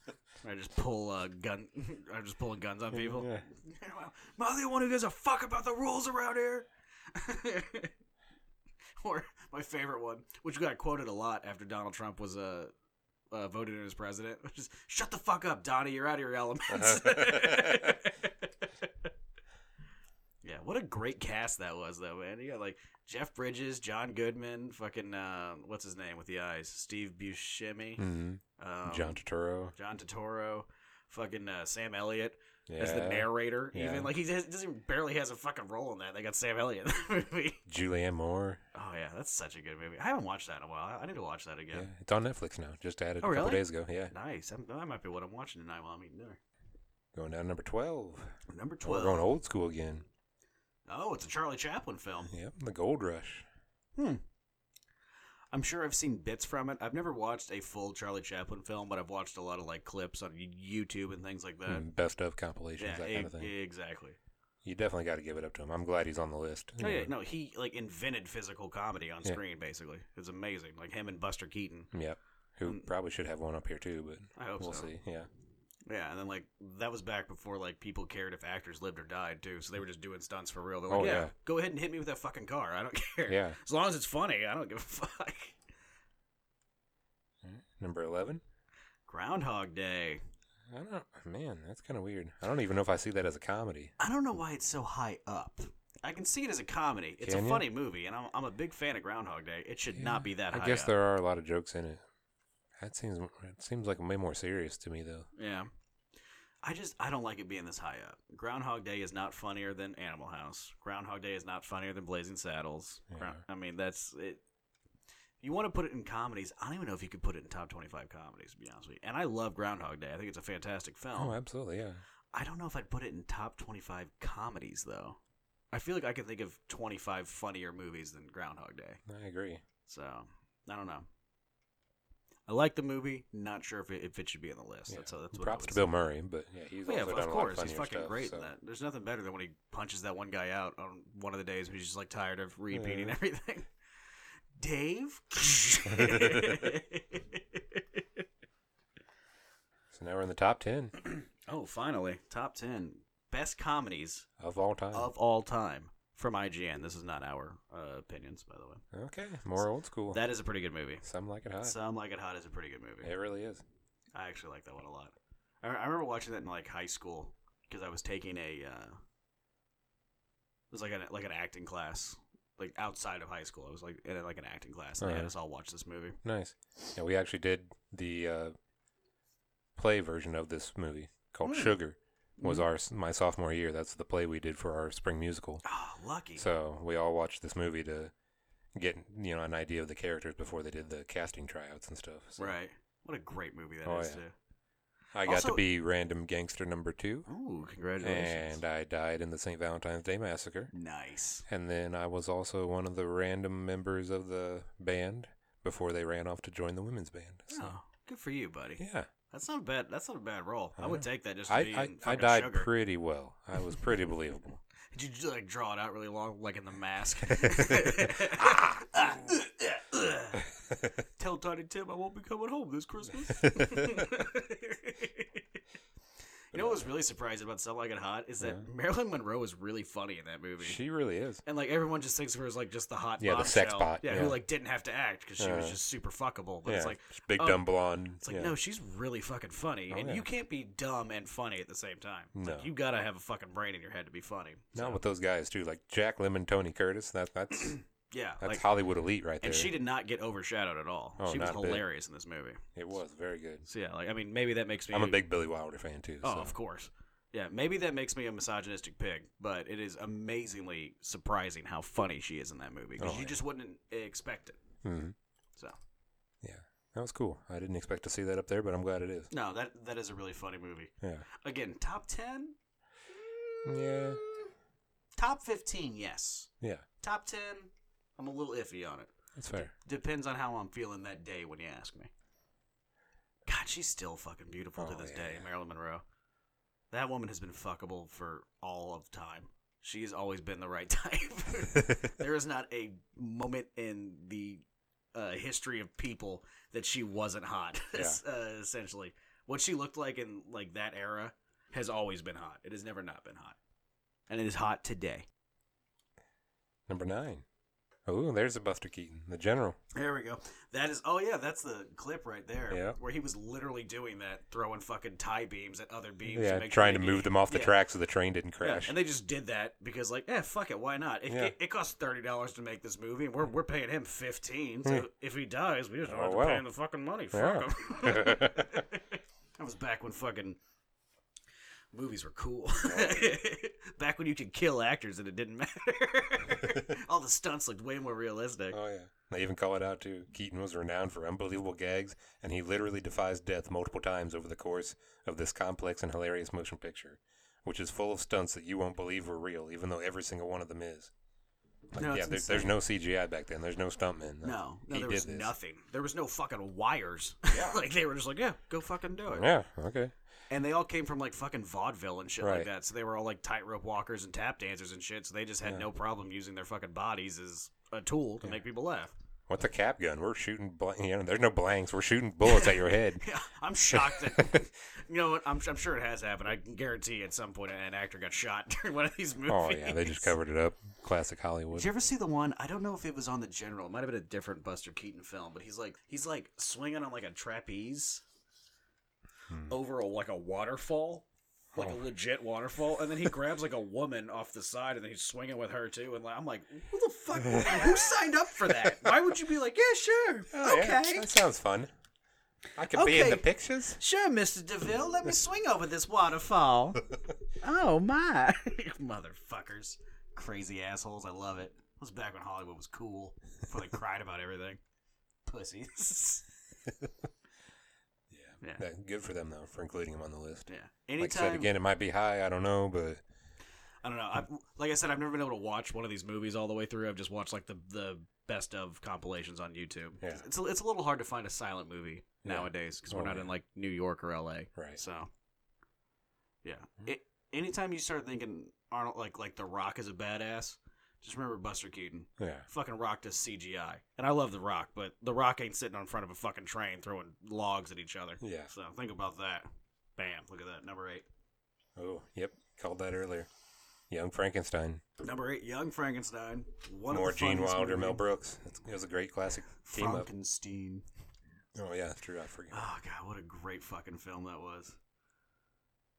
[SPEAKER 2] I just pull uh, gun. I'm just pulling guns on people.
[SPEAKER 1] Yeah.
[SPEAKER 2] Am I the one who gives a fuck about the rules around here? or my favorite one, which got quoted a lot after Donald Trump was uh, uh, voted in as president, which is "Shut the fuck up, Donnie. You're out of your elements." yeah, what a great cast that was, though, man. You got like Jeff Bridges, John Goodman, fucking uh, what's his name with the eyes, Steve Buscemi.
[SPEAKER 1] hmm
[SPEAKER 2] Um,
[SPEAKER 1] John Turturro.
[SPEAKER 2] John Totoro, fucking uh, Sam Elliott
[SPEAKER 1] Yeah.
[SPEAKER 2] as the narrator.
[SPEAKER 1] Yeah.
[SPEAKER 2] Even like he has, doesn't even- barely has a fucking role in that. They got Sam Elliott in that movie.
[SPEAKER 1] Julianne Moore.
[SPEAKER 2] Oh yeah, that's such a good movie. I haven't watched that in a while. I, I need to watch that
[SPEAKER 1] Yeah.
[SPEAKER 2] again.
[SPEAKER 1] it's on Netflix now. Just added
[SPEAKER 2] Oh,
[SPEAKER 1] a couple
[SPEAKER 2] really?
[SPEAKER 1] days ago. Yeah,
[SPEAKER 2] Nice. I'm, that might be what I'm watching tonight while I'm eating dinner.
[SPEAKER 1] going down to number twelve.
[SPEAKER 2] Number
[SPEAKER 1] Oh, We're
[SPEAKER 2] twelve.
[SPEAKER 1] going old school again.
[SPEAKER 2] oh, it's a Charlie Chaplin film.
[SPEAKER 1] Yep, the Gold Rush.
[SPEAKER 2] Hmm. I'm sure I've seen bits from it. I've never watched a full Charlie Chaplin film, but I've watched a lot of like clips on YouTube and things like that.
[SPEAKER 1] Mm, Best of compilations,
[SPEAKER 2] yeah,
[SPEAKER 1] that
[SPEAKER 2] e-
[SPEAKER 1] kind of thing.
[SPEAKER 2] exactly.
[SPEAKER 1] You definitely got to give it up to him. I'm glad he's on the list.
[SPEAKER 2] Oh, yeah,
[SPEAKER 1] Yeah.
[SPEAKER 2] no, he like invented physical comedy on
[SPEAKER 1] Yeah.
[SPEAKER 2] screen. Basically, it's amazing. Like him and Buster Keaton.
[SPEAKER 1] Yep. Who
[SPEAKER 2] Mm.
[SPEAKER 1] probably should have one up here too, but
[SPEAKER 2] I hope
[SPEAKER 1] we'll
[SPEAKER 2] so.
[SPEAKER 1] see. Yeah.
[SPEAKER 2] Yeah, and then like that was back before like people cared if actors lived or died too, so they were just doing stunts for real. They're like,
[SPEAKER 1] Oh,
[SPEAKER 2] yeah,
[SPEAKER 1] yeah.
[SPEAKER 2] go ahead and hit me with that fucking car. I don't care.
[SPEAKER 1] Yeah.
[SPEAKER 2] As long as it's funny, I don't give a fuck.
[SPEAKER 1] Number 11?
[SPEAKER 2] Groundhog Day.
[SPEAKER 1] I don't, man, that's kind of weird. I don't even know if I see that as a comedy.
[SPEAKER 2] I don't know why it's so high up. I can see it as a comedy. It's
[SPEAKER 1] Can
[SPEAKER 2] a
[SPEAKER 1] ya?
[SPEAKER 2] funny movie, and I'm, I'm a big fan of Groundhog Day. It should not be that
[SPEAKER 1] I
[SPEAKER 2] high.
[SPEAKER 1] guess
[SPEAKER 2] up.
[SPEAKER 1] there are a lot of jokes in it. That seems it seems like way more serious to me though.
[SPEAKER 2] Yeah. I just I don't like it being this high up. Groundhog Day is not funnier than Animal House. Groundhog Day is not funnier than Blazing Saddles. Ground, I mean that's it. You want to put it in comedies? I don't even know if you could put it in top twenty-five comedies. To be honest with you, and I love Groundhog Day. I think it's a fantastic film.
[SPEAKER 1] Oh, absolutely, yeah.
[SPEAKER 2] I don't know if I'd put it in top twenty-five comedies though. I feel like I can think of twenty-five funnier movies than Groundhog Day.
[SPEAKER 1] I agree.
[SPEAKER 2] So I don't know. I like the movie. Not sure if it, if it should be on the list.
[SPEAKER 1] Yeah.
[SPEAKER 2] That's that's what I
[SPEAKER 1] Props
[SPEAKER 2] would
[SPEAKER 1] to
[SPEAKER 2] say.
[SPEAKER 1] Bill Murray, but yeah, he's
[SPEAKER 2] Well, yeah,
[SPEAKER 1] also
[SPEAKER 2] of
[SPEAKER 1] done a lot of
[SPEAKER 2] course, he's
[SPEAKER 1] funnier
[SPEAKER 2] fucking
[SPEAKER 1] stuff,
[SPEAKER 2] great
[SPEAKER 1] so.
[SPEAKER 2] in that. There's nothing better than when he punches that one guy out on one of the days when he's just like tired of repeating
[SPEAKER 1] Yeah.
[SPEAKER 2] everything. Dave.
[SPEAKER 1] So now we're in the top 10
[SPEAKER 2] oh, finally, top ten best comedies
[SPEAKER 1] of all time.
[SPEAKER 2] of all time from IGN. This is not our uh, opinions, by the way.
[SPEAKER 1] okay, more old school.
[SPEAKER 2] That is a pretty good movie.
[SPEAKER 1] Some like it hot.
[SPEAKER 2] Some Like It Hot is a pretty good movie.
[SPEAKER 1] It really is.
[SPEAKER 2] I actually like that one a lot. I, I remember watching that in like high school because I was taking a uh, it was like an like an acting class like outside of high school. I was like in like an acting class and they had
[SPEAKER 1] Uh-huh.
[SPEAKER 2] us all watch this movie.
[SPEAKER 1] Nice. Yeah, we actually did the uh, play version of this movie called
[SPEAKER 2] Really?
[SPEAKER 1] Sugar. Was
[SPEAKER 2] Hmm.
[SPEAKER 1] our my sophomore year. That's the play we did for our spring musical.
[SPEAKER 2] Oh, lucky.
[SPEAKER 1] So we all watched this movie to get you know an idea of the characters before they did the casting tryouts and stuff. So
[SPEAKER 2] right. What a great movie that is
[SPEAKER 1] Oh, yeah.
[SPEAKER 2] too.
[SPEAKER 1] I got
[SPEAKER 2] Also-
[SPEAKER 1] to be random gangster number two,
[SPEAKER 2] Ooh, congratulations.
[SPEAKER 1] and uh, I died in the St. Valentine's Day massacre.
[SPEAKER 2] nice.
[SPEAKER 1] And then I was also one of the random members of the band before they ran off to join the women's band. So,
[SPEAKER 2] Oh, good for you, buddy.
[SPEAKER 1] yeah.
[SPEAKER 2] That's not a bad. That's not a bad role. I,
[SPEAKER 1] I
[SPEAKER 2] would
[SPEAKER 1] know.
[SPEAKER 2] take that just to
[SPEAKER 1] I,
[SPEAKER 2] be
[SPEAKER 1] I,
[SPEAKER 2] in
[SPEAKER 1] I
[SPEAKER 2] fucking
[SPEAKER 1] died
[SPEAKER 2] sugar.
[SPEAKER 1] pretty well. I was pretty believable.
[SPEAKER 2] Did you like draw it out really long, like in the mask? Tell Tiny Tim I won't be coming home this Christmas. you know what was really surprising about Some Like It Hot is that Marilyn Monroe is really funny in that movie.
[SPEAKER 1] she really is.
[SPEAKER 2] and like everyone just thinks of her as like just the hot
[SPEAKER 1] Yeah, the sex
[SPEAKER 2] bombshell.
[SPEAKER 1] pot,
[SPEAKER 2] yeah,
[SPEAKER 1] yeah.
[SPEAKER 2] who like didn't have to act because she was
[SPEAKER 1] Uh,
[SPEAKER 2] just super fuckable but
[SPEAKER 1] yeah,
[SPEAKER 2] it's like
[SPEAKER 1] She's big
[SPEAKER 2] oh,
[SPEAKER 1] dumb blonde.
[SPEAKER 2] it's like
[SPEAKER 1] yeah.
[SPEAKER 2] no she's really fucking funny
[SPEAKER 1] Oh,
[SPEAKER 2] and
[SPEAKER 1] yeah.
[SPEAKER 2] you can't be dumb and funny at the same time It's
[SPEAKER 1] No.
[SPEAKER 2] like, you gotta have a fucking brain in your head to be funny
[SPEAKER 1] Not
[SPEAKER 2] So,
[SPEAKER 1] with those guys too, like Jack Lemmon, Tony Curtis. That that's
[SPEAKER 2] yeah
[SPEAKER 1] that's
[SPEAKER 2] like,
[SPEAKER 1] Hollywood elite right there.
[SPEAKER 2] and she did not get overshadowed at all
[SPEAKER 1] Oh,
[SPEAKER 2] she was
[SPEAKER 1] not a bit.
[SPEAKER 2] hilarious in this movie
[SPEAKER 1] It was very good.
[SPEAKER 2] so yeah like i mean maybe that makes me
[SPEAKER 1] I'm a big Billy Wilder fan too.
[SPEAKER 2] Oh,
[SPEAKER 1] so.
[SPEAKER 2] of course. Yeah, maybe that makes me a misogynistic pig, but it is amazingly surprising how funny she is in that movie because
[SPEAKER 1] Oh,
[SPEAKER 2] you
[SPEAKER 1] yeah.
[SPEAKER 2] just wouldn't expect it.
[SPEAKER 1] hmm
[SPEAKER 2] So
[SPEAKER 1] Yeah, that was cool. I didn't expect to see that up there, but I'm glad it is.
[SPEAKER 2] no, that that is a really funny movie.
[SPEAKER 1] Yeah,
[SPEAKER 2] Again, top ten.
[SPEAKER 1] Yeah.
[SPEAKER 2] Top 15, yes.
[SPEAKER 1] Yeah.
[SPEAKER 2] Top 10, I'm a little iffy on it.
[SPEAKER 1] That's fair.
[SPEAKER 2] Depends on how I'm feeling that day when you ask me. God, she's still fucking beautiful to
[SPEAKER 1] Oh,
[SPEAKER 2] this
[SPEAKER 1] yeah,
[SPEAKER 2] day,
[SPEAKER 1] yeah.
[SPEAKER 2] Marilyn Monroe. That woman has been fuckable for all of time. She's always been the right type. there is not a moment in the uh, history of people that she wasn't hot.
[SPEAKER 1] Yeah.
[SPEAKER 2] uh, essentially, what she looked like in like that era has always been hot. It has never not been hot, and it is hot today.
[SPEAKER 1] Number nine. Oh, there's a Buster Keaton, the general.
[SPEAKER 2] There we go. That is. Oh yeah, that's the clip right there.
[SPEAKER 1] Yeah.
[SPEAKER 2] Where he was literally doing that, throwing fucking tie beams at other beams.
[SPEAKER 1] yeah,
[SPEAKER 2] make sure
[SPEAKER 1] trying to
[SPEAKER 2] they-
[SPEAKER 1] move them off the
[SPEAKER 2] yeah.
[SPEAKER 1] track so the train didn't
[SPEAKER 2] Yeah,
[SPEAKER 1] crash.
[SPEAKER 2] and they just did that because, like, eh, fuck it, why not? It,
[SPEAKER 1] Yeah.
[SPEAKER 2] it, it costs thirty dollars to make this movie, and we're we're paying him fifteen. So
[SPEAKER 1] Hmm.
[SPEAKER 2] if he dies, we just don't
[SPEAKER 1] Oh,
[SPEAKER 2] have to
[SPEAKER 1] well.
[SPEAKER 2] pay him the fucking money. Fuck
[SPEAKER 1] Yeah.
[SPEAKER 2] him. that was back when fucking movies were cool. back when you could kill actors and it didn't matter. All the stunts looked way more realistic.
[SPEAKER 1] oh yeah. They even call it out too. Keaton was renowned for unbelievable gags, and he literally defies death multiple times over the course of this complex and hilarious motion picture, which is full of stunts that you won't believe were real, even though every single one of them is. Like,
[SPEAKER 2] No,
[SPEAKER 1] Uh, yeah,
[SPEAKER 2] it's
[SPEAKER 1] there, there's
[SPEAKER 2] insane.
[SPEAKER 1] no CGI back then. There's no stuntmen.
[SPEAKER 2] No, no,
[SPEAKER 1] he
[SPEAKER 2] there
[SPEAKER 1] did
[SPEAKER 2] was
[SPEAKER 1] this.
[SPEAKER 2] nothing. There was no fucking wires. like they were just like, yeah, go fucking do it.
[SPEAKER 1] Yeah. Okay.
[SPEAKER 2] And they all came from like fucking vaudeville and shit
[SPEAKER 1] Right.
[SPEAKER 2] like that. So they were all like tightrope walkers and tap dancers and shit. So they just had
[SPEAKER 1] Yeah.
[SPEAKER 2] no problem using their fucking bodies as a tool to make people laugh.
[SPEAKER 1] What's a cap gun? We're shooting. Bl- you know, there's no blanks. We're shooting bullets at your head.
[SPEAKER 2] Yeah, I'm shocked that you know what I'm, I'm sure it has happened. I can guarantee at some point an actor got shot during one of these movies.
[SPEAKER 1] Oh yeah, they just covered it up. Classic
[SPEAKER 2] Did
[SPEAKER 1] Hollywood.
[SPEAKER 2] you ever see the one? I don't know if it was on the General. It might have been a different Buster Keaton film, but he's like he's like swinging on like a trapeze over a, like a waterfall, like
[SPEAKER 1] Hmm. Oh.
[SPEAKER 2] a legit waterfall, and then he grabs like a woman off the side, and then he's swinging with her too. And like, I'm like, who the fuck? who signed up for that? Why would you be like, yeah, sure,
[SPEAKER 1] Oh, yeah,
[SPEAKER 2] okay,
[SPEAKER 1] that sounds fun. I could be in the
[SPEAKER 2] Okay.
[SPEAKER 1] pictures.
[SPEAKER 2] sure, Mister Deville, let me swing over this waterfall. oh my, motherfuckers, crazy assholes! I love it. It was back when Hollywood was cool, before they cried about everything. Pussies.
[SPEAKER 1] Yeah.
[SPEAKER 2] Yeah.
[SPEAKER 1] That- good for them though for including him on the list.
[SPEAKER 2] Yeah.
[SPEAKER 1] Like I
[SPEAKER 2] Anytime.
[SPEAKER 1] said again, it might be high. I don't know, but
[SPEAKER 2] I don't know. I've, like I said, I've never been able to watch one of these movies all the way through. I've just watched like the the best of compilations on YouTube.
[SPEAKER 1] Yeah.
[SPEAKER 2] It's a, it's a little hard to find a silent movie
[SPEAKER 1] Yeah.
[SPEAKER 2] nowadays because we're
[SPEAKER 1] Oh,
[SPEAKER 2] not
[SPEAKER 1] yeah.
[SPEAKER 2] in like New York or LA.
[SPEAKER 1] Right.
[SPEAKER 2] So. Yeah. It, anytime you start thinking Arnold like like The Rock is a badass, just remember Buster Keaton.
[SPEAKER 1] yeah,
[SPEAKER 2] Fucking Rock does CGI, and I love The Rock, but The Rock ain't sitting on front of a fucking train throwing logs at each other.
[SPEAKER 1] yeah.
[SPEAKER 2] So think about that. Bam! Look at that number eight.
[SPEAKER 1] Oh, yep. Called that earlier. Young Frankenstein.
[SPEAKER 2] Number eight, Young Frankenstein. One
[SPEAKER 1] More
[SPEAKER 2] of the
[SPEAKER 1] Gene
[SPEAKER 2] funniest
[SPEAKER 1] Wilder,
[SPEAKER 2] movie.
[SPEAKER 1] Mel Brooks. It's, it was a great classic team up.
[SPEAKER 2] Frankenstein.
[SPEAKER 1] Oh yeah, that's true. I forget.
[SPEAKER 2] Oh god, what a great fucking film that was.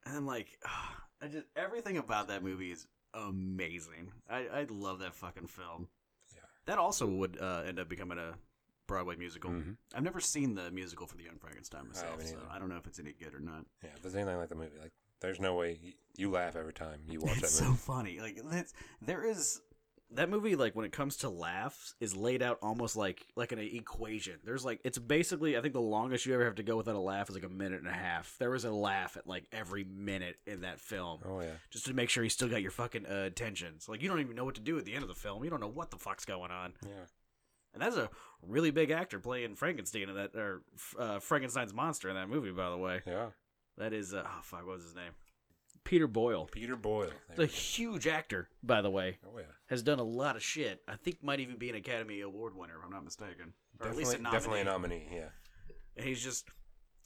[SPEAKER 2] And then like, I just everything about that movie is amazing. I I love that fucking film.
[SPEAKER 1] Yeah.
[SPEAKER 2] That also would uh, end up becoming a Broadway musical.
[SPEAKER 1] Mhm.
[SPEAKER 2] I've never seen the musical for The Young Frankenstein myself,
[SPEAKER 1] haven't
[SPEAKER 2] so
[SPEAKER 1] either.
[SPEAKER 2] I don't know if it's any good or not.
[SPEAKER 1] Yeah, if there's anything like the movie, like there's no way you, you laugh every time you watch
[SPEAKER 2] It's
[SPEAKER 1] that
[SPEAKER 2] so
[SPEAKER 1] movie.
[SPEAKER 2] funny. Like that's there is that movie. Like when it comes to laughs, is laid out almost like like an equation. There's like it's basically I think the longest you ever have to go without a laugh is like a minute and a half. There was a laugh at like every minute in that film.
[SPEAKER 1] Oh yeah.
[SPEAKER 2] Just to make sure you still got your fucking uh, attention. So, like, you don't even know what to do at the end of the film. You don't know what the fuck's going on.
[SPEAKER 1] Yeah.
[SPEAKER 2] And that's a really big actor playing Frankenstein in that, or uh, Frankenstein's monster in that movie, by the way.
[SPEAKER 1] Yeah.
[SPEAKER 2] That is, uh, oh, fuck, what was his name? Peter Boyle.
[SPEAKER 1] Peter Boyle. There
[SPEAKER 2] The
[SPEAKER 1] we go.
[SPEAKER 2] huge actor, by the way
[SPEAKER 1] Oh yeah.
[SPEAKER 2] has done a lot of shit. I think might even be an Academy Award winner, if I'm not mistaken, or at
[SPEAKER 1] Definitely,
[SPEAKER 2] least a nominee.
[SPEAKER 1] definitely a nominee. Yeah.
[SPEAKER 2] And he's just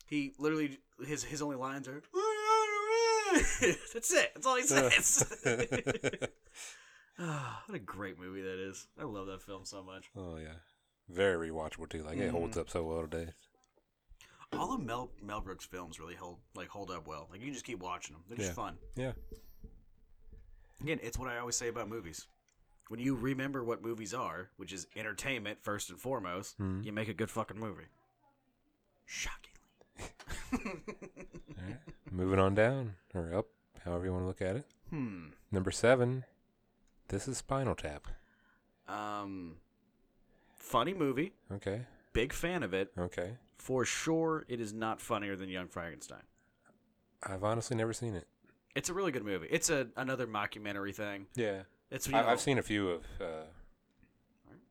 [SPEAKER 2] he literally his his only lines are that's it. That's all he says.
[SPEAKER 1] Oh,
[SPEAKER 2] Ah, what a great movie that is. I love that film so much.
[SPEAKER 1] oh yeah, very rewatchable too. Like it holds up so well today.
[SPEAKER 2] All of Mel Mel Brooks films really hold like hold up well. Like you can just keep watching them. They're just
[SPEAKER 1] Yeah.
[SPEAKER 2] fun.
[SPEAKER 1] Yeah,
[SPEAKER 2] Again, it's what I always say about movies. When you remember what movies are, which is entertainment first and foremost,
[SPEAKER 1] Hmm.
[SPEAKER 2] you make a good fucking movie. Shockingly.
[SPEAKER 1] moving on down or up, however you want to look at it.
[SPEAKER 2] Hmm.
[SPEAKER 1] Number seven, this is Spinal Tap.
[SPEAKER 2] Um, funny movie.
[SPEAKER 1] Okay,
[SPEAKER 2] Big fan of it.
[SPEAKER 1] okay.
[SPEAKER 2] For sure, it is not funnier than Young Frankenstein.
[SPEAKER 1] I've honestly never seen it.
[SPEAKER 2] It's a really good movie. It's a another mockumentary thing.
[SPEAKER 1] Yeah,
[SPEAKER 2] It's you
[SPEAKER 1] I,
[SPEAKER 2] know-
[SPEAKER 1] I've seen a few of. Uh,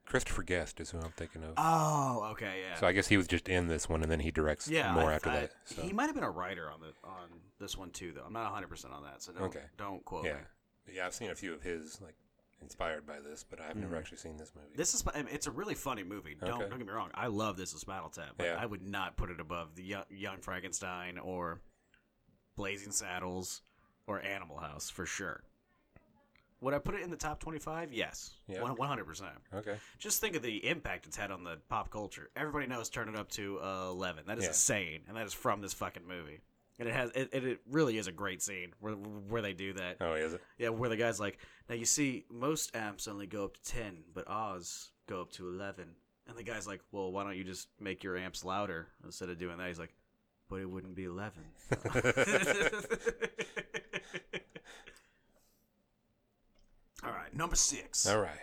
[SPEAKER 1] Christopher Guest is who I'm thinking of.
[SPEAKER 2] Oh, okay, yeah.
[SPEAKER 1] so I guess he was just in this one, and then he directs
[SPEAKER 2] yeah,
[SPEAKER 1] more
[SPEAKER 2] I-
[SPEAKER 1] after
[SPEAKER 2] I-
[SPEAKER 1] that. So.
[SPEAKER 2] He might have been a writer on the on this one too, though. I'm not 100 percent on that, so don't
[SPEAKER 1] Okay.
[SPEAKER 2] don't quote
[SPEAKER 1] yeah,
[SPEAKER 2] me.
[SPEAKER 1] yeah. I've seen a few of his, like inspired by this, but I've never
[SPEAKER 2] Mhm.
[SPEAKER 1] actually seen this movie.
[SPEAKER 2] This is I mean, it's a really funny movie. Don't
[SPEAKER 1] Okay.
[SPEAKER 2] don't get me wrong. I love this is Spinal Tap, but
[SPEAKER 1] Yeah.
[SPEAKER 2] I would not put it above the Young, Young Frankenstein or Blazing Saddles or Animal House for sure. Would I put it in the top 25? Yes,
[SPEAKER 1] Yeah.
[SPEAKER 2] one hundred percent.
[SPEAKER 1] okay,
[SPEAKER 2] Just think of the impact it's had on the pop culture. Everybody knows Turn It Up to uh, Eleven. That is
[SPEAKER 1] Yeah.
[SPEAKER 2] insane, and that is from this fucking movie. And it has it, it, it really is a great scene where where they do that.
[SPEAKER 1] oh, is it?
[SPEAKER 2] Yeah, where the guy's like, now you see, most amps only go up to 10, but Oz go up to 11. And the guy's like, well, why don't you just make your amps louder instead of doing that? He's like, but it wouldn't be 11. All right, number six.
[SPEAKER 1] All right.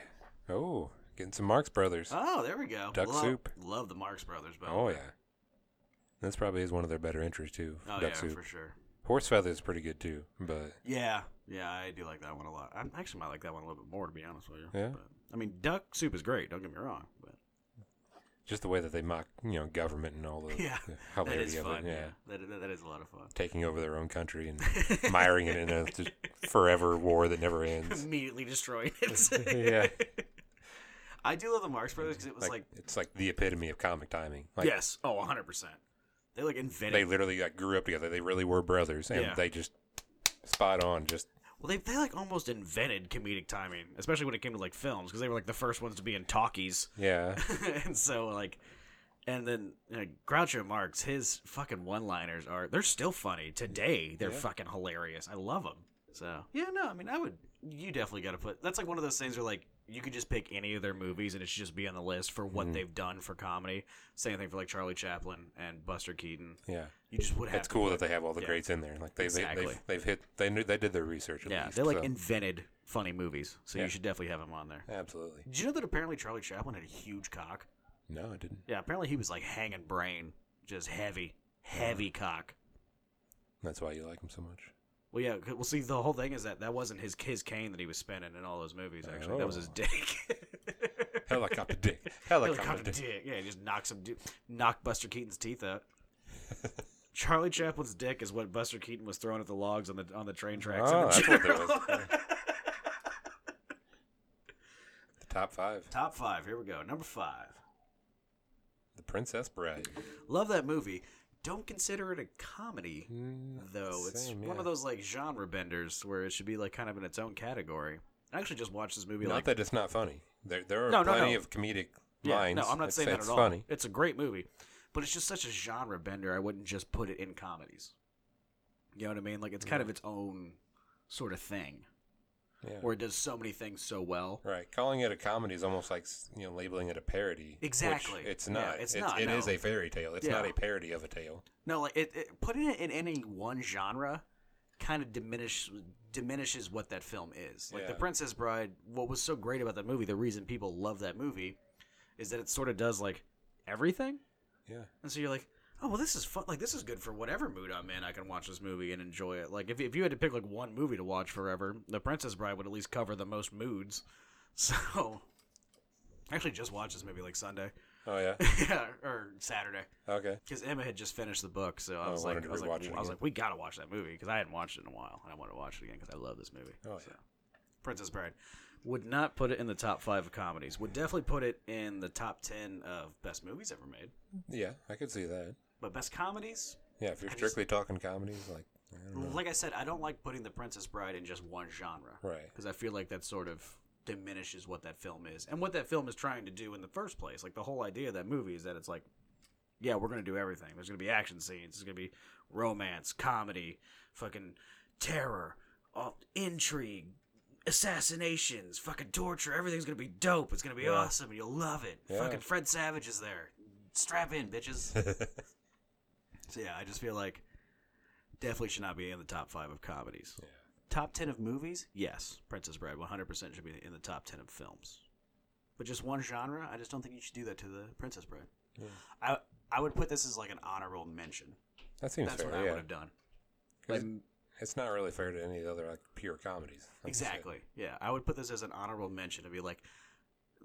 [SPEAKER 1] Oh, getting some Marx Brothers.
[SPEAKER 2] Oh, there we go.
[SPEAKER 1] Duck
[SPEAKER 2] love,
[SPEAKER 1] soup.
[SPEAKER 2] Love the Marx Brothers, but
[SPEAKER 1] oh yeah, this probably is one of their better entries too.
[SPEAKER 2] Oh,
[SPEAKER 1] Duck
[SPEAKER 2] yeah,
[SPEAKER 1] Soup.
[SPEAKER 2] for sure.
[SPEAKER 1] Horse Feather is pretty good too, but
[SPEAKER 2] Yeah, yeah, I do like that one a lot. I actually might like that one a little bit more, to be honest with you.
[SPEAKER 1] Yeah?
[SPEAKER 2] But, I mean, duck soup is great. Don't get me wrong, but
[SPEAKER 1] just the way that they mock, you know, government and all the
[SPEAKER 2] Yeah,
[SPEAKER 1] the
[SPEAKER 2] that
[SPEAKER 1] hilarity
[SPEAKER 2] is
[SPEAKER 1] of
[SPEAKER 2] fun.
[SPEAKER 1] it.
[SPEAKER 2] Yeah, That, that, that is a lot of fun.
[SPEAKER 1] taking over their own country and miring it in a just forever war that never ends.
[SPEAKER 2] Immediately destroyed it.
[SPEAKER 1] yeah,
[SPEAKER 2] I do love the Marx Brothers because it was
[SPEAKER 1] like,
[SPEAKER 2] like,
[SPEAKER 1] it's like the epitome of comic timing. Like,
[SPEAKER 2] yes, oh, 100 percent. They like invented.
[SPEAKER 1] they literally like grew up together. They really were brothers, and
[SPEAKER 2] Yeah.
[SPEAKER 1] they just spot on. Just
[SPEAKER 2] well, they they like almost invented comedic timing, especially when it came to like films, because they were like the first ones to be in talkies,
[SPEAKER 1] yeah,
[SPEAKER 2] and so like, and then you know, Groucho Marx, his fucking one-liners are they're still funny today. They're
[SPEAKER 1] Yeah.
[SPEAKER 2] fucking hilarious. I love them. So yeah, no, I mean, I would. You definitely got to put. That's like one of those things where like you could just pick any of their movies and it should just be on the list for what
[SPEAKER 1] Mhm.
[SPEAKER 2] they've done for comedy. Same thing for like Charlie Chaplin and Buster Keaton.
[SPEAKER 1] yeah.
[SPEAKER 2] You just would have.
[SPEAKER 1] It's cool that they have all the
[SPEAKER 2] yeah.
[SPEAKER 1] greats in there. Like they, they
[SPEAKER 2] Exactly.
[SPEAKER 1] they've, they've hit they knew they did their research. At
[SPEAKER 2] yeah,
[SPEAKER 1] least,
[SPEAKER 2] they like
[SPEAKER 1] so-
[SPEAKER 2] invented funny movies, so
[SPEAKER 1] Yeah.
[SPEAKER 2] you should definitely have him on there.
[SPEAKER 1] absolutely.
[SPEAKER 2] Did you know that apparently Charlie Chaplin had a huge cock?
[SPEAKER 1] No, I didn't.
[SPEAKER 2] Yeah, apparently he was like hanging brain, just heavy, heavy cock.
[SPEAKER 1] That's why you like him so much.
[SPEAKER 2] Well, yeah. c- Well, see, the whole thing is that that wasn't his his cane that he was spinning in all those movies. Actually, that was his
[SPEAKER 1] Oh.
[SPEAKER 2] dick.
[SPEAKER 1] Helicopter dick. Helicopter,
[SPEAKER 2] Helicopter
[SPEAKER 1] dick.
[SPEAKER 2] dick. Yeah, he just knocks him, du- knock Buster Keaton's teeth out. Charlie Chaplin's dick is what Buster Keaton was throwing at the logs on the on the train tracks.
[SPEAKER 1] Oh,
[SPEAKER 2] in the
[SPEAKER 1] that's what that was.
[SPEAKER 2] general.
[SPEAKER 1] The top five.
[SPEAKER 2] Top five. Here we go. Number five.
[SPEAKER 1] The Princess Bride.
[SPEAKER 2] Love that movie. Don't consider it a comedy
[SPEAKER 1] Mm,
[SPEAKER 2] though. it's
[SPEAKER 1] same,
[SPEAKER 2] one
[SPEAKER 1] yeah.
[SPEAKER 2] of those like genre benders where it should be like kind of in its own category. I actually just watched this movie
[SPEAKER 1] Not
[SPEAKER 2] like
[SPEAKER 1] that it's not funny. There there are
[SPEAKER 2] No, no,
[SPEAKER 1] plenty
[SPEAKER 2] no.
[SPEAKER 1] of comedic
[SPEAKER 2] Yeah,
[SPEAKER 1] lines.
[SPEAKER 2] No, I'm not
[SPEAKER 1] It's-
[SPEAKER 2] saying that
[SPEAKER 1] it's
[SPEAKER 2] at all.
[SPEAKER 1] Funny.
[SPEAKER 2] It's a great movie, but it's just such a genre bender. I wouldn't just put it in comedies. You know what I mean? Like it's kind of its own sort of thing,
[SPEAKER 1] Yeah.
[SPEAKER 2] where it does so many things so well.
[SPEAKER 1] Right, calling it a comedy is almost like you know labeling it a parody. which
[SPEAKER 2] Exactly.
[SPEAKER 1] it's
[SPEAKER 2] Yeah,
[SPEAKER 1] not.
[SPEAKER 2] it's
[SPEAKER 1] it's,
[SPEAKER 2] not,
[SPEAKER 1] it
[SPEAKER 2] no.
[SPEAKER 1] is a fairy tale. It's
[SPEAKER 2] Yeah.
[SPEAKER 1] not a parody of a tale.
[SPEAKER 2] No, like it, it putting it in any one genre kind of diminish diminishes what that film is. Like The
[SPEAKER 1] Yeah.
[SPEAKER 2] Princess Bride, what was so great about that movie, the reason people love that movie is that it sort of does like everything.
[SPEAKER 1] Yeah.
[SPEAKER 2] And so you're like, oh well, this is fun. Like this is good for whatever mood I'm in. I can watch this movie and enjoy it. Like if if you had to pick like one movie to watch forever, The Princess Bride would at least cover the most moods. So, I actually just watched this movie like Sunday,
[SPEAKER 1] Oh yeah.
[SPEAKER 2] yeah, or Saturday,
[SPEAKER 1] Okay.
[SPEAKER 2] because Emma had just finished the book. So I
[SPEAKER 1] Oh,
[SPEAKER 2] was
[SPEAKER 1] wanted
[SPEAKER 2] like,
[SPEAKER 1] to
[SPEAKER 2] I was like,
[SPEAKER 1] rewatch it
[SPEAKER 2] I
[SPEAKER 1] again.
[SPEAKER 2] was like, we gotta watch that movie because I hadn't watched it in a while, and I wanted to watch it again because I love this movie.
[SPEAKER 1] Oh,
[SPEAKER 2] So, Princess Bride would not put it in the top five of comedies. Would definitely put it in the top ten of best movies ever made.
[SPEAKER 1] Yeah, I could see that.
[SPEAKER 2] But best comedies,
[SPEAKER 1] Yeah, if you're
[SPEAKER 2] I just-
[SPEAKER 1] strictly talking comedies, like I don't know.
[SPEAKER 2] Like I said, I don't like putting The Princess Bride in just one genre
[SPEAKER 1] right.
[SPEAKER 2] because I feel like that sort of diminishes what that film is and what that film is trying to do in the first place. Like the whole idea of that movie is that it's like, yeah, we're gonna do everything. There's gonna be action scenes. There's gonna be romance, comedy, fucking terror, all, intrigue, assassinations, fucking torture. Everything's gonna be dope. It's gonna be
[SPEAKER 1] Yeah.
[SPEAKER 2] awesome. You'll love it.
[SPEAKER 1] Yeah.
[SPEAKER 2] Fucking Fred Savage is there. Strap in, bitches. So yeah, I just feel like definitely should not be in the top five of comedies.
[SPEAKER 1] Yeah.
[SPEAKER 2] Top ten of movies? Yes, Princess Bride 100% should be in the top ten of films. But just one genre, I just don't think you should do that to the Princess Bride.
[SPEAKER 1] Yeah.
[SPEAKER 2] I I would put this as like an honorable mention.
[SPEAKER 1] That seems
[SPEAKER 2] That's
[SPEAKER 1] fair.
[SPEAKER 2] what I
[SPEAKER 1] yeah.
[SPEAKER 2] would have done.
[SPEAKER 1] Cause-
[SPEAKER 2] Like,
[SPEAKER 1] It's not really fair to any of the other like pure comedies. Like you said.
[SPEAKER 2] Exactly. Yeah, I would put this as an honorable mention to be like,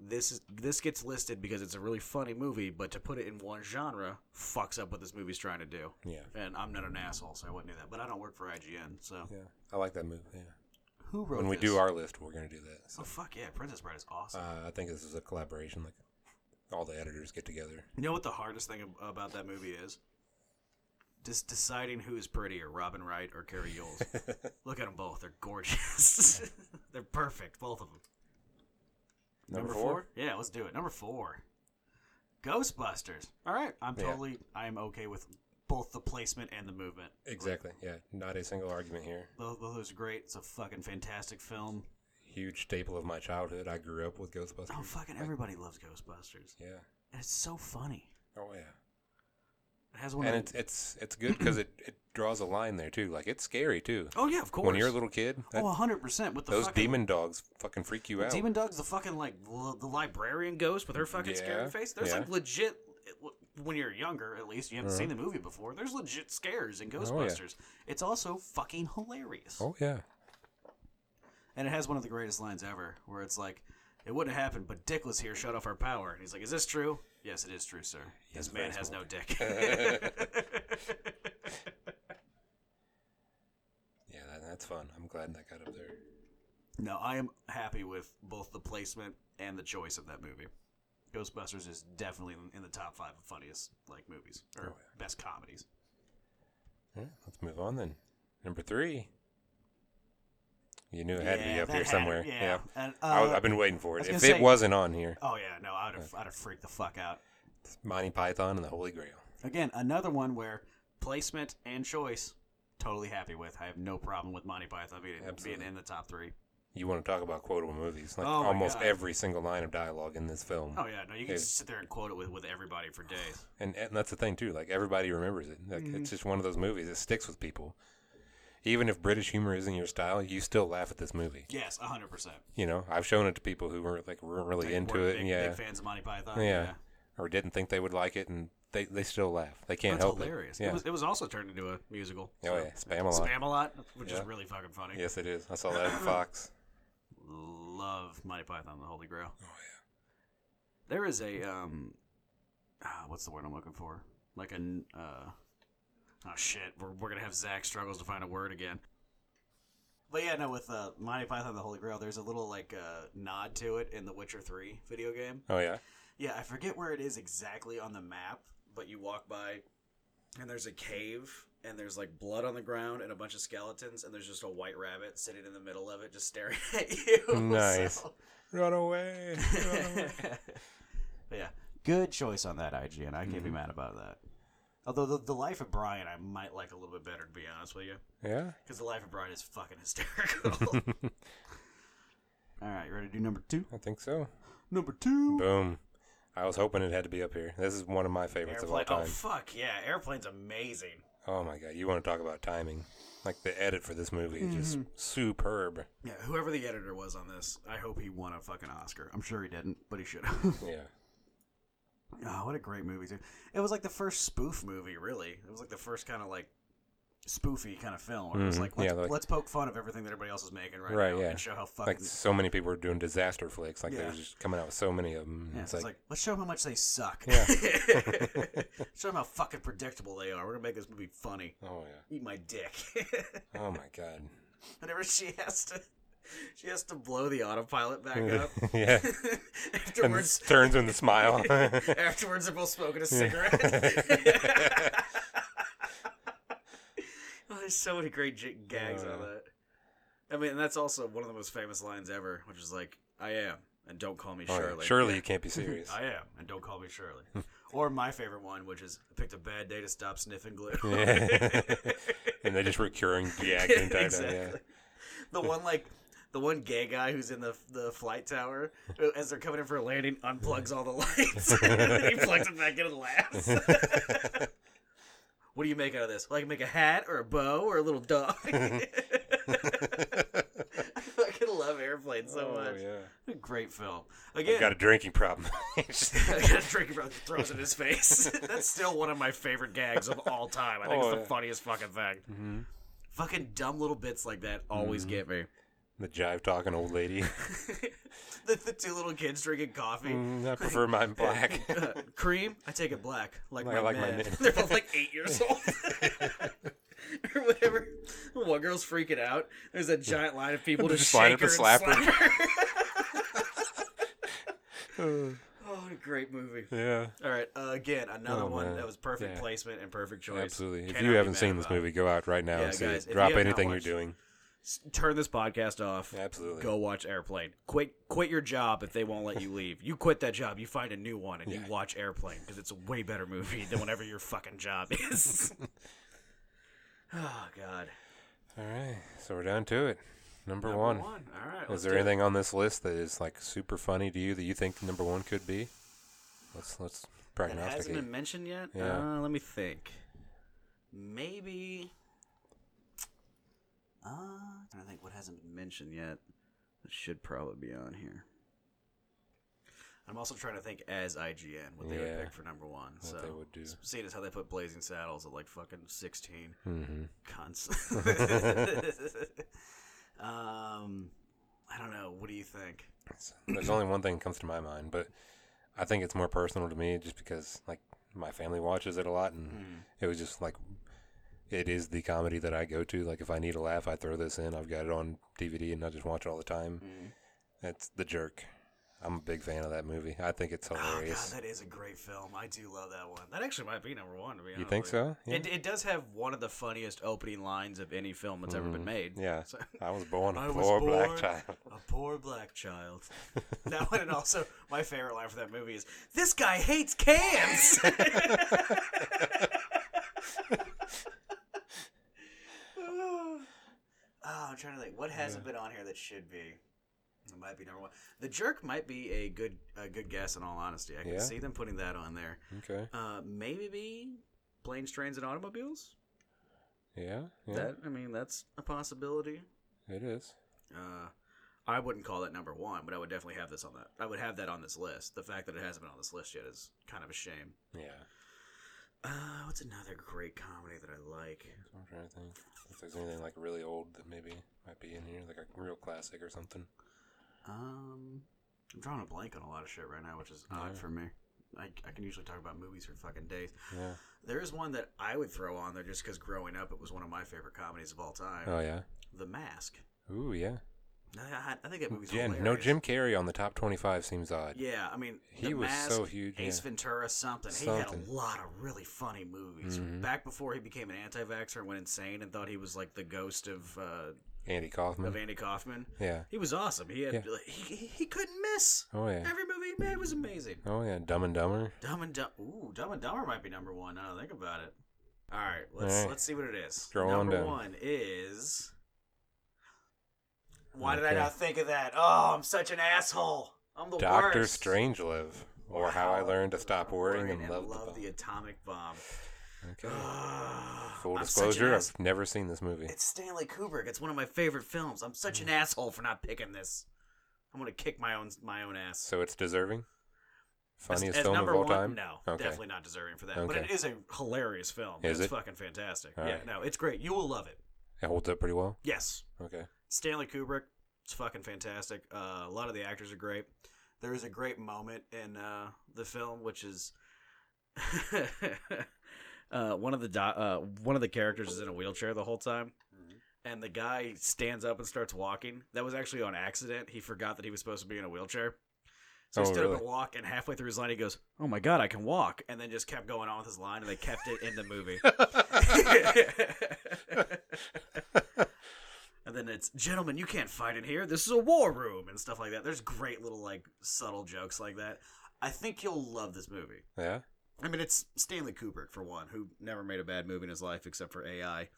[SPEAKER 2] this is this gets listed because it's a really funny movie, but to put it in one genre fucks up what this movie's trying to do.
[SPEAKER 1] Yeah.
[SPEAKER 2] And I'm not an asshole, so I wouldn't do that. But I don't work for IGN, so
[SPEAKER 1] Yeah. I like that movie. Yeah.
[SPEAKER 2] who wrote
[SPEAKER 1] When we
[SPEAKER 2] this?
[SPEAKER 1] do our list, we're gonna do that. So,
[SPEAKER 2] oh fuck yeah, Princess Bride is awesome.
[SPEAKER 1] uh, I think this is a collaboration. Like all the editors get together.
[SPEAKER 2] you know what the hardest thing ab- about that movie is? Just deciding who is prettier, Robin Wright or Carrie Yoles. Look at them both; they're gorgeous. they're perfect, both of them.
[SPEAKER 1] Number four?
[SPEAKER 2] Yeah, let's do it. Number four. Ghostbusters. All right. I'm
[SPEAKER 1] Yeah.
[SPEAKER 2] totally I am okay with both the placement and the movement.
[SPEAKER 1] Exactly. Yeah. Not a single argument here.
[SPEAKER 2] Both both those are great. It's a fucking fantastic film.
[SPEAKER 1] Huge staple of my childhood. I grew up with Ghostbusters.
[SPEAKER 2] Oh fucking everybody loves Ghostbusters.
[SPEAKER 1] Yeah.
[SPEAKER 2] And it's so funny.
[SPEAKER 1] Oh yeah.
[SPEAKER 2] It has one
[SPEAKER 1] and
[SPEAKER 2] of
[SPEAKER 1] it's it's it's good because it, it draws a line there too. Like it's scary too.
[SPEAKER 2] Oh yeah, of course.
[SPEAKER 1] When you're a little kid, that-
[SPEAKER 2] Oh, 100% with the
[SPEAKER 1] those
[SPEAKER 2] fucking
[SPEAKER 1] demon dogs fucking freak you out.
[SPEAKER 2] Demon Dog's the fucking like l- the librarian ghost with her fucking
[SPEAKER 1] Yeah,
[SPEAKER 2] scary face. There's
[SPEAKER 1] yeah. Uh-huh.
[SPEAKER 2] like legit when you're younger, at least you haven't seen the movie before. There's legit scares in Ghostbusters. It's also fucking hilarious.
[SPEAKER 1] oh yeah.
[SPEAKER 2] And it has one of the greatest lines ever, where it's like, "It wouldn't have happened, but Dick was here, shut off our power." And he's like, "Is this true?" Yes, it is true, sir. This man has no dick.
[SPEAKER 1] Yeah, that, that's fun. I'm glad that got up there.
[SPEAKER 2] no, I am happy with both the placement and the choice of that movie. Ghostbusters is definitely in- in the top five of funniest like movies or
[SPEAKER 1] Oh, yeah.
[SPEAKER 2] best comedies.
[SPEAKER 1] All right, let's move on then. Number three. You knew it had to be
[SPEAKER 2] Yeah,
[SPEAKER 1] up
[SPEAKER 2] that
[SPEAKER 1] here
[SPEAKER 2] had-
[SPEAKER 1] somewhere.
[SPEAKER 2] yeah.
[SPEAKER 1] yeah.
[SPEAKER 2] And,
[SPEAKER 1] I was,
[SPEAKER 2] uh,
[SPEAKER 1] I've been waiting for
[SPEAKER 2] I
[SPEAKER 1] it.
[SPEAKER 2] was
[SPEAKER 1] If
[SPEAKER 2] gonna
[SPEAKER 1] it
[SPEAKER 2] say-
[SPEAKER 1] wasn't on here,
[SPEAKER 2] Oh yeah, no, I'd have, I'd have freaked the fuck out.
[SPEAKER 1] it's Monty Python and the Holy Grail.
[SPEAKER 2] Again, another one where placement and choice, totally happy with. I have no problem with Monty Python being, being
[SPEAKER 1] Absolutely.
[SPEAKER 2] in the top three.
[SPEAKER 1] You want to talk about quotable movies? Like
[SPEAKER 2] Oh my
[SPEAKER 1] almost
[SPEAKER 2] God.
[SPEAKER 1] every single line of dialogue in this film,
[SPEAKER 2] Oh yeah, no, you can
[SPEAKER 1] Yeah.
[SPEAKER 2] just sit there and quote it with, with everybody for days.
[SPEAKER 1] and, and that's the thing too. Like everybody remembers it. Like
[SPEAKER 2] Mm.
[SPEAKER 1] it's just one of those movies that sticks with people. Even if British humor isn't your style, you still laugh at this movie.
[SPEAKER 2] Yes, hundred percent.
[SPEAKER 1] You know, I've shown it to people who weren't like weren't really into it.
[SPEAKER 2] big,
[SPEAKER 1] and yeah,
[SPEAKER 2] big fans of Monty Python.
[SPEAKER 1] yeah,
[SPEAKER 2] Yeah,
[SPEAKER 1] or didn't think they would like it, and they, they still laugh. They can't
[SPEAKER 2] that's
[SPEAKER 1] help
[SPEAKER 2] hilarious.
[SPEAKER 1] it.
[SPEAKER 2] It,
[SPEAKER 1] Yeah.
[SPEAKER 2] was, it was also turned into a musical.
[SPEAKER 1] oh
[SPEAKER 2] so-
[SPEAKER 1] yeah, spam a lot.
[SPEAKER 2] Spam a lot, which
[SPEAKER 1] Yeah.
[SPEAKER 2] is really fucking funny.
[SPEAKER 1] Yes, it is. I saw that in Fox.
[SPEAKER 2] Love Monty Python and the Holy Grail. Oh yeah. There is a um, ah, what's the word I'm looking for? Like an uh, oh shit, we're we're gonna have Zach struggles to find a word again. But yeah, no, with uh, Monty Python and the Holy Grail, there's a little like uh, nod to it in the Witcher Three video game.
[SPEAKER 1] Oh yeah,
[SPEAKER 2] Yeah, I forget where it is exactly on the map, but you walk by and there's a cave and there's like blood on the ground and a bunch of skeletons and there's just a white rabbit sitting in the middle of it just staring at you.
[SPEAKER 1] Nice.
[SPEAKER 2] So-
[SPEAKER 1] run away. Run away.
[SPEAKER 2] but yeah, good choice on that IGN. I can't
[SPEAKER 1] Mm-hmm.
[SPEAKER 2] be mad about that. Although the, the life of Brian, I might like a little bit better to be honest with you,
[SPEAKER 1] yeah.
[SPEAKER 2] because the life of Brian is fucking hysterical. All right, you ready to do number two?
[SPEAKER 1] I think so.
[SPEAKER 2] Number two.
[SPEAKER 1] Boom. I was hoping it had to be up here. This is one of my favorites
[SPEAKER 2] Airplane.
[SPEAKER 1] of all
[SPEAKER 2] Oh
[SPEAKER 1] time.
[SPEAKER 2] fuck yeah, airplane's amazing.
[SPEAKER 1] oh my god, you want to talk about timing? Like the edit for this movie is
[SPEAKER 2] Mm-hmm.
[SPEAKER 1] just superb.
[SPEAKER 2] Yeah, whoever the editor was on this, I hope he won a fucking Oscar. I'm sure he didn't, but he should have.
[SPEAKER 1] Yeah.
[SPEAKER 2] oh, what a great movie, too. It was like the first spoof movie, really. It was like the first kind of like spoofy kind of film where it was
[SPEAKER 1] Mhm.
[SPEAKER 2] like let's,
[SPEAKER 1] Yeah, like-
[SPEAKER 2] let's poke fun of everything that everybody else is making right,
[SPEAKER 1] Right,
[SPEAKER 2] now
[SPEAKER 1] yeah.
[SPEAKER 2] and show how fucking
[SPEAKER 1] Like so many people were doing disaster flicks. Like they
[SPEAKER 2] Yeah.
[SPEAKER 1] were just coming out with so many of them.
[SPEAKER 2] yeah,
[SPEAKER 1] it's
[SPEAKER 2] so
[SPEAKER 1] like,
[SPEAKER 2] it's like let's show them how much they suck.
[SPEAKER 1] Yeah.
[SPEAKER 2] show them how fucking predictable they are. We're gonna make this movie funny.
[SPEAKER 1] oh yeah,
[SPEAKER 2] Eat my dick.
[SPEAKER 1] oh my god,
[SPEAKER 2] Whenever she has to, she has to blow the autopilot back up.
[SPEAKER 1] yeah. And
[SPEAKER 2] Afterwards,
[SPEAKER 1] turns with a smile.
[SPEAKER 2] Afterwards, they're both smoking a cigarette. oh, there's so many great j- gags on
[SPEAKER 1] Uh.
[SPEAKER 2] that. I mean, and that's also one of the most famous lines ever, which is like, "I am, and don't call me
[SPEAKER 1] Oh, yeah.
[SPEAKER 2] Shirley."
[SPEAKER 1] Surely you can't be serious.
[SPEAKER 2] I am, and don't call me Shirley. or my favorite one, which is, "I picked a bad day to stop sniffing glue."
[SPEAKER 1] and they just were curing the act the entire time. Yeah.
[SPEAKER 2] exactly. The one like the one gay guy who's in the the flight tower uh, as they're coming in for a landing unplugs all the lights. and he plugs them back in and laughs. what do you make out of this? Well, I can make a hat or a bow or a little dog. I fucking love airplanes so much. What a Great film. Again,
[SPEAKER 1] Oh, I've got a drinking problem.
[SPEAKER 2] I got a drinking brother throws it in his face. That's still one of my favorite gags of all time. I think
[SPEAKER 1] Oh,
[SPEAKER 2] it's the
[SPEAKER 1] yeah. Mm-hmm.
[SPEAKER 2] funniest fucking thing. Fucking dumb little bits like that always
[SPEAKER 1] Mhm.
[SPEAKER 2] get me.
[SPEAKER 1] The jive talking old lady.
[SPEAKER 2] the, the two little kids drinking coffee.
[SPEAKER 1] Mm, I prefer mine black.
[SPEAKER 2] Uh, cream? I take it black, like,
[SPEAKER 1] Like-
[SPEAKER 2] my,
[SPEAKER 1] like my
[SPEAKER 2] men.
[SPEAKER 1] men.
[SPEAKER 2] They're both like eight years old, or whatever. One girl's freaking out. There's a giant line of people
[SPEAKER 1] They're
[SPEAKER 2] just
[SPEAKER 1] just lining
[SPEAKER 2] shake her
[SPEAKER 1] up
[SPEAKER 2] and slap
[SPEAKER 1] to slap
[SPEAKER 2] her.
[SPEAKER 1] Uh,
[SPEAKER 2] oh, great movie.
[SPEAKER 1] yeah,
[SPEAKER 2] All right, uh, again, another
[SPEAKER 1] Oh,
[SPEAKER 2] one
[SPEAKER 1] man.
[SPEAKER 2] that was perfect
[SPEAKER 1] Yeah.
[SPEAKER 2] placement and perfect choice.
[SPEAKER 1] absolutely. If
[SPEAKER 2] Cannot
[SPEAKER 1] you
[SPEAKER 2] be
[SPEAKER 1] haven't
[SPEAKER 2] mad
[SPEAKER 1] seen this
[SPEAKER 2] about it.
[SPEAKER 1] movie, go out right now
[SPEAKER 2] Yeah,
[SPEAKER 1] and see
[SPEAKER 2] guys, if
[SPEAKER 1] it.
[SPEAKER 2] you
[SPEAKER 1] Drop
[SPEAKER 2] have not
[SPEAKER 1] anything you're
[SPEAKER 2] watched-
[SPEAKER 1] doing.
[SPEAKER 2] S- Turn this podcast off.
[SPEAKER 1] Absolutely.
[SPEAKER 2] Go watch Airplane. Quit, quit your job if they won't let you leave. You quit that job. You find a new one and
[SPEAKER 1] Yeah.
[SPEAKER 2] you watch Airplane because it's a way better movie than whatever your fucking job is. oh God.
[SPEAKER 1] All right, so we're down to it. Number, one.
[SPEAKER 2] All right.
[SPEAKER 1] Is
[SPEAKER 2] let's
[SPEAKER 1] there
[SPEAKER 2] do it.
[SPEAKER 1] anything on this list that is like super funny to you that you think number one could be? Let's let's
[SPEAKER 2] that hasn't
[SPEAKER 1] prognosticate.
[SPEAKER 2] been mentioned yet?
[SPEAKER 1] Yeah.
[SPEAKER 2] Uh, let me think. Maybe. Uh, I'm trying to think what hasn't been mentioned yet. It should probably be on here. I'm also trying to think as IGN what they would
[SPEAKER 1] Yeah.
[SPEAKER 2] pick for number one.
[SPEAKER 1] What
[SPEAKER 2] so
[SPEAKER 1] they would do.
[SPEAKER 2] seeing as how they put Blazing Saddles at like fucking 16
[SPEAKER 1] hmm
[SPEAKER 2] cunts. um, I don't know. What do you think?
[SPEAKER 1] There's only one thing that comes to my mind, but I think it's more personal to me just because like my family watches it a lot, and
[SPEAKER 2] Hmm.
[SPEAKER 1] it was just like it is the comedy that I go to. Like if I need a laugh, I throw this in. I've got it on DVD, and I just watch it all the time.
[SPEAKER 2] Hmm.
[SPEAKER 1] It's The Jerk. I'm a big fan of that movie. I think it's
[SPEAKER 2] Oh god,
[SPEAKER 1] hilarious.
[SPEAKER 2] that is a great film. I do love that one. That actually might be number one. To be honest,
[SPEAKER 1] you think
[SPEAKER 2] with
[SPEAKER 1] so? Yeah.
[SPEAKER 2] It, it does have one of the funniest opening lines of any film that's ever been made.
[SPEAKER 1] Mm-hmm. Yeah.
[SPEAKER 2] So,
[SPEAKER 1] I was born
[SPEAKER 2] I
[SPEAKER 1] a
[SPEAKER 2] was
[SPEAKER 1] poor black
[SPEAKER 2] born-
[SPEAKER 1] child.
[SPEAKER 2] a poor black child. that one, and also my favorite line for that movie is, "This guy hates cans." oh, I'm trying to think. What hasn't been on here that should be? It might be number one. The jerk might be a good a good guess. In all honesty, I can
[SPEAKER 1] Yeah.
[SPEAKER 2] see them putting that on there.
[SPEAKER 1] Okay.
[SPEAKER 2] Uh, maybe planes, trains, and automobiles.
[SPEAKER 1] Yeah. Yeah.
[SPEAKER 2] That I mean, that's a possibility.
[SPEAKER 1] It is.
[SPEAKER 2] Uh, I wouldn't call that number one, but I would definitely have this on that. I would have that on this list. The fact that it hasn't been on this list yet is kind of a shame.
[SPEAKER 1] Yeah.
[SPEAKER 2] Uh, what's another great comedy that I like?
[SPEAKER 1] I'm trying to think if there's anything like really old that maybe might be in here, like a real classic or something.
[SPEAKER 2] Um, I'm drawing a blank on a lot of shit right now, which is odd
[SPEAKER 1] Yeah.
[SPEAKER 2] for me. I, I can usually talk about movies for fucking days.
[SPEAKER 1] Yeah.
[SPEAKER 2] There is one that I would throw on there just because growing up, it was one of my favorite comedies of all time.
[SPEAKER 1] Oh yeah. the
[SPEAKER 2] the Mask.
[SPEAKER 1] Ooh yeah.
[SPEAKER 2] I, I think that movie's
[SPEAKER 1] Jim, no
[SPEAKER 2] hilarious.
[SPEAKER 1] Jim Carrey on the top 25 seems odd.
[SPEAKER 2] Yeah, I mean,
[SPEAKER 1] He
[SPEAKER 2] The
[SPEAKER 1] was
[SPEAKER 2] Mask,
[SPEAKER 1] so huge,
[SPEAKER 2] Ace
[SPEAKER 1] yeah.
[SPEAKER 2] Ventura, something. He had
[SPEAKER 1] Something.
[SPEAKER 2] a lot of really funny movies
[SPEAKER 1] Mhm.
[SPEAKER 2] back before he became an anti-vaxxer and went insane and thought he was like the ghost of uh,
[SPEAKER 1] Andy Kaufman.
[SPEAKER 2] of Andy Kaufman.
[SPEAKER 1] yeah.
[SPEAKER 2] He was awesome. He had
[SPEAKER 1] Mm-hmm. Yeah.
[SPEAKER 2] like, he, he he couldn't miss.
[SPEAKER 1] Oh yeah.
[SPEAKER 2] Every movie he made was amazing.
[SPEAKER 1] Oh yeah. Dumb and Dumber.
[SPEAKER 2] Dumb and Dumb. Ooh, Dumb and Dumber might be number one. Now that I think about it. All right, let's
[SPEAKER 1] All right.
[SPEAKER 2] let's see what it is.
[SPEAKER 1] Scroll on
[SPEAKER 2] number
[SPEAKER 1] down.
[SPEAKER 2] one is. Why did I
[SPEAKER 1] Okay.
[SPEAKER 2] not think of that? Oh, I'm such an asshole. I'm the
[SPEAKER 1] Doctor
[SPEAKER 2] worst.
[SPEAKER 1] Strangelove, or How I Learned to Stop Worrying and, Love the
[SPEAKER 2] the,
[SPEAKER 1] Bomb.
[SPEAKER 2] Atomic Bomb.
[SPEAKER 1] Okay.
[SPEAKER 2] Ugh,
[SPEAKER 1] Full
[SPEAKER 2] I'm such an
[SPEAKER 1] disclosure,
[SPEAKER 2] ass-
[SPEAKER 1] I've never seen this movie.
[SPEAKER 2] it's Stanley Kubrick. It's one of my favorite films. I'm such an
[SPEAKER 1] Mm.
[SPEAKER 2] asshole for not picking this. I'm gonna kick my own my own ass.
[SPEAKER 1] So it's deserving.
[SPEAKER 2] As-
[SPEAKER 1] Funniest
[SPEAKER 2] as
[SPEAKER 1] film of
[SPEAKER 2] number
[SPEAKER 1] all
[SPEAKER 2] one,
[SPEAKER 1] time.
[SPEAKER 2] No,
[SPEAKER 1] Okay.
[SPEAKER 2] definitely not deserving for that. But
[SPEAKER 1] Okay.
[SPEAKER 2] it is a hilarious film.
[SPEAKER 1] Is
[SPEAKER 2] it's
[SPEAKER 1] it?
[SPEAKER 2] fucking fantastic.
[SPEAKER 1] All
[SPEAKER 2] yeah,
[SPEAKER 1] right.
[SPEAKER 2] no, it's great. You will love it.
[SPEAKER 1] It holds up pretty well.
[SPEAKER 2] Yes,
[SPEAKER 1] Okay.
[SPEAKER 2] Stanley Kubrick. It's fucking fantastic. Uh, a lot of the actors are great. There is a great moment in uh, the film, which is uh, one of the do- uh, one of the characters is in a wheelchair the whole time,
[SPEAKER 1] Mm-hmm.
[SPEAKER 2] and the guy stands up and starts walking. That was actually on accident. He forgot that he was supposed to be in a wheelchair. So he
[SPEAKER 1] Oh,
[SPEAKER 2] stood up
[SPEAKER 1] really?
[SPEAKER 2] and walked, and halfway through his line, he goes, "Oh my god, I can walk!" And then just kept going on with his line, and they kept it in the movie. and then it's, gentlemen, you can't fight in here. This is a war room and stuff like that. There's great little like subtle jokes like that. I think you'll love this movie.
[SPEAKER 1] Yeah.
[SPEAKER 2] I mean, it's Stanley Kubrick for one, who never made a bad movie in his life except for AI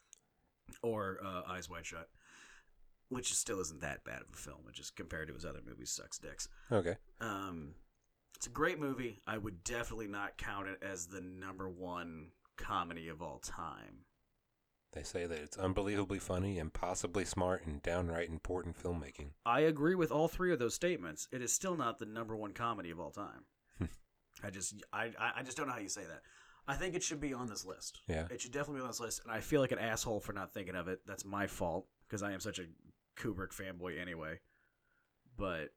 [SPEAKER 2] or uh, Eyes Wide Shut, which still isn't that bad of a film. Which is compared to his other movies, sucks dicks.
[SPEAKER 1] Okay.
[SPEAKER 2] Um, it's a great movie. I would definitely not count it as the number one comedy of all time.
[SPEAKER 1] They say that it's unbelievably funny, impossibly smart, and downright important filmmaking.
[SPEAKER 2] I agree with all three of those statements. It is still not the number one comedy of all time. I just I I I just don't know how you say that. I think it should be on this list.
[SPEAKER 1] Yeah.
[SPEAKER 2] It should definitely be on this list, and I feel like an asshole for not thinking of it. That's my fault because I am such a Kubrick fanboy anyway. But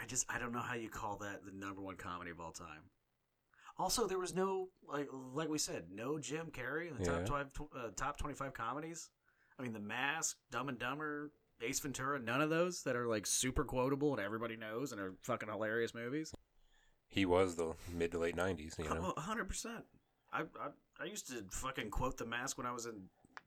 [SPEAKER 2] I just I don't know how you call that the number one comedy of all time. Also, there was no like like we said, no Jim Carrey in the
[SPEAKER 1] Yeah.
[SPEAKER 2] top twelve tw- uh, top twenty five comedies. I mean, The Mask, Dumb and Dumber, Ace Ventura, none of those that are like super quotable and everybody knows and are fucking hilarious movies.
[SPEAKER 1] He was the mid to late nineties, you know.
[SPEAKER 2] Oh, A hundred percent. I, I I used to fucking quote the mask when I was in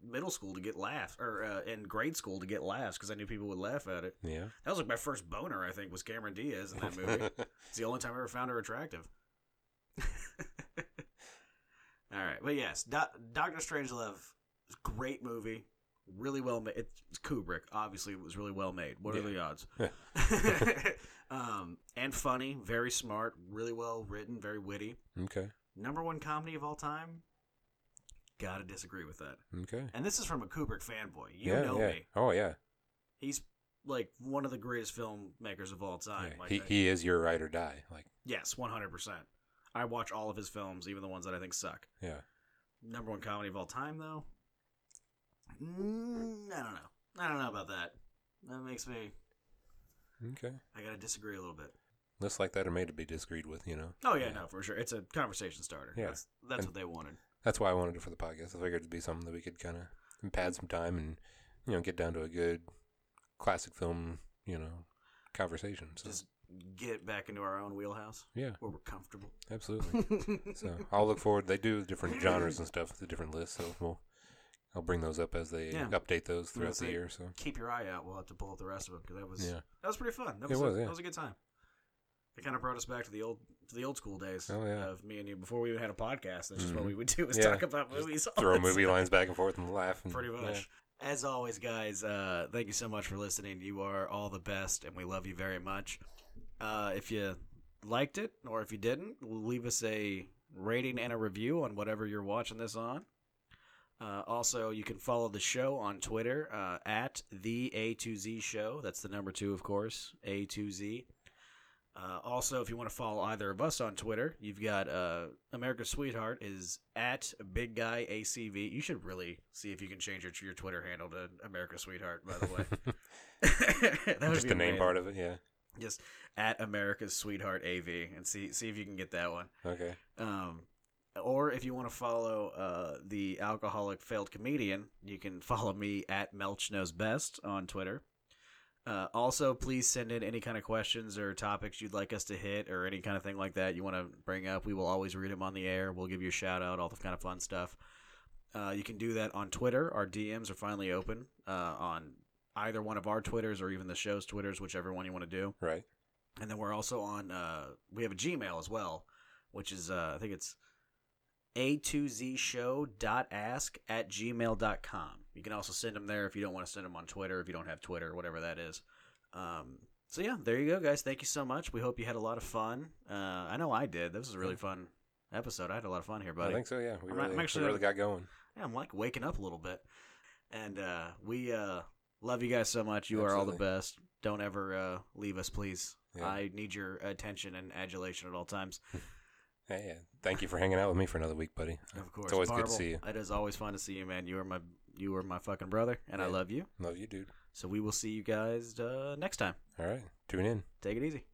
[SPEAKER 2] middle school to get laughs, or uh, in grade school to get laughs because I knew people would laugh at it.
[SPEAKER 1] Yeah.
[SPEAKER 2] That was like my first boner. I think was Cameron Diaz in that movie. it's the only time I ever found her attractive. All right, but yes, Do- Doctor Strangelove, great movie, really well made. It's Kubrick, obviously. It was really well made. What are
[SPEAKER 1] Yeah.
[SPEAKER 2] the odds? um, and funny, very smart, really well written, very witty
[SPEAKER 1] okay.
[SPEAKER 2] number one comedy of all time. Gotta disagree with that.
[SPEAKER 1] Okay.
[SPEAKER 2] And this is from a Kubrick fanboy. You
[SPEAKER 1] yeah,
[SPEAKER 2] know
[SPEAKER 1] yeah.
[SPEAKER 2] me.
[SPEAKER 1] Oh yeah.
[SPEAKER 2] He's like one of the greatest filmmakers of all time.
[SPEAKER 1] Yeah.
[SPEAKER 2] Like,
[SPEAKER 1] He
[SPEAKER 2] I-
[SPEAKER 1] he is your ride or die. Like
[SPEAKER 2] yes, one hundred percent. I watch all of his films, even the ones that I think suck.
[SPEAKER 1] yeah.
[SPEAKER 2] Number one comedy of all time, though. Mm, I don't know. I don't know about that. That makes me.
[SPEAKER 1] Okay.
[SPEAKER 2] I gotta disagree a little bit.
[SPEAKER 1] Lists like that are made to be disagreed with, you know.
[SPEAKER 2] Oh yeah,
[SPEAKER 1] Yeah.
[SPEAKER 2] no, for sure. It's a conversation starter.
[SPEAKER 1] Yeah.
[SPEAKER 2] That's, that's
[SPEAKER 1] And-
[SPEAKER 2] what they wanted.
[SPEAKER 1] That's why I wanted it for the podcast. I figured it'd be something that we could kind of pad some time and you know get down to a good classic film, you know, conversation. So
[SPEAKER 2] Just get back into our own wheelhouse
[SPEAKER 1] yeah,
[SPEAKER 2] where we're comfortable.
[SPEAKER 1] absolutely. So I'll look forward. They do different genres and stuff, the different lists. So we'll, I'll bring those up as they
[SPEAKER 2] Yeah.
[SPEAKER 1] update those
[SPEAKER 2] Yeah,
[SPEAKER 1] throughout
[SPEAKER 2] so-
[SPEAKER 1] the year. So
[SPEAKER 2] keep your eye out. We'll have to pull up the rest of them because that was
[SPEAKER 1] yeah,
[SPEAKER 2] that was pretty fun. That
[SPEAKER 1] It
[SPEAKER 2] was,
[SPEAKER 1] was,
[SPEAKER 2] a,
[SPEAKER 1] yeah.
[SPEAKER 2] that was a good time. It kind of brought us back to the old to the old school days
[SPEAKER 1] Oh, yeah.
[SPEAKER 2] of me and you before we even had a podcast. That's just what
[SPEAKER 1] Mhm.
[SPEAKER 2] we would do is
[SPEAKER 1] Yeah.
[SPEAKER 2] talk about
[SPEAKER 1] Just
[SPEAKER 2] movies. all
[SPEAKER 1] throw
[SPEAKER 2] the
[SPEAKER 1] movie
[SPEAKER 2] time.
[SPEAKER 1] lines back and forth and laugh. And,
[SPEAKER 2] Pretty much. As always, guys, uh, thank you so much for listening. You are all the best, and we love you very much. Uh, if you liked it, or if you didn't, leave us a rating and a review on whatever you're watching this on. Uh, also, you can follow the show on Twitter uh, at the A2Z Show. That's the number two, of course, A2Z. Uh, also, if you want to follow either of us on Twitter, you've got uh, America's Sweetheart is at Big Guy ACV. You should really see if you can change your, your Twitter handle to America's Sweetheart. By the way, that would
[SPEAKER 1] Just
[SPEAKER 2] be
[SPEAKER 1] the name
[SPEAKER 2] amazing.
[SPEAKER 1] part of it. Yeah.
[SPEAKER 2] Just at America's Sweetheart AV, and see see if you can get that one.
[SPEAKER 1] Okay.
[SPEAKER 2] Um, or if you want to follow uh, the alcoholic failed comedian, you can follow me at Melch Knows Best on Twitter. Uh, also, please send in any kind of questions or topics you'd like us to hit or any kind of thing like that you want to bring up. We will always read them on the air. We'll give you a shout out, all the kind of fun stuff. Uh, you can do that on Twitter. Our DMs are finally open uh, on either one of our Twitters or even the show's Twitters, whichever one you want to do.
[SPEAKER 1] Right.
[SPEAKER 2] And then we're also on uh we have a Gmail as well, which is uh I think it's a2z show dot ask at gmail.com. You can also send them there if you don't want to send them on Twitter, if you don't have Twitter, whatever that is. Um so yeah, there you go guys. Thank you so much. We hope you had a lot of fun. Uh I know I did. This was a really fun episode. I had a lot of fun here, buddy.
[SPEAKER 1] I think so. Yeah. We
[SPEAKER 2] I'm-
[SPEAKER 1] really,
[SPEAKER 2] I'm actually
[SPEAKER 1] we really
[SPEAKER 2] gonna-
[SPEAKER 1] got going.
[SPEAKER 2] Yeah, I'm like waking up a little bit. And uh, we uh, love you guys so much. You are all the
[SPEAKER 1] Absolutely.
[SPEAKER 2] best. Don't ever uh, leave us, please.
[SPEAKER 1] Yeah.
[SPEAKER 2] I need your attention and adulation at all times.
[SPEAKER 1] Hey, yeah. Thank you for hanging out with me for another week, buddy.
[SPEAKER 2] Of course,
[SPEAKER 1] It's always good to
[SPEAKER 2] Barble,
[SPEAKER 1] see you.
[SPEAKER 2] It is always fun to see you, man. You are my you are my fucking brother, and I
[SPEAKER 1] Yeah.
[SPEAKER 2] love you.
[SPEAKER 1] Love you, dude.
[SPEAKER 2] So we will see you guys uh, next time.
[SPEAKER 1] All right. Tune in.
[SPEAKER 2] Take it easy.